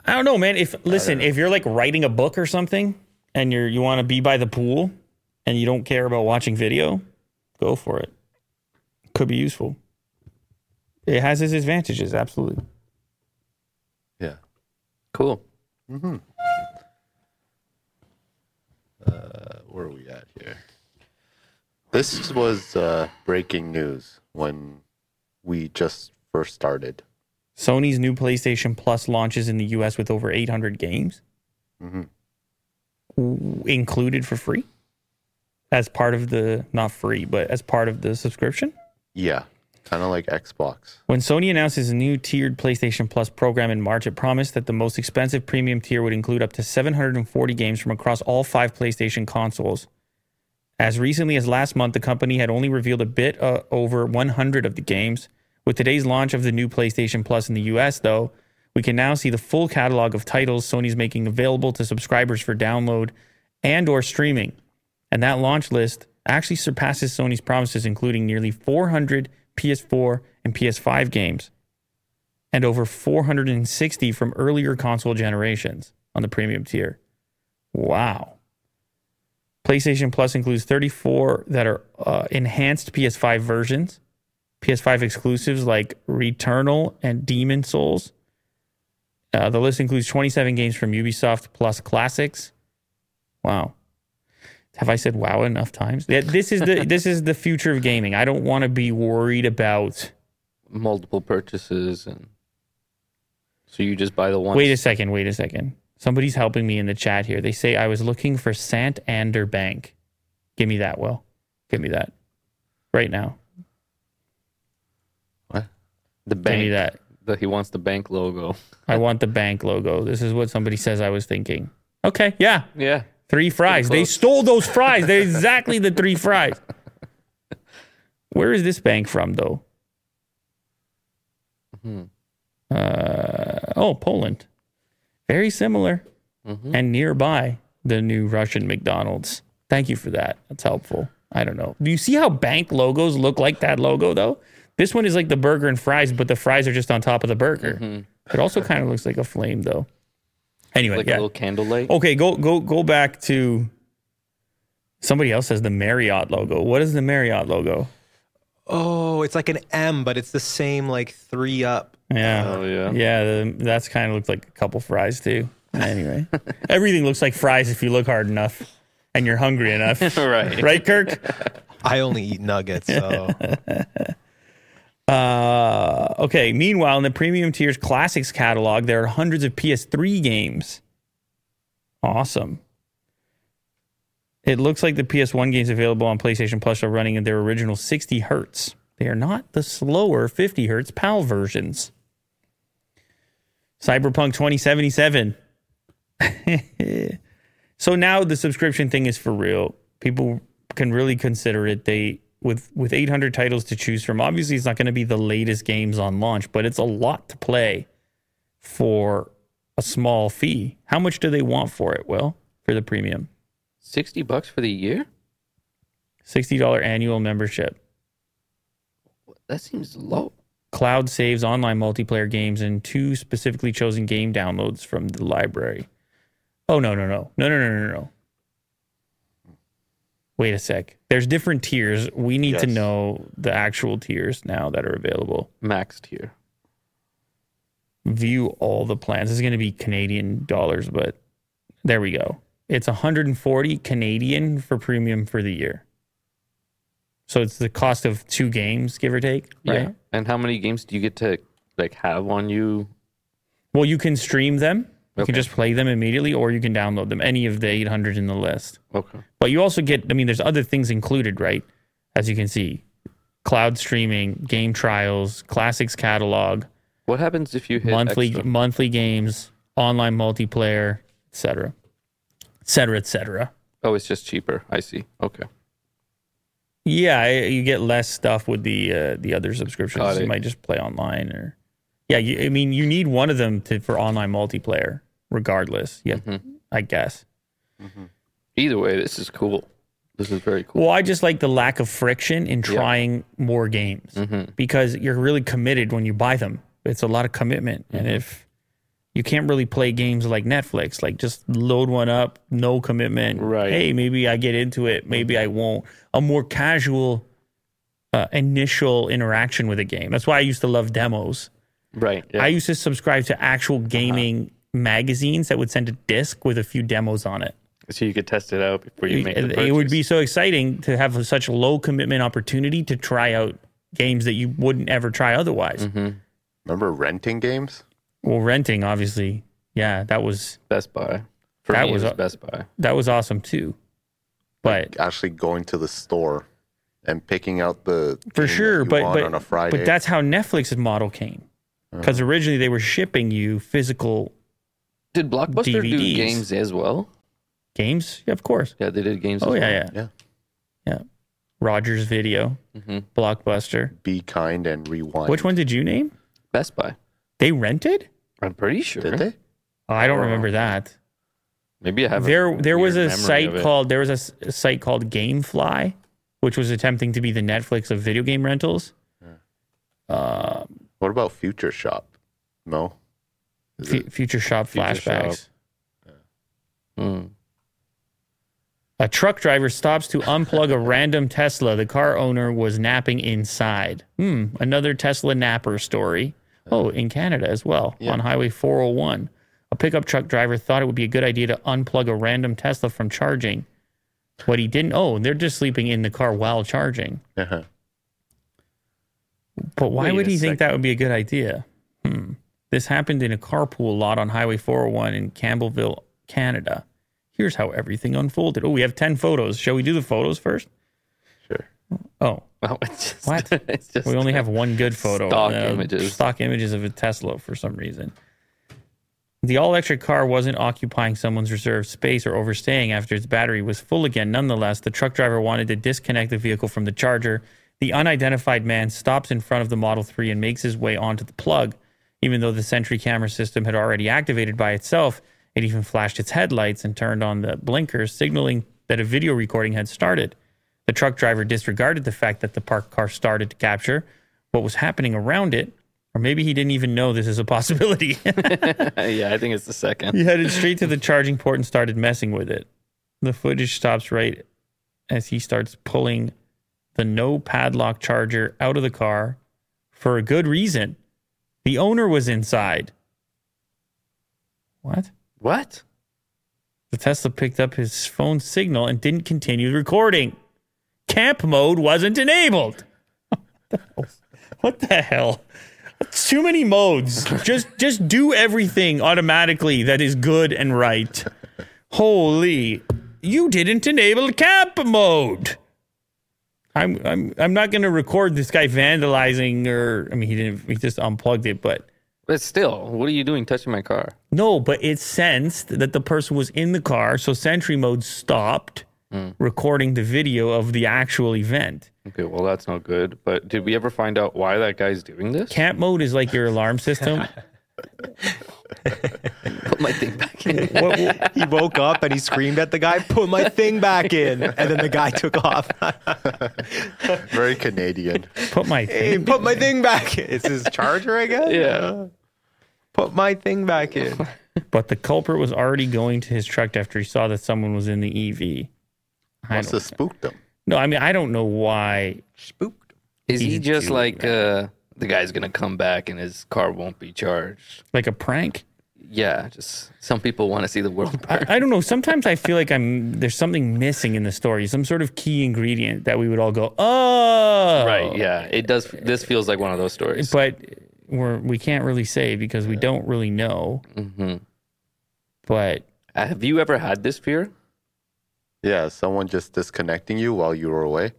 I don't know, man. If listen, if you're like writing a book or something and you're you want to be by the pool and you don't care about watching video, go for it. Could be useful. It has its advantages, absolutely.
yeah.
Cool.
where are we at here? This was uh, breaking news when we just first started.
Sony's new PlayStation Plus launches in the US with over 800 games w- included for free as part of the not free, but as part of the subscription.
Yeah, kind of like Xbox.
When Sony announced its new tiered PlayStation Plus program in March, it promised that the most expensive premium tier would include up to 740 games from across all five PlayStation consoles. As recently as last month, the company had only revealed a bit uh, over 100 of the games. With today's launch of the new PlayStation Plus in the US, though, we can now see the full catalog of titles Sony's making available to subscribers for download and or streaming. And that launch list actually surpasses Sony's promises including nearly 400 PS4 and PS5 games and over 460 from earlier console generations on the premium tier. Wow. PlayStation Plus includes 34 that are uh, enhanced PS5 versions, PS5 exclusives like Returnal and Demon Souls. Uh, the list includes 27 games from Ubisoft plus classics. Wow. Have I said wow enough times? Yeah, this is the this is the future of gaming. I don't want to be worried about
Multiple purchases and so you just buy the one.
Wait a second. Wait a second. Somebody's helping me in the chat here. They say I was looking for Sant Ander Bank. Give me that, Will. Give me that right now.
the
Give
bank.
me that.
The, he wants the bank logo.
I want the bank logo. This is what somebody says I was thinking. Okay, yeah.
Yeah.
Three fries. They
close.
stole
<laughs>
those fries. They're exactly the three fries. Where is this bank from, though?
Mm-hmm.
Uh, oh, Poland. Very similar
Mm-hmm.
and nearby the new Russian McDonald's. Thank you for that. That's helpful. I don't know. Do you see how bank logos look like that logo, though? This one is like the burger and fries, but the fries are just on top of the burger. It also kind of looks like a flame, though. Anyway,
Mm-hmm. Like
yeah. Oh.
a little candlelight.
Okay, go go go back to somebody else has the Marriott logo. What is the Marriott logo?
Oh, it's like an M, but it's the same like three up.
Yeah.
Oh, yeah.
Yeah, the, that's kind of looked like a couple fries too. Anyway, everything looks like fries if you look hard enough and you're hungry enough.
<laughs> Right.
Right, Kirk?
I only eat nuggets, <laughs> so
Uh, okay. Meanwhile, in the premium tiers classics catalog, there are hundreds of PS3 games. Awesome. It looks like the PS1 games available on PlayStation Plus are running in their original 60 hertz. They are not the slower 50 hertz PAL versions. Cyberpunk 2077. so now the subscription thing is for real. People can really consider it. They with with 800 titles to choose from. Obviously, it's not going to be the latest games on launch, but it's a lot to play for a small fee. How much do they want for it? Well, for the premium,
60 bucks for the year?
sixty dollar annual membership.
That seems low.
Cloud saves online multiplayer games and two specifically chosen game downloads from the library. Oh no no no no no no no no. Wait a sec. There's different tiers. We need to
Yes.
know the actual tiers now that are available.
Maxed here.
View all the plans. This is going to be Canadian dollars, but there we go. It's 140 Canadian for premium for the year. So it's the cost of two games, give or take. Right.
Yeah. And how many games do you get to like have on you?
Well, you can stream them. You can
Okay.
just play them immediately, or you can download them. Any of the 800 in the list.
Okay.
But you also get. I mean, there's other things included, right? As you can see, cloud streaming, game trials, classics catalog,
What happens if you hit
monthly
extra?
monthly games, online multiplayer, etc., etc., etc.
Oh, it's just cheaper. I see. Okay.
Yeah, I- you get less stuff with the uh, the other subscriptions.
Got
You
it.
might just play online or yeah. You, I mean, you need one of them to for online multiplayer, regardless. Yeah,
Mm-hmm.
I guess.
Either way, this is cool. This is very cool.
Well, I just like the lack of friction in trying more games
Mm-hmm.
because you're really committed when you buy them. It's a lot of commitment, and
Mm-hmm.
if you can't really play games like Netflix, like just load one up, no commitment.
Right. Mm-hmm.
Hey, maybe I get into it, maybe I won't. A more casual uh, initial interaction with a game. That's why I used to love demos.
Right. Yeah. Uh-huh.
I used to subscribe to actual gaming magazines that would send a disc with a few demos on it
so you could test it out before you make the
it,
purchase.
would be so exciting to have such a low commitment opportunity to try out games that you wouldn't ever try otherwise.
Mm-hmm. Remember renting games?
Well, renting, obviously, yeah, that was
Best Buy. For
That
me,
was
it was
a-
Best Buy.
that was awesome too. But
Actually going to the store and picking out the
for
game that
sure,
you
but
want
but,
on a Friday. Uh-huh.
but that's how Netflix's model came because originally they were shipping you physical
Did Blockbuster
DVDs.
do games as well?
games. Yeah, of course.
Yeah, they did games.
Oh yeah,
as well.
yeah,
yeah. Mm-hmm.
yeah. Rogers Video, Blockbuster.
Be kind and rewind.
Which one did you name?
Best Buy.
They rented?
I'm pretty sure.
did they?
Oh, I don't remember that.
Maybe I have. a
there there was
weird
a
memory of
site
it.
called there was a s- a site called Gamefly, which was attempting to be the Netflix of video game rentals.
What about Future Shop? No. Is
Fu-
it-
Future Shop
Future
flashbacks.
Shop. Hmm.
A truck driver stops to unplug a random Tesla. The car owner was napping inside. Hmm, another Tesla napper story. Oh, in Canada as well, on Highway 401. A pickup truck driver thought it would be a good idea to unplug a random Tesla from charging, but he didn't. Oh, they're just sleeping in the car while charging.
Uh-huh.
But why
Wait
would
a
he think
second.
that would be a good idea? Hmm. This happened in a carpool lot on Highway 401 in Campbellville, Canada. Here's how everything unfolded. Oh, we have 10 photos. Shall we do the photos first?
Sure.
Oh,
Oh, <laughs> it's just,
What?
<laughs> It's just,
we only have one good photo.
Stock
Uh,
images.
Stock images of a Tesla for some reason. The all electric car wasn't occupying someone's reserved space or overstaying after its battery was full again. Nonetheless, the truck driver wanted to disconnect the vehicle from the charger. The unidentified man stops in front of the Model 3 and makes his way onto the plug. Even though the Sentry camera system had already activated by itself, it even flashed its headlights and turned on the blinkers, signaling that a video recording had started. The truck driver disregarded the fact that the parked car started to capture what was happening around it, or maybe he didn't even know this is a possibility. <laughs>
yeah, I think it's the second.
He headed straight to the charging port and started messing with it. The footage stops right as he starts pulling the no padlock charger out of the car for a good reason. The owner was inside. What?
What?
The Tesla picked up his phone signal and didn't continue the recording. Camp mode wasn't enabled. <laughs> What the hell? That's too many modes. just just do everything automatically that is good and right. Holy, you didn't enable camp mode. I'm I'm I'm not going to record this guy vandalizing or I mean he didn't he just unplugged it but
But still, what are you doing touching my car?
no, but it sensed that the person was in the car, so sentry mode stopped recording the video of the actual event.
Okay, well that's not good. But did we ever find out why that guy's doing this?
Camp mode is like your alarm system.
put my thing back in. <laughs>
What- what-
He woke up and he screamed at the guy, "Put my thing back in!" And then the guy took off. <laughs>
Very Canadian.
put my
hey, put my thing back in. It's his charger, I guess.
Yeah.
Put my thing back in.
But the culprit was already going to his truck after he saw that someone was in the EV. <laughs> I
Must
don't,
have spooked them.
no, I mean I don't know why.
Spooked.
Is he
He's
just
doing
like uh, the guy's gonna come back and his car won't be charged?
Like a prank.
Yeah, just some people want to see the world burn.
I, I don't know. Sometimes I feel like I'm there's something missing in the story, some sort of key ingredient that we would all go, oh,
<laughs> right? Yeah, it does. This feels like one of those stories.
but we're we can't really say because we don't really know. But
Uh, have you ever had this fear?
Yeah, someone just disconnecting you while you were away.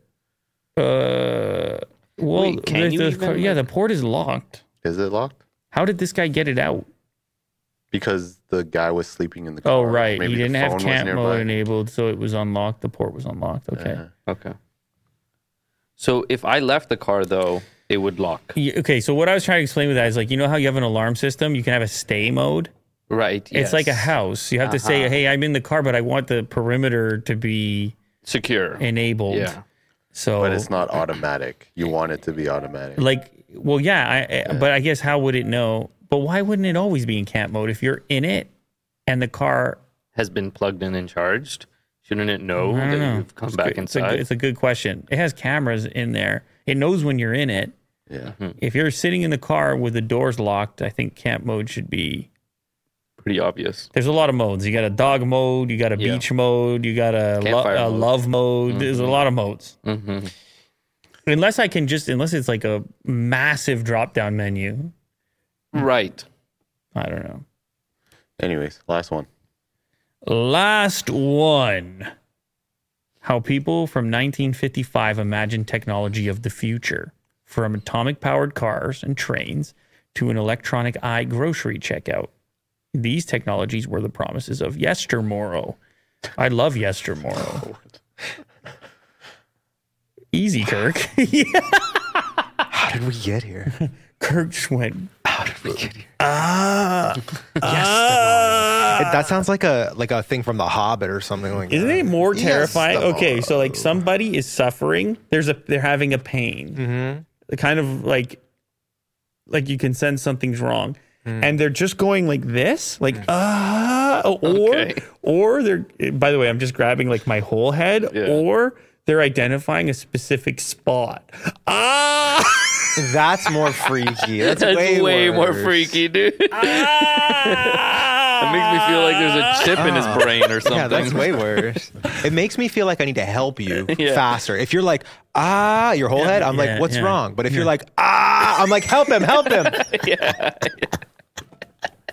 uh, well,
Wait, can
the-
you
the-
even,
yeah, the
like-
port is locked.
Is it locked?
How did this guy get it out?
because the guy was sleeping in the car.
Oh, right.
Maybe
you
the
didn't have
phone was
camp
nearby.
mode enabled, so it was unlocked. The port was unlocked. Okay.
Yeah.
Okay. So if I left the car though, it would lock.
Y- Okay, so what I was trying to explain with that is like, you know how you have an alarm system? You can have a stay mode.
Right.
It's like a
yes.
house. You have to say, hey, I'm in the car, but I want the perimeter to be
secure.
enabled.
Yeah.
So,
But it's not automatic. You want it to be automatic.
like, well, yeah, I, I- but I guess how would it know? But why wouldn't it always be in camp mode if you're in it and the car?
Has been plugged in and charged. Shouldn't it know
I don't
that
know.
you've come
It's
back
good- it's a good-
inside?
it's a good question. It has cameras in there. It knows when you're in it.
yeah.
If you're sitting in the car with the doors locked, I think camp mode should be
Pretty obvious.
there's a lot of modes. You got a dog mode, you got a
Yeah.
beach mode, you got a, lo-
Campfire
a
mode. Mm-hmm.
love mode. There's a lot of modes.
hmm
Unless I can just, unless it's like a massive drop down menu. Hmm.
Right.
I don't know.
Anyways, last one.
Last one. How people from 1955 imagine technology of the future from atomic powered cars and trains to an electronic eye grocery checkout. These technologies were the promises of yestermorrow. I love <laughs> yestermorrow. Easy, Kirk. yeah.
How did we get here?
<laughs> Kirk just went,
How did we get here? Ah. yes. that sounds like a like a thing from The Hobbit or something like
Isn't
that. Oh,
it more terrifying?
the-
okay, so like somebody is suffering. There's a they're having a pain.
Mm-hmm.
The Kind of like like you can sense something's wrong.
Mm.
And they're just going like this, like ah, or
Okay.
or they're. By the way, I'm just grabbing like my whole head,
Yeah.
or they're identifying a specific spot.
<laughs>
Ah,
That's more freaky. <laughs> That's,
That's way,
way,
more
worse.
<laughs>
freaky, dude. it makes me
Ah.
feel like there's a chip in
Ah.
his brain or something.
Yeah,
<laughs>
that's way worse. it makes me feel like I need to help you
Yeah.
faster. If you're like, ah, your whole head, I'm
yeah,
like, what's
yeah.
wrong? But if you're like, ah, I'm like, help him, help
<laughs>
him.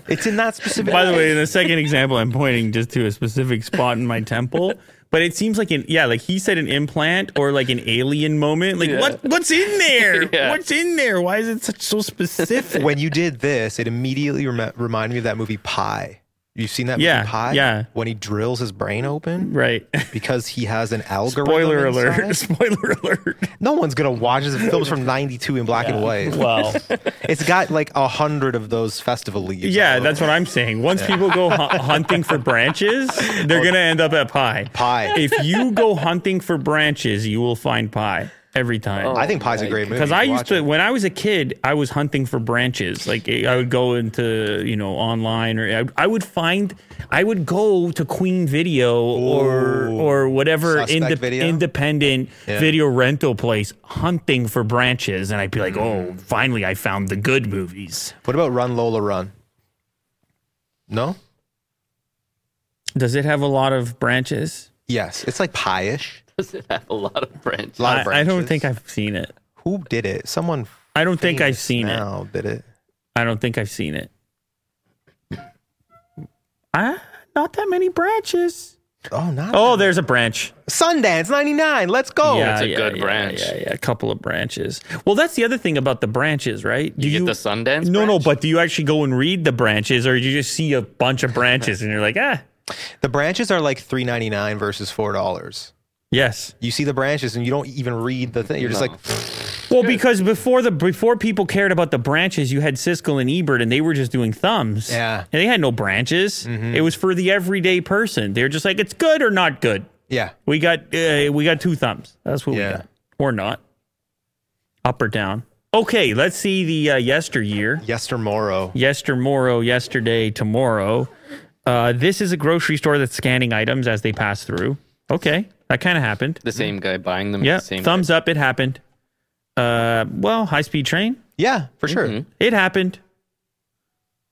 It's in that specific.
By the way, in the second example, I'm pointing just to a specific spot in my temple. But it seems like an yeah, like he said an implant or like an alien moment. Like
Yeah.
what what's in there?
<laughs> Yeah.
What's in there? Why is it such so
<laughs>
specific?
when you did this, it immediately rem- reminded me of that movie Pie. You've seen that
Yeah,
movie Pie?
yeah.
When he drills his brain open
right.
because he has an algorithm.
Spoiler alert.
inside?
<laughs> Spoiler alert.
No one's gonna watch this. The film's from '92 in black and white.
Well,
It's got like a hundred of those festival leaves.
yeah,
all over.
that's what I'm saying. Once people go hu- hunting for branches, they're going to end up at pie.
Pie.
If you go hunting for branches, you will find pie every time.
Oh,
I think Pie's a great movie.
Because I
You should
used to,
watch
when I was a kid, I was hunting for branches. Like I would go into, you know, online or I, I would find, I would go to Queen Video or or whatever
Suspect
inde-
Video?
independent
Yeah.
video rental place hunting for branches, and I'd be like, oh,
Mm.
finally, I found the good movies.
it. What about Run Lola Run? No.
Does it have a lot of branches?
Yes, it's like pie-ish.
Does it have <laughs> a lot of branches?
A lot
I,
of
I
branches.
don't think I've seen it.
Who did it? Someone.
I don't think I've seen it.
now did it.
I don't think I've seen it. Ah, not that many branches.
Oh, not
Oh, there's a branch.
Sundance '99. Let's go.
Oh, it's a good branch.
Yeah, yeah, a couple of branches. Well, that's the other thing about the branches, right? Do
You, get the Sundance?
No, no,
branch?
but do you actually go and read the branches, or you just see a bunch of branches and you're like, ah,
The branches are like three ninety nine versus four dollars.
yes.
You see the branches and you don't even read the thing. You're just
No.
like,
Well, because before the before people cared about the branches, you had Siskel and Ebert, and they were just doing thumbs.
Yeah.
and they had no branches.
Mm-hmm.
It was for the everyday person. They're just like, it's good or not good.
yeah,
We got uh, we got two thumbs. That's what we
Yeah.
got, or not, up or down. Okay, let's see the uh, yesteryear.
yestermorrow.
yestermorrow, yesterday, tomorrow. Uh, this is a grocery store that's scanning items as they pass through. Okay, that kind of happened.
the same guy buying them.
Yeah,
The same
thumbs up. It happened. Uh, well, high speed train.
Yeah, for sure.
It happened.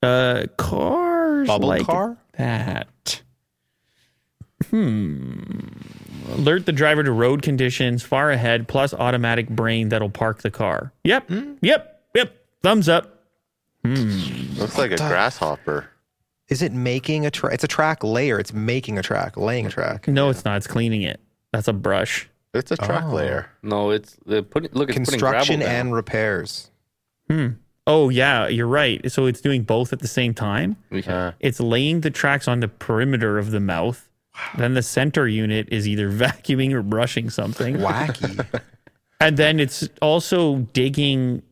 Uh, cars
Bubble
like
car?
that. Hmm. Alert the driver to road conditions far ahead, plus automatic brain that'll park the car. Yep.
Hmm.
Yep. Yep. Thumbs up.
Looks like a grasshopper.
Is it making a track? It's a track layer. It's making a track, laying a track.
No, it's not. It's cleaning it. That's a brush.
Oh.
It's a track layer.
No, it's they're putting. Look, it's putting gravel
Construction
down.
and repairs.
Oh yeah, you're right. So it's doing both at the same time. It's laying the tracks on the perimeter of the mouth. Then the center unit is either <laughs> vacuuming or brushing something.
Wacky.
<laughs>
And then it's also digging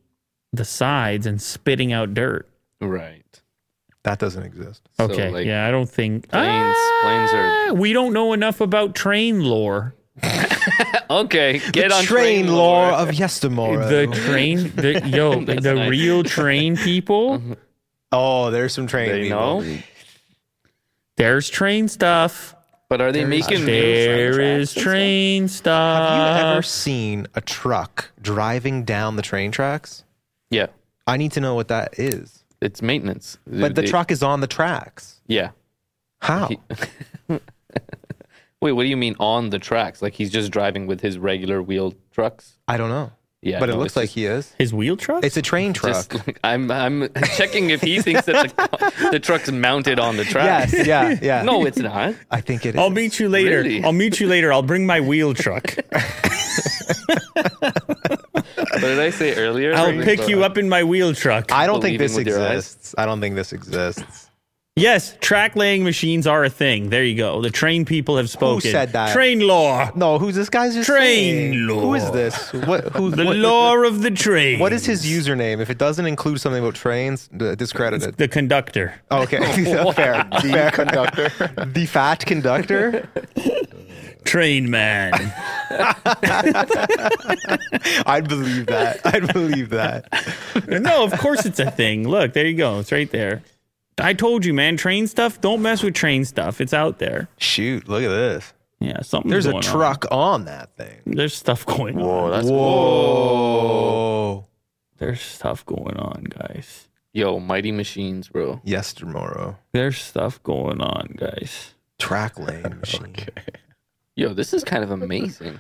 the sides and spitting out dirt.
Right.
that doesn't exist.
So,
okay.
like,
yeah, I don't think
Planes, planes are
Ah, we don't know enough about train lore.
okay. Get on
Ah. train lore of Yestamora.
The train, the <laughs> yo,
That's
the
nice.
real train <laughs> people.
oh, there's some train.
They
people.
know,
There's train stuff.
but are they making news?
There is train
Have
Uh,
you ever
stuff.
seen a truck driving down the train tracks?
Yeah,
I need to know what that is.
it's maintenance.
But the
They-
truck is on the tracks.
Yeah.
How?
He- Wait, what do you mean on the tracks? Like he's just driving with his regular wheeled trucks?
I don't know.
<laughs> Yeah,
but it
no,
looks
it's
like
just-
he is.
His wheel truck?
It's a train truck.
Just, <laughs> I'm I'm checking if he thinks that
<laughs>
the, the truck's mounted on the tracks.
yeah, <laughs> yeah.
<laughs> No, it's not.
I think it is.
I'll meet you later.
Really?
I'll meet you later. I'll bring my wheel truck.
What did I say earlier?
I'll pick you up in my wheel truck.
I don't think
Believing
this
with your eyes.
exists. I don't think this exists.
yes, track laying machines are a thing. There you go. The train people have spoken.
said that?
Train law.
No, who's this guy's just
Train
saying? Who is
lore.
this? What? Who?
The
what-
law of the train.
What is his username? If it doesn't include something about trains, d- discredit it.
the conductor?
Okay, <laughs> fair. <laughs>
The conductor.
The fat conductor.
Train man.
I'd believe that. I'd believe that.
no, of course it's a thing. Look, there you go. It's right there. I told you, man. Train stuff. Don't mess with train stuff. It's out there.
Shoot! Look at this.
Yeah, something.
There's a truck on that thing.
There's stuff going on.
Whoa, that's
Whoa!
There's stuff going on, guys.
Yo, mighty machines, bro.
Yes, tomorrow.
There's stuff going on, guys.
Track <laughs> lane machine.
Yo, this is kind of amazing.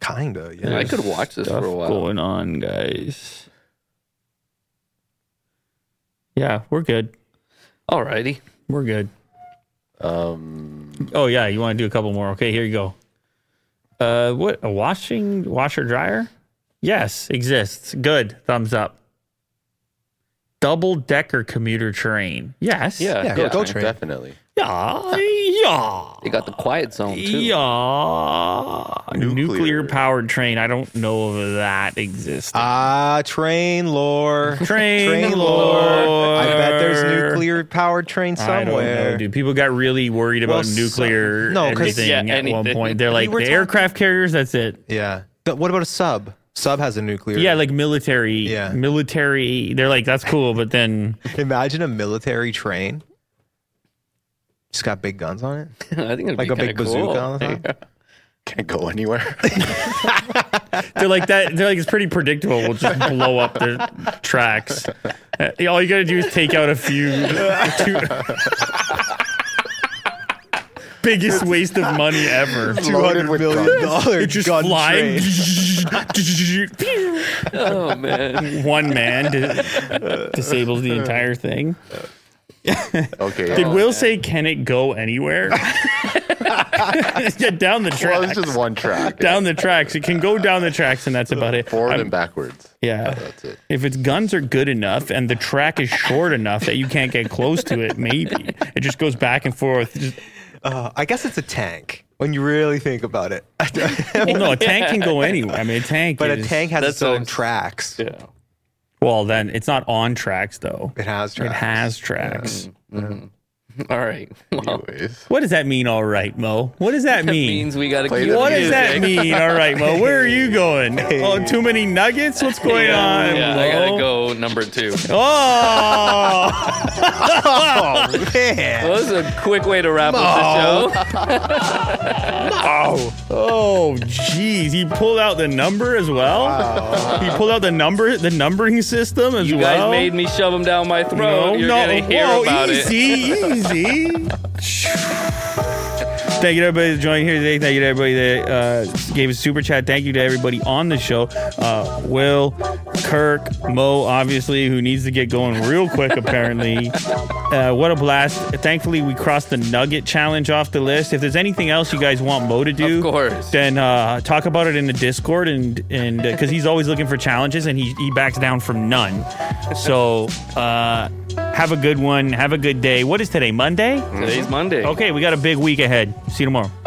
Kinda. Yeah.
I could watch this
stuff
for a while.
going on, guys. Yeah, we're good.
Alrighty.
We're good. Um. Oh yeah, you want to do a couple more? Okay, here you go. Uh, what a washing washer dryer? Yes, exists. Good. Thumbs up. Double decker commuter train. Yes.
Yeah,
Yeah,
yeah.
go train.
Definitely.
Yeah. Yeah.
They got the quiet zone too.
Yeah. Nuclear
Nuclear.
powered train. I don't know of that exists.
Ah, train lore.
<laughs> Train lore.
I bet there's nuclear powered train somewhere.
I don't know, dude. People got really worried
Well,
about
some-
nucleer
no, 'cause-
everything
Yeah,
at one
anything.
point. They're like
were
the
talking-
aircraft carriers. That's it.
Yeah. But what about a sub? Sub has a nuclear.
Yeah, like military.
Yeah.
military. They're like that's cool, but then
<laughs> Imagine a military train. Just got big guns on it,
<laughs> I think it'd
like
be
a big
kinda
bazooka
cool.
on the top.
Can't
<laughs>
go anywhere.
they're like that. They're like it's pretty predictable. We'll just blow up their tracks. Uh, all you gotta do is take out a few. two- <laughs> biggest waste of money ever.
<laughs> Two hundred million dollar
<laughs>
It just
gun
flying.
train.
<laughs> Oh man.
<laughs> One man di- disables the entire thing.
Okay.
Did
yeah.
Will say, "Can it go anywhere?" <laughs> yeah, down the
Well,
tracks.
it's just one track.
down the tracks. It can go down the tracks, and that's about it.
Forward
I'm-
and backwards.
<laughs>
yeah.
That's it.
If its guns are good enough and the track is short enough that you can't get close to it, maybe it just goes back and forth. Just,
Uh, I guess it's a tank when you really think
<laughs>
about it. <laughs>
well, no, a tank can go anywhere. I mean, a tank.
but a
is-
tank has
That's
its
what
own
I'm-
tracks.
Yeah.
Well, then it's not on tracks though.
It has
It
tracks. Mm.
has tracks. <laughs>
All right. Well,
Anyways.
What does that mean? All right, Mo. What does that mean?
means we gotta
Play
keep
the
What does
music.
that mean? All right, Mo, where are you
<laughs>
going? Oh, too many nuggets? What's going on?
Yeah, I gotta
Mo?
go number
<laughs>
two.
Oh,
Oh man!
Well, this is a quick way to wrap up the show.
oh, geez. He pulled out the number as well. He pulled out the number, the numbering system as
You
well.
guys made me shove them down my throat.
no,
You're
no,
gonna hear
Whoa,
about it.
easy, easy. Thank you to everybody that joined here today. Thank you to everybody that uh, gave a super chat. Thank you to everybody on the show. Uh, Will, Kirk, Mo, obviously, who needs to get going real quick, apparently. Uh, what a blast. Thankfully, we crossed the Nugget Challenge off the list. If there's anything else you guys want Mo to do,
Of course.
then uh, talk about it in the Discord, and and because he's always looking for challenges, and he, he backs down from none. So uh, have a good one. Have a good day. What is today? Monday?
Today's Monday.
Okay, we got a big week ahead. See you tomorrow.